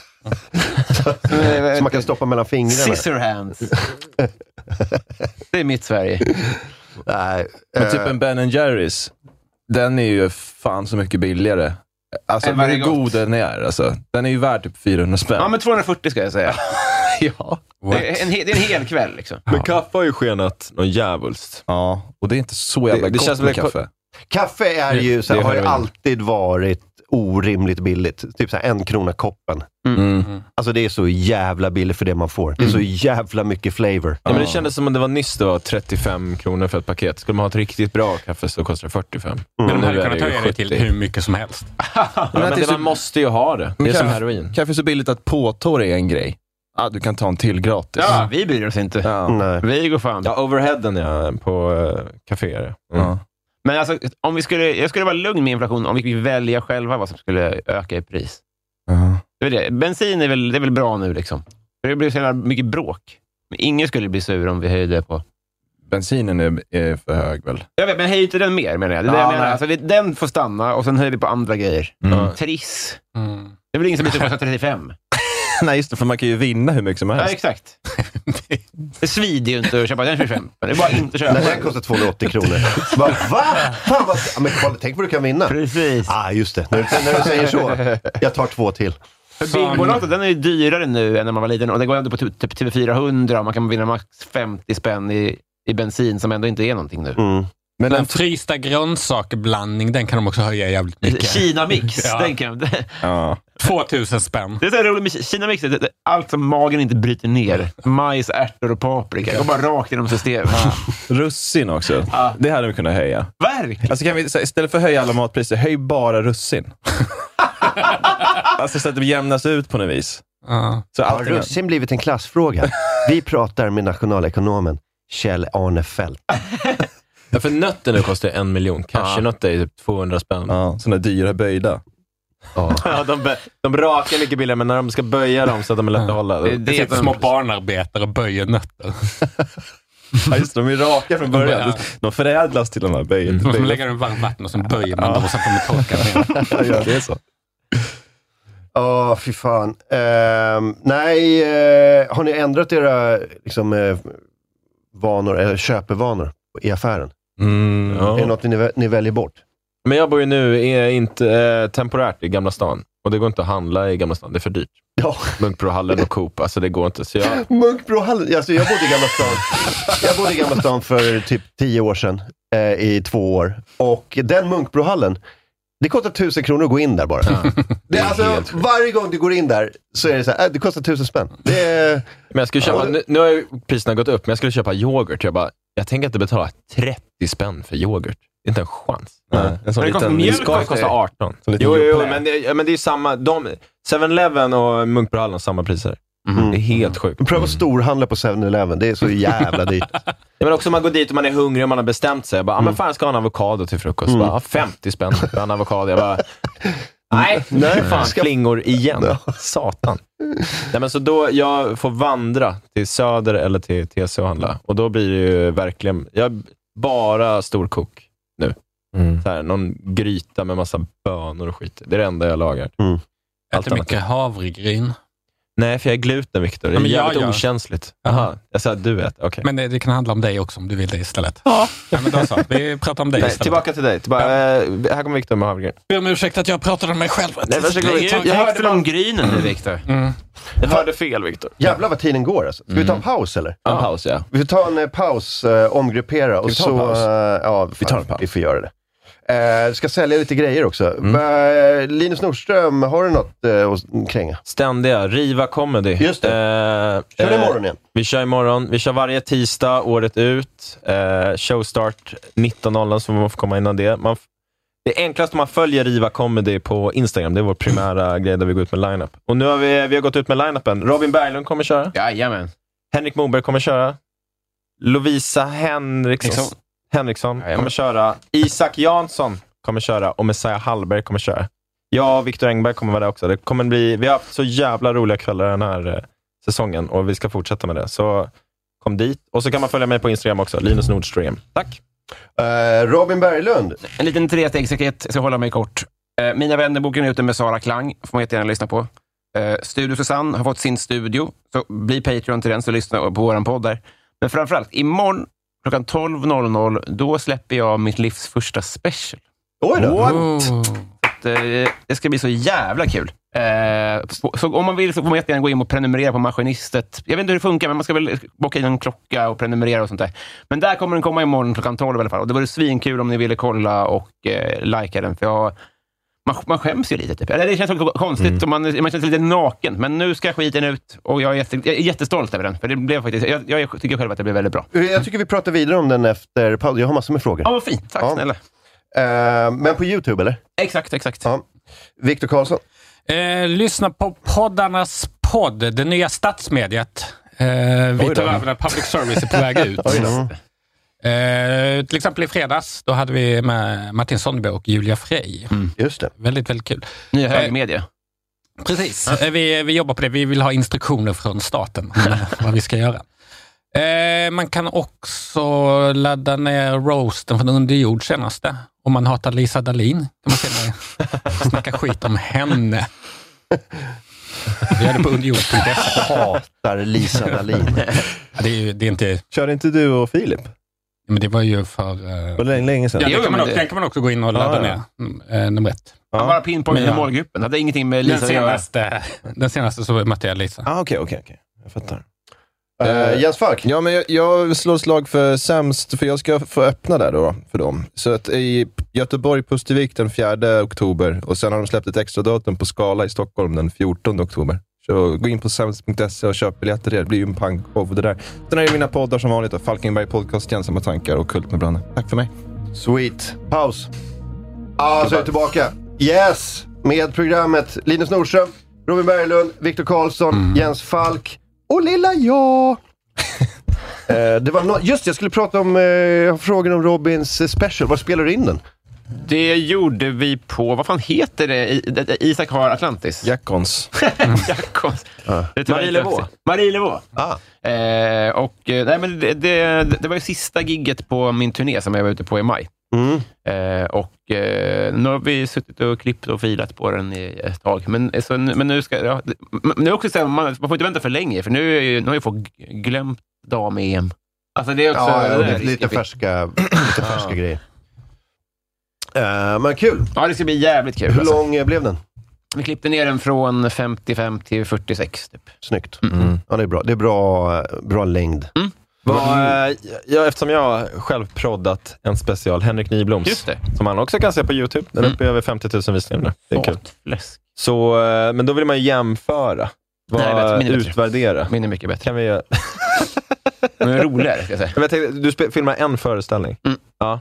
Speaker 2: Som man kan stoppa mellan fingrarna.
Speaker 1: Scissor hands. Det är mitt Sverige.
Speaker 2: Nej,
Speaker 7: Men typ
Speaker 2: eh,
Speaker 7: en Ben Jerrys, den är ju fan så mycket billigare. Alltså,
Speaker 1: Än vad
Speaker 7: men hur
Speaker 1: det är gott.
Speaker 7: god den är. Alltså. Den är ju värd typ 400 spänn.
Speaker 1: Ja, men 240 ska jag säga.
Speaker 7: ja.
Speaker 1: Det är en, he- det är en hel kväll liksom.
Speaker 3: Men kaffe har ju skenat något djävulskt.
Speaker 7: Ja, och det är inte så jävla gott med kaffe.
Speaker 2: Kaffe är ju, så här,
Speaker 3: Det
Speaker 2: har ju
Speaker 3: heroin.
Speaker 2: alltid varit orimligt billigt. Typ så här, en krona koppen. Alltså det är så jävla billigt för det man får. Det är så jävla mycket flavor.
Speaker 3: Ja,
Speaker 7: Ah.
Speaker 3: men det kändes som att det var nyss det var 35 kronor för ett paket. Skulle man ha ett riktigt bra kaffe så kostar det 45.
Speaker 2: Mm.
Speaker 5: Men de
Speaker 3: Nu
Speaker 5: hade
Speaker 3: är
Speaker 5: kunnat
Speaker 3: ju
Speaker 5: höja det till
Speaker 3: 70.
Speaker 5: hur mycket som helst.
Speaker 3: Ja, men det, man måste ju ha det. Det är som heroin.
Speaker 7: Kaffe är så billigt att påtår är en grej. Ah, du kan ta en till gratis.
Speaker 1: Ja, vi bryr oss inte.
Speaker 7: Ja.
Speaker 2: Nej.
Speaker 1: Vi går fan.
Speaker 3: Ja, overheaden ja, på uh, kaféer. Mm.
Speaker 7: Ja.
Speaker 1: Men alltså, om vi skulle, jag skulle vara lugn med inflation om vi fick välja själva vad som skulle öka i pris.
Speaker 7: Ja.
Speaker 1: Det är det. Bensin är väl, det är väl bra nu liksom. För det blir så jävla mycket bråk. Men ingen skulle bli sur om vi höjde på...
Speaker 7: Bensinen är, är för hög väl?
Speaker 1: Jag vet, men höj inte den mer menar jag. Det är det
Speaker 7: Ja,
Speaker 1: jag menar.
Speaker 7: nej.
Speaker 1: Alltså, vi, den får stanna och sen höjer vi på andra grejer.
Speaker 7: Mm.
Speaker 1: Triss.
Speaker 5: Mm.
Speaker 1: Det är väl ingen som blir sur på 35?
Speaker 7: Nej, just det, för man kan ju vinna hur mycket som
Speaker 1: Ja,
Speaker 7: helst.
Speaker 1: exakt. Det svider ju inte att köpa den 25. Det är bara att inte köpa
Speaker 2: Den här kostar 280 kronor. Bara, va? Fan vad... Ja, men kolla, tänk vad du kan vinna.
Speaker 1: Precis.
Speaker 2: Ah, just det. När du, när du säger så. Jag tar två till.
Speaker 1: Bingolotten den är ju dyrare nu än när man var liten och den går ändå på typ typ TV400 och man kan vinna max 50 spänn i, i bensin som ändå inte är någonting nu.
Speaker 7: Men
Speaker 5: Den
Speaker 7: den,
Speaker 5: frysta grönsakerblandning, den kan de också höja jävligt mycket.
Speaker 1: Kina-mix.
Speaker 5: Ja.
Speaker 1: den kan- Det
Speaker 5: 2000 spänn.
Speaker 1: är så här roligt med Ki- Kina-mix. det- det- Allt som magen inte bryter ner. Majs, ärtor och paprika. Går bara rakt genom systemet.
Speaker 7: russin också. Det hade vi kunnat höja.
Speaker 1: Verkligen.
Speaker 7: Alltså kan vi, så här, istället för att höja alla matpriser, höj bara russin. alltså så att det jämnas ut på något vis.
Speaker 5: Ja.
Speaker 7: Så
Speaker 2: Har
Speaker 7: allting,
Speaker 2: russin blivit en klassfråga? Vi pratar med nationalekonomen Kjell-Arne Fält.
Speaker 3: Ja, för nötter nu kostar ju en miljon. Cashewnötter är typ 200 spänn.
Speaker 7: ja, sådana dyra böjda.
Speaker 3: Ja, de, bö- de rakar mycket billigare, men när de ska böja dem så att de är typ lätta att hålla.
Speaker 1: Det-
Speaker 5: Det
Speaker 1: det-
Speaker 5: sitter små barnarbetare och böjer nötter.
Speaker 7: Ja, just det, de är raka från början.
Speaker 5: Ja. Mm.
Speaker 7: De förädlas till de här böjen.
Speaker 5: De som lägger den i varmt vatten och sen böjer man dem och sen får man torka den.
Speaker 7: ja, det är så.
Speaker 2: Ja, fy fan. Ehm, nej, eh, har ni ändrat era liksom, eh, vanor, eller köpevanor i affären?
Speaker 3: Mm, ja.
Speaker 2: Är det något ni, vä- ni väljer bort?
Speaker 3: Men jag bor ju nu är inte, eh, temporärt i Gamla stan. Och det går inte att handla i Gamla stan. Det är för dyrt.
Speaker 2: Ja.
Speaker 3: Munkbrohallen och Coop, alltså det går inte. Så jag,
Speaker 2: Munkbrohallen. Alltså, jag bodde i Gamla stan. Jag bodde i Gamla stan för typ tio år sedan, eh, i två år. Och den Munkbrohallen, det kostar tusen kronor att gå in där bara. Det, är alltså, varje gång du går in där så är det så här, äh, det kostar tusen spänn. Det är,
Speaker 3: men jag skulle köpa, nu, nu har ju priserna gått upp, men jag skulle köpa yoghurt. Jag bara, jag tänker inte betala 30 spänn för yoghurt. Det är inte en chans.
Speaker 7: Nej, en sån
Speaker 1: Men det kostar
Speaker 7: liten
Speaker 1: mjölk
Speaker 3: Ska
Speaker 1: också.
Speaker 3: kosta 18.
Speaker 7: Som lite
Speaker 3: Jo, jo,
Speaker 7: Yoplait.
Speaker 3: men, det, ja, men det är ju samma. de- 7-Eleven och Munkbrohallen har samma priser.
Speaker 7: Mhm.
Speaker 3: Det är helt sjukt.
Speaker 2: Pröva att storhandla på 7-Eleven. Det är så jävla dyrt.
Speaker 3: Ja, men också man går dit och man är hungrig och man har bestämt sig. Jag bara, ah,
Speaker 7: Mm.
Speaker 3: men fan ska jag ha en avokado till frukost?
Speaker 2: Mm.
Speaker 3: Bara, ah, 50 spänn för en avokado. Jag bara, nej,
Speaker 2: Nej.
Speaker 3: nej fan
Speaker 2: Ska-
Speaker 3: klingor igen. Satan. Nej, men så då, jag får vandra till Söder eller till TC och handla. Och då blir det ju verkligen, jag bara storkok nu. Så här, någon gryta med massa bönor och skit. Det är det enda jag lagar.
Speaker 2: Mm.
Speaker 5: Äter mycket havregryn.
Speaker 3: Nej, för jag är gluten, Viktor. Det är
Speaker 5: Ja, men jag
Speaker 3: jävligt
Speaker 5: gör.
Speaker 3: okänsligt. Aha. Jag sa att du vet. Okej.
Speaker 5: Men det, det kan handla om dig också om du vill det istället. Ja. men då så. Vi pratar om dig
Speaker 3: Nej,
Speaker 5: istället.
Speaker 3: tillbaka till dig. Tillbaka, eh, här kommer Viktor med havregryn.
Speaker 5: Jag ber om ursäkt att jag pratade om mig själv. Mm.
Speaker 3: Nej, varsågod.
Speaker 5: Det är ju-
Speaker 3: Jag hörde
Speaker 1: om grynen nu, Viktor.
Speaker 3: Jag hörde fel, Viktor.
Speaker 2: Jävlar vad tiden går alltså. Ska vi ta en paus eller?
Speaker 3: En paus, Mm. ja.
Speaker 2: Vi tar en eh, paus, eh, omgruppera och
Speaker 3: vi ta
Speaker 2: så...
Speaker 3: en paus?
Speaker 2: eh, ja, vi tar en paus. Vi får göra det. Eh, ska sälja lite grejer också. Men, eh, Linus Nordström, har du något eh, att kränga?
Speaker 3: Ständiga, Riva Comedy. Just det. Eh,
Speaker 2: Kör det
Speaker 3: eh,
Speaker 2: imorgon igen.
Speaker 3: Vi kör imorgon. Vi kör varje tisdag året ut. Eh, showstart 19.00, så man får komma innan det. Man f- det är enklast om man följer Riva Comedy på Instagram. Det är vår primära grej där vi går ut med line-up. Och nu har vi, vi har gått ut med line-upen. Robin Berglund kommer köra.
Speaker 1: Jajamän.
Speaker 3: Henrik Moberg kommer köra. Lovisa Henriksson,
Speaker 1: Henriksson.
Speaker 3: Henriksson kommer köra. Isak Jansson kommer köra och Messiah Hallberg kommer köra. Jag och Viktor Engberg kommer vara där också. Det kommer bli, vi har haft så jävla roliga kvällar den här eh, säsongen och vi ska fortsätta med det. Så kom dit. Och så kan man följa mig på Instagram också. Linus Nordström. Tack.
Speaker 2: Eh, Robin Berglund.
Speaker 1: En liten trestegsraket. Jag ska hålla mig kort. Eh, Mina vänner-boken är ute med Sara Klang. får man jättegärna lyssna på. Eh, Studio Susanne har fått sin studio. Så bli Patreon till den, så lyssna på vår podd där. Men framförallt, imorgon klockan 12.00, då släpper jag mitt livs första special.
Speaker 2: Oj då.
Speaker 1: What?
Speaker 5: Oh.
Speaker 1: Att, eh, det ska bli så jävla kul. Eh, så- så om man vill så får man jättegärna gå in och prenumerera på Maskinistet. Jag vet inte hur det funkar, men man ska väl bocka in en klocka och prenumerera och sånt där. Men där kommer den komma imorgon klockan 12 i alla fall. Och det vore svinkul om ni ville kolla och eh, likea den, för jag, man, man skäms ju lite. Typ. Eller det känns också konstigt,
Speaker 2: Mm.
Speaker 1: och man, man känns lite naken. Men nu ska skiten ut och jag är, jätte, jag är jättestolt över den. För det blev faktiskt, jag, jag tycker själv att det blev väldigt bra.
Speaker 2: Jag tycker vi pratar vidare om den efter paus. Jag har massor med frågor.
Speaker 1: Ja, vad fint. Tack snälla.
Speaker 2: Eh, men på YouTube, eller?
Speaker 1: Exakt, exakt.
Speaker 2: Ja. Viktor Karlsson.
Speaker 5: Eh, lyssna på poddarnas podd, det nya statsmediet. Eh,
Speaker 1: Oj då.
Speaker 5: vi tar över när public service är på väg ut.
Speaker 1: Oj då.
Speaker 5: Eh, till exempel i fredags, då hade vi med Martin Sonneby och Julia Frey.
Speaker 1: Mm.
Speaker 2: Just det.
Speaker 5: Väldigt, väldigt kul.
Speaker 1: Nya högermedia.
Speaker 5: Precis, Eh, vi, vi jobbar på det. Vi vill ha instruktioner från staten om vad vi ska göra. Eh, man kan också ladda ner roasten från Underjord senaste. Om man hatar Lisa Dahlin kan man till och med snacka skit om henne. Vi gör det på underjord.se.
Speaker 2: Hatar Lisa Dahlin.
Speaker 5: Ja, Det är, ju- det är inte...
Speaker 10: Körde inte du och Filip?
Speaker 5: Men det var ju för... eh,
Speaker 10: Var det länge, länge sedan?
Speaker 5: Ja, det
Speaker 1: Jo,
Speaker 5: kan man,
Speaker 1: men
Speaker 5: också,
Speaker 1: det-
Speaker 5: den kan man också gå in och ladda
Speaker 10: Ja,
Speaker 5: ner.
Speaker 10: ja.
Speaker 5: Mm, Eh, nummer ett.
Speaker 1: Han bara pinpointade
Speaker 5: Men ja.
Speaker 1: målgruppen. Hade ingenting med
Speaker 5: Den
Speaker 1: Lisa att göra.
Speaker 5: senaste, den senaste så mötte jag Lisa.
Speaker 10: Ah, Okej, okej, okej. Jag fattar.
Speaker 2: Eh, Jens Falk.
Speaker 10: Ja, men jag, jag slår ett slag för sämst, för jag ska få öppna där då, för dem. Så att i Göteborg, Pustervik den 4 oktober och sen har de släppt ett extra datum på Skala i Stockholm den 14 oktober. Så gå in på sämst.se och köp biljetter där. Det blir ju en pangshow det där. Sen är det mina poddar som vanligt då. Falkenberg Podcast, Gemensamma Tankar och Kult med Branne. Tack för mig.
Speaker 2: Sweet. Paus. Ja, så är vi tillbaka. Yes! Med programmet Linus Nordström, Robin Berglund, Viktor Karlsson, Jens Falk och lilla jag. Eh, det var nå- Just det, jag skulle prata om eh, frågan om Robins eh, special. Var spelar du in den?
Speaker 1: Det gjorde vi på, vad fan heter det? I- det- det- Isak har Atlantis?
Speaker 10: Jackons.
Speaker 1: Jackons. Det är tyvärr
Speaker 3: Marie
Speaker 1: inte
Speaker 3: Levaux.
Speaker 1: uppsatt. Marie Levaux.
Speaker 2: Ah.
Speaker 1: Eh, och, eh, nej, men det, det, det var ju sista gigget på min turné som jag var ute på i maj. Eh, och eh, Nu har vi suttit och klippt och filat på den i ett tag. Men, eh, så, nu- men nu ska... Ja, det- men nu är också så här, man, man får inte vänta för länge, för nu, är ju, nu har ju folk glömt dam-EM. Alltså det är också...
Speaker 2: ja,
Speaker 1: det där
Speaker 2: ja, lite,
Speaker 1: är
Speaker 2: lite
Speaker 1: risky.
Speaker 2: färska, lite färska grejer. Eh, men kul.
Speaker 1: Ja, det ska bli jävligt kul.
Speaker 2: Hur
Speaker 1: alltså.
Speaker 2: lång eh, blev den?
Speaker 1: Vi klippte ner den från 55 till 46. Typ.
Speaker 2: Snyggt. Ja, det är bra. Det är bra, eh, bra längd.
Speaker 3: Vad, eh, jag, eftersom jag har själv proddat en special, Henrik Nybloms,
Speaker 1: Just det.
Speaker 3: som man också kan se på YouTube. Den är uppe i över 50 000 visningar nu. Det är kul.
Speaker 1: Fläsk.
Speaker 3: Så, eh, men då vill man ju jämföra. Vad,
Speaker 1: Nej, vet, min är bättre.
Speaker 3: utvärdera.
Speaker 1: Min är mycket bättre.
Speaker 3: Kan vi göra?
Speaker 1: Den är roligare, ska jag säga.
Speaker 3: Men jag tänkte, du spe- filmar en föreställning.
Speaker 1: Mm.
Speaker 3: Ja.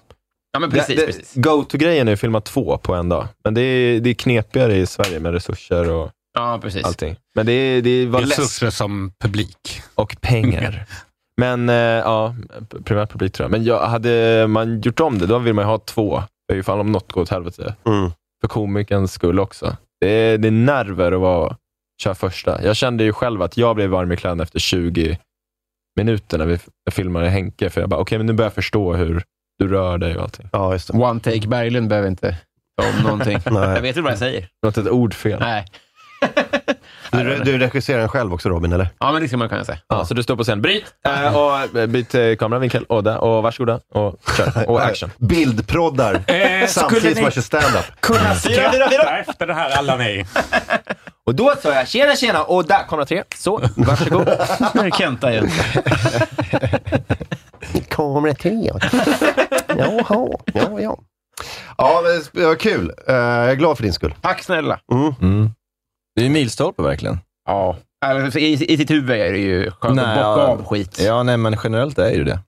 Speaker 1: Ja, men precis.
Speaker 3: det, det,
Speaker 1: precis.
Speaker 3: Go-to-grejen är att filma två på en dag. Men det är, det är knepigare i Sverige med resurser och
Speaker 1: Ja, precis.
Speaker 3: Allting. Men det, det var
Speaker 5: Resurser som publik.
Speaker 3: Och pengar. Men eh, ja, primärt publik tror jag. Men jag, hade man gjort om det, då vill man ju ha två. Det är ju Ifall om något går åt helvete.
Speaker 10: Mm.
Speaker 3: För komikerns skull också. Det är, det är nerver att vara, köra första. Jag kände ju själv att jag blev varm i kläderna efter 20 minuter när vi f- filmade Henke. För jag bara, okej, men nu börjar jag förstå hur du rör dig och allting.
Speaker 2: Ja, just
Speaker 1: One take Berglund behöver inte ta om någonting.
Speaker 2: Nej.
Speaker 1: Jag vet inte vad jag säger.
Speaker 3: Något ett ord fel.
Speaker 1: Nej.
Speaker 2: Du, du regisserar den själv också Robin, eller?
Speaker 1: Ja, men det ska man kunna säga.
Speaker 3: Ja, så du står på scen, bryt, eh, och eh, byt eh, kameravinkel, och, där, och varsågoda, och kör, och action.
Speaker 2: Bildproddar samtidigt som man kör stand-up.
Speaker 5: kunna skratta efter det här alla nej?
Speaker 3: Och då sa jag tjena, tjena, och där kommer tre. Så, varsågod.
Speaker 1: Nu är det Kenta igen.
Speaker 2: Kamera tre. Jaha, ja, ja. Ja, men det var kul. Eh, Jag är glad för din skull.
Speaker 1: Tack snälla.
Speaker 2: Mm.
Speaker 10: Det är ju milstolpe verkligen.
Speaker 1: Ja. Alltså, I, I sitt huvud är det ju skönt att bocka
Speaker 10: ja,
Speaker 1: av skit.
Speaker 10: Ja, nej, men generellt är ju det.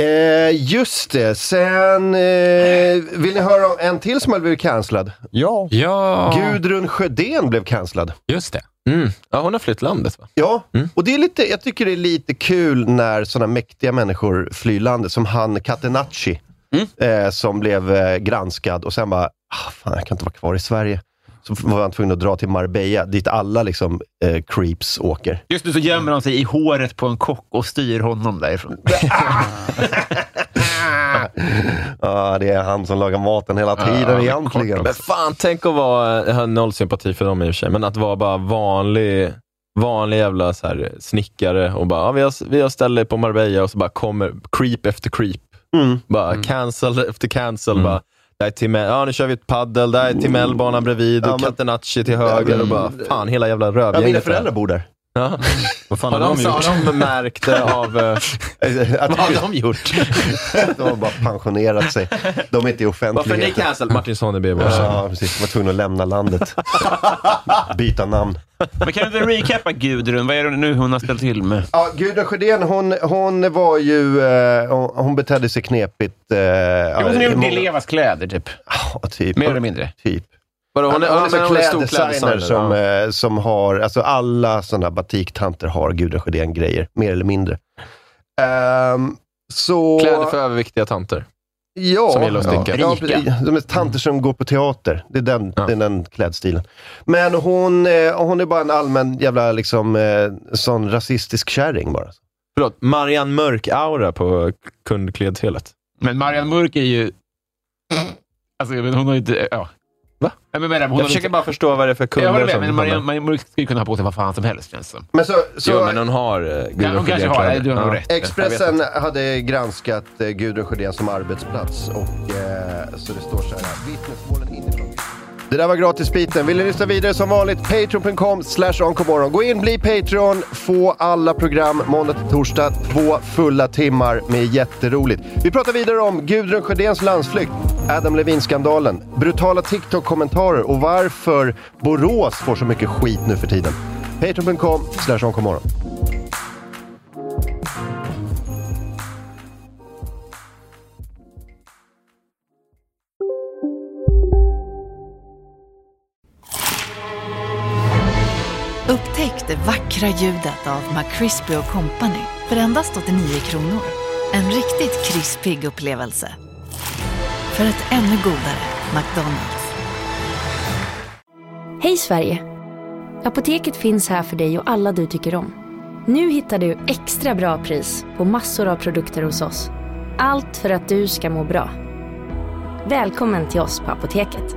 Speaker 2: Eh, just det, sen... Eh, vill ni höra om en till som har blivit cancellad?
Speaker 10: Ja.
Speaker 5: Ja.
Speaker 2: Gudrun Sjödén blev cancellad.
Speaker 5: Just det.
Speaker 3: Mm. Ja, hon har flytt landet va?
Speaker 2: Ja, och det är lite, jag tycker det är lite kul när sådana mäktiga människor flyr landet, som han Catenacci, eh, som blev eh, granskad och sen bara, ah, fan jag kan inte vara kvar i Sverige. Så var han tvungen att dra till Marbella, dit alla liksom, eh, creeps åker.
Speaker 1: Just nu så gömmer de sig i håret på en kock och styr honom därifrån.
Speaker 2: Ja, det är han som lagar maten hela tiden
Speaker 3: men
Speaker 2: egentligen.
Speaker 3: Men Äh, fan, tänk att vara, jag har noll sympati för dem i och för sig, men att vara bara vanlig, vanlig jävla så här, snickare och bara, ja, vi, har, vi har ställe på Marbella och så bara kommer creep efter creep. Bara cancel efter cancel. Bara, där är Tim, ja, nu kör vi ett paddel, där är Timellbanan bredvid och Catenacci till höger och bara, fan hela jävla
Speaker 2: Ja,
Speaker 3: rövgänget.
Speaker 2: mina
Speaker 3: där.
Speaker 2: föräldrar bor där.
Speaker 3: Ja.
Speaker 10: Vad fan
Speaker 3: Har de, har de märkt det av... eh,
Speaker 2: Att
Speaker 3: vad har de gjort?
Speaker 2: de har bara pensionerat sig. De är inte i
Speaker 3: Varför är ni
Speaker 2: offentligheten.
Speaker 3: cancelled? Martin Sonneby var
Speaker 2: Ja, precis. De var tvungna att lämna landet. Byta namn.
Speaker 1: Men kan du inte recapa Gudrun? Vad är det nu hon har ställt till med?
Speaker 2: Ja, Gudrun Sjödén, hon, hon var ju... Eh, hon, hon betedde sig knepigt. Eh,
Speaker 1: Jo, hon
Speaker 2: i
Speaker 1: har gjort
Speaker 2: många-
Speaker 1: Di Levas kläder, typ.
Speaker 2: Ja, typ.
Speaker 1: Mer eller mindre.
Speaker 2: Typ.
Speaker 3: Vadå, hon är, hon är,
Speaker 2: alltså
Speaker 3: men hon är stor
Speaker 2: kläddesigner
Speaker 3: kläddesigner?
Speaker 2: som,
Speaker 3: ja.
Speaker 2: eh, som har, alltså alla sådana batiktanter har Gudrun Sjödén-grejer, mer eller mindre. Ehm, så...
Speaker 3: Kläder för överviktiga tanter.
Speaker 2: Ja,
Speaker 3: Som gillar att sticka.
Speaker 2: Ja,
Speaker 3: Rika.
Speaker 2: precis. de är tanter som går på teater. Det är den, det är den klädstilen. Men hon, eh, hon är bara en allmän jävla liksom, eh, sån rasistisk kärring bara.
Speaker 3: Förlåt, Marianne Mörk-aura på kundklientelet.
Speaker 1: Men Marianne Mörk är ju... Alltså, jag vet, hon har ju inte... Ja.
Speaker 3: Va?
Speaker 1: Jag, menar, hon
Speaker 3: Jag
Speaker 1: har
Speaker 3: försöker
Speaker 1: inte-
Speaker 3: bara förstå vad det är för
Speaker 1: Jag håller
Speaker 3: kunder
Speaker 1: med,
Speaker 3: som...
Speaker 1: men Marianne, Marianne Mörk skulle ju kunna ha på sig vad fan som helst, känns det som.
Speaker 2: Men så, så
Speaker 3: Jo, men hon har eh, Gudrun
Speaker 1: Ja, hon kanske har.
Speaker 3: Sjödén-kläder.
Speaker 1: Nej, du har nog rätt.
Speaker 2: Expressen hade granskat eh, Gudrun Sjödén som arbetsplats och eh, så det står så här. Vittnesmålen inifrån. Det där var gratisbiten. Vill ni lyssna vidare som vanligt? Patreon.com slash onkomorron. Gå in, bli Patreon, få alla program måndag till torsdag. Två fulla timmar med jätteroligt. Vi pratar vidare om Gudrun Sjödéns landsflykt, Adam Levin-skandalen, brutala TikTok-kommentarer och varför Borås får så mycket skit nu för tiden. Patreon.com slash onkomorron.
Speaker 11: Upptäck det vackra ljudet av McCrispy Company för endast 89 kronor. En riktigt krispig upplevelse. För ett ännu godare McDonalds.
Speaker 14: Hej Sverige! Apoteket finns här för dig och alla du tycker om. Nu hittar du extra bra pris på massor av produkter hos oss. Allt för att du ska må bra. Välkommen till oss på Apoteket.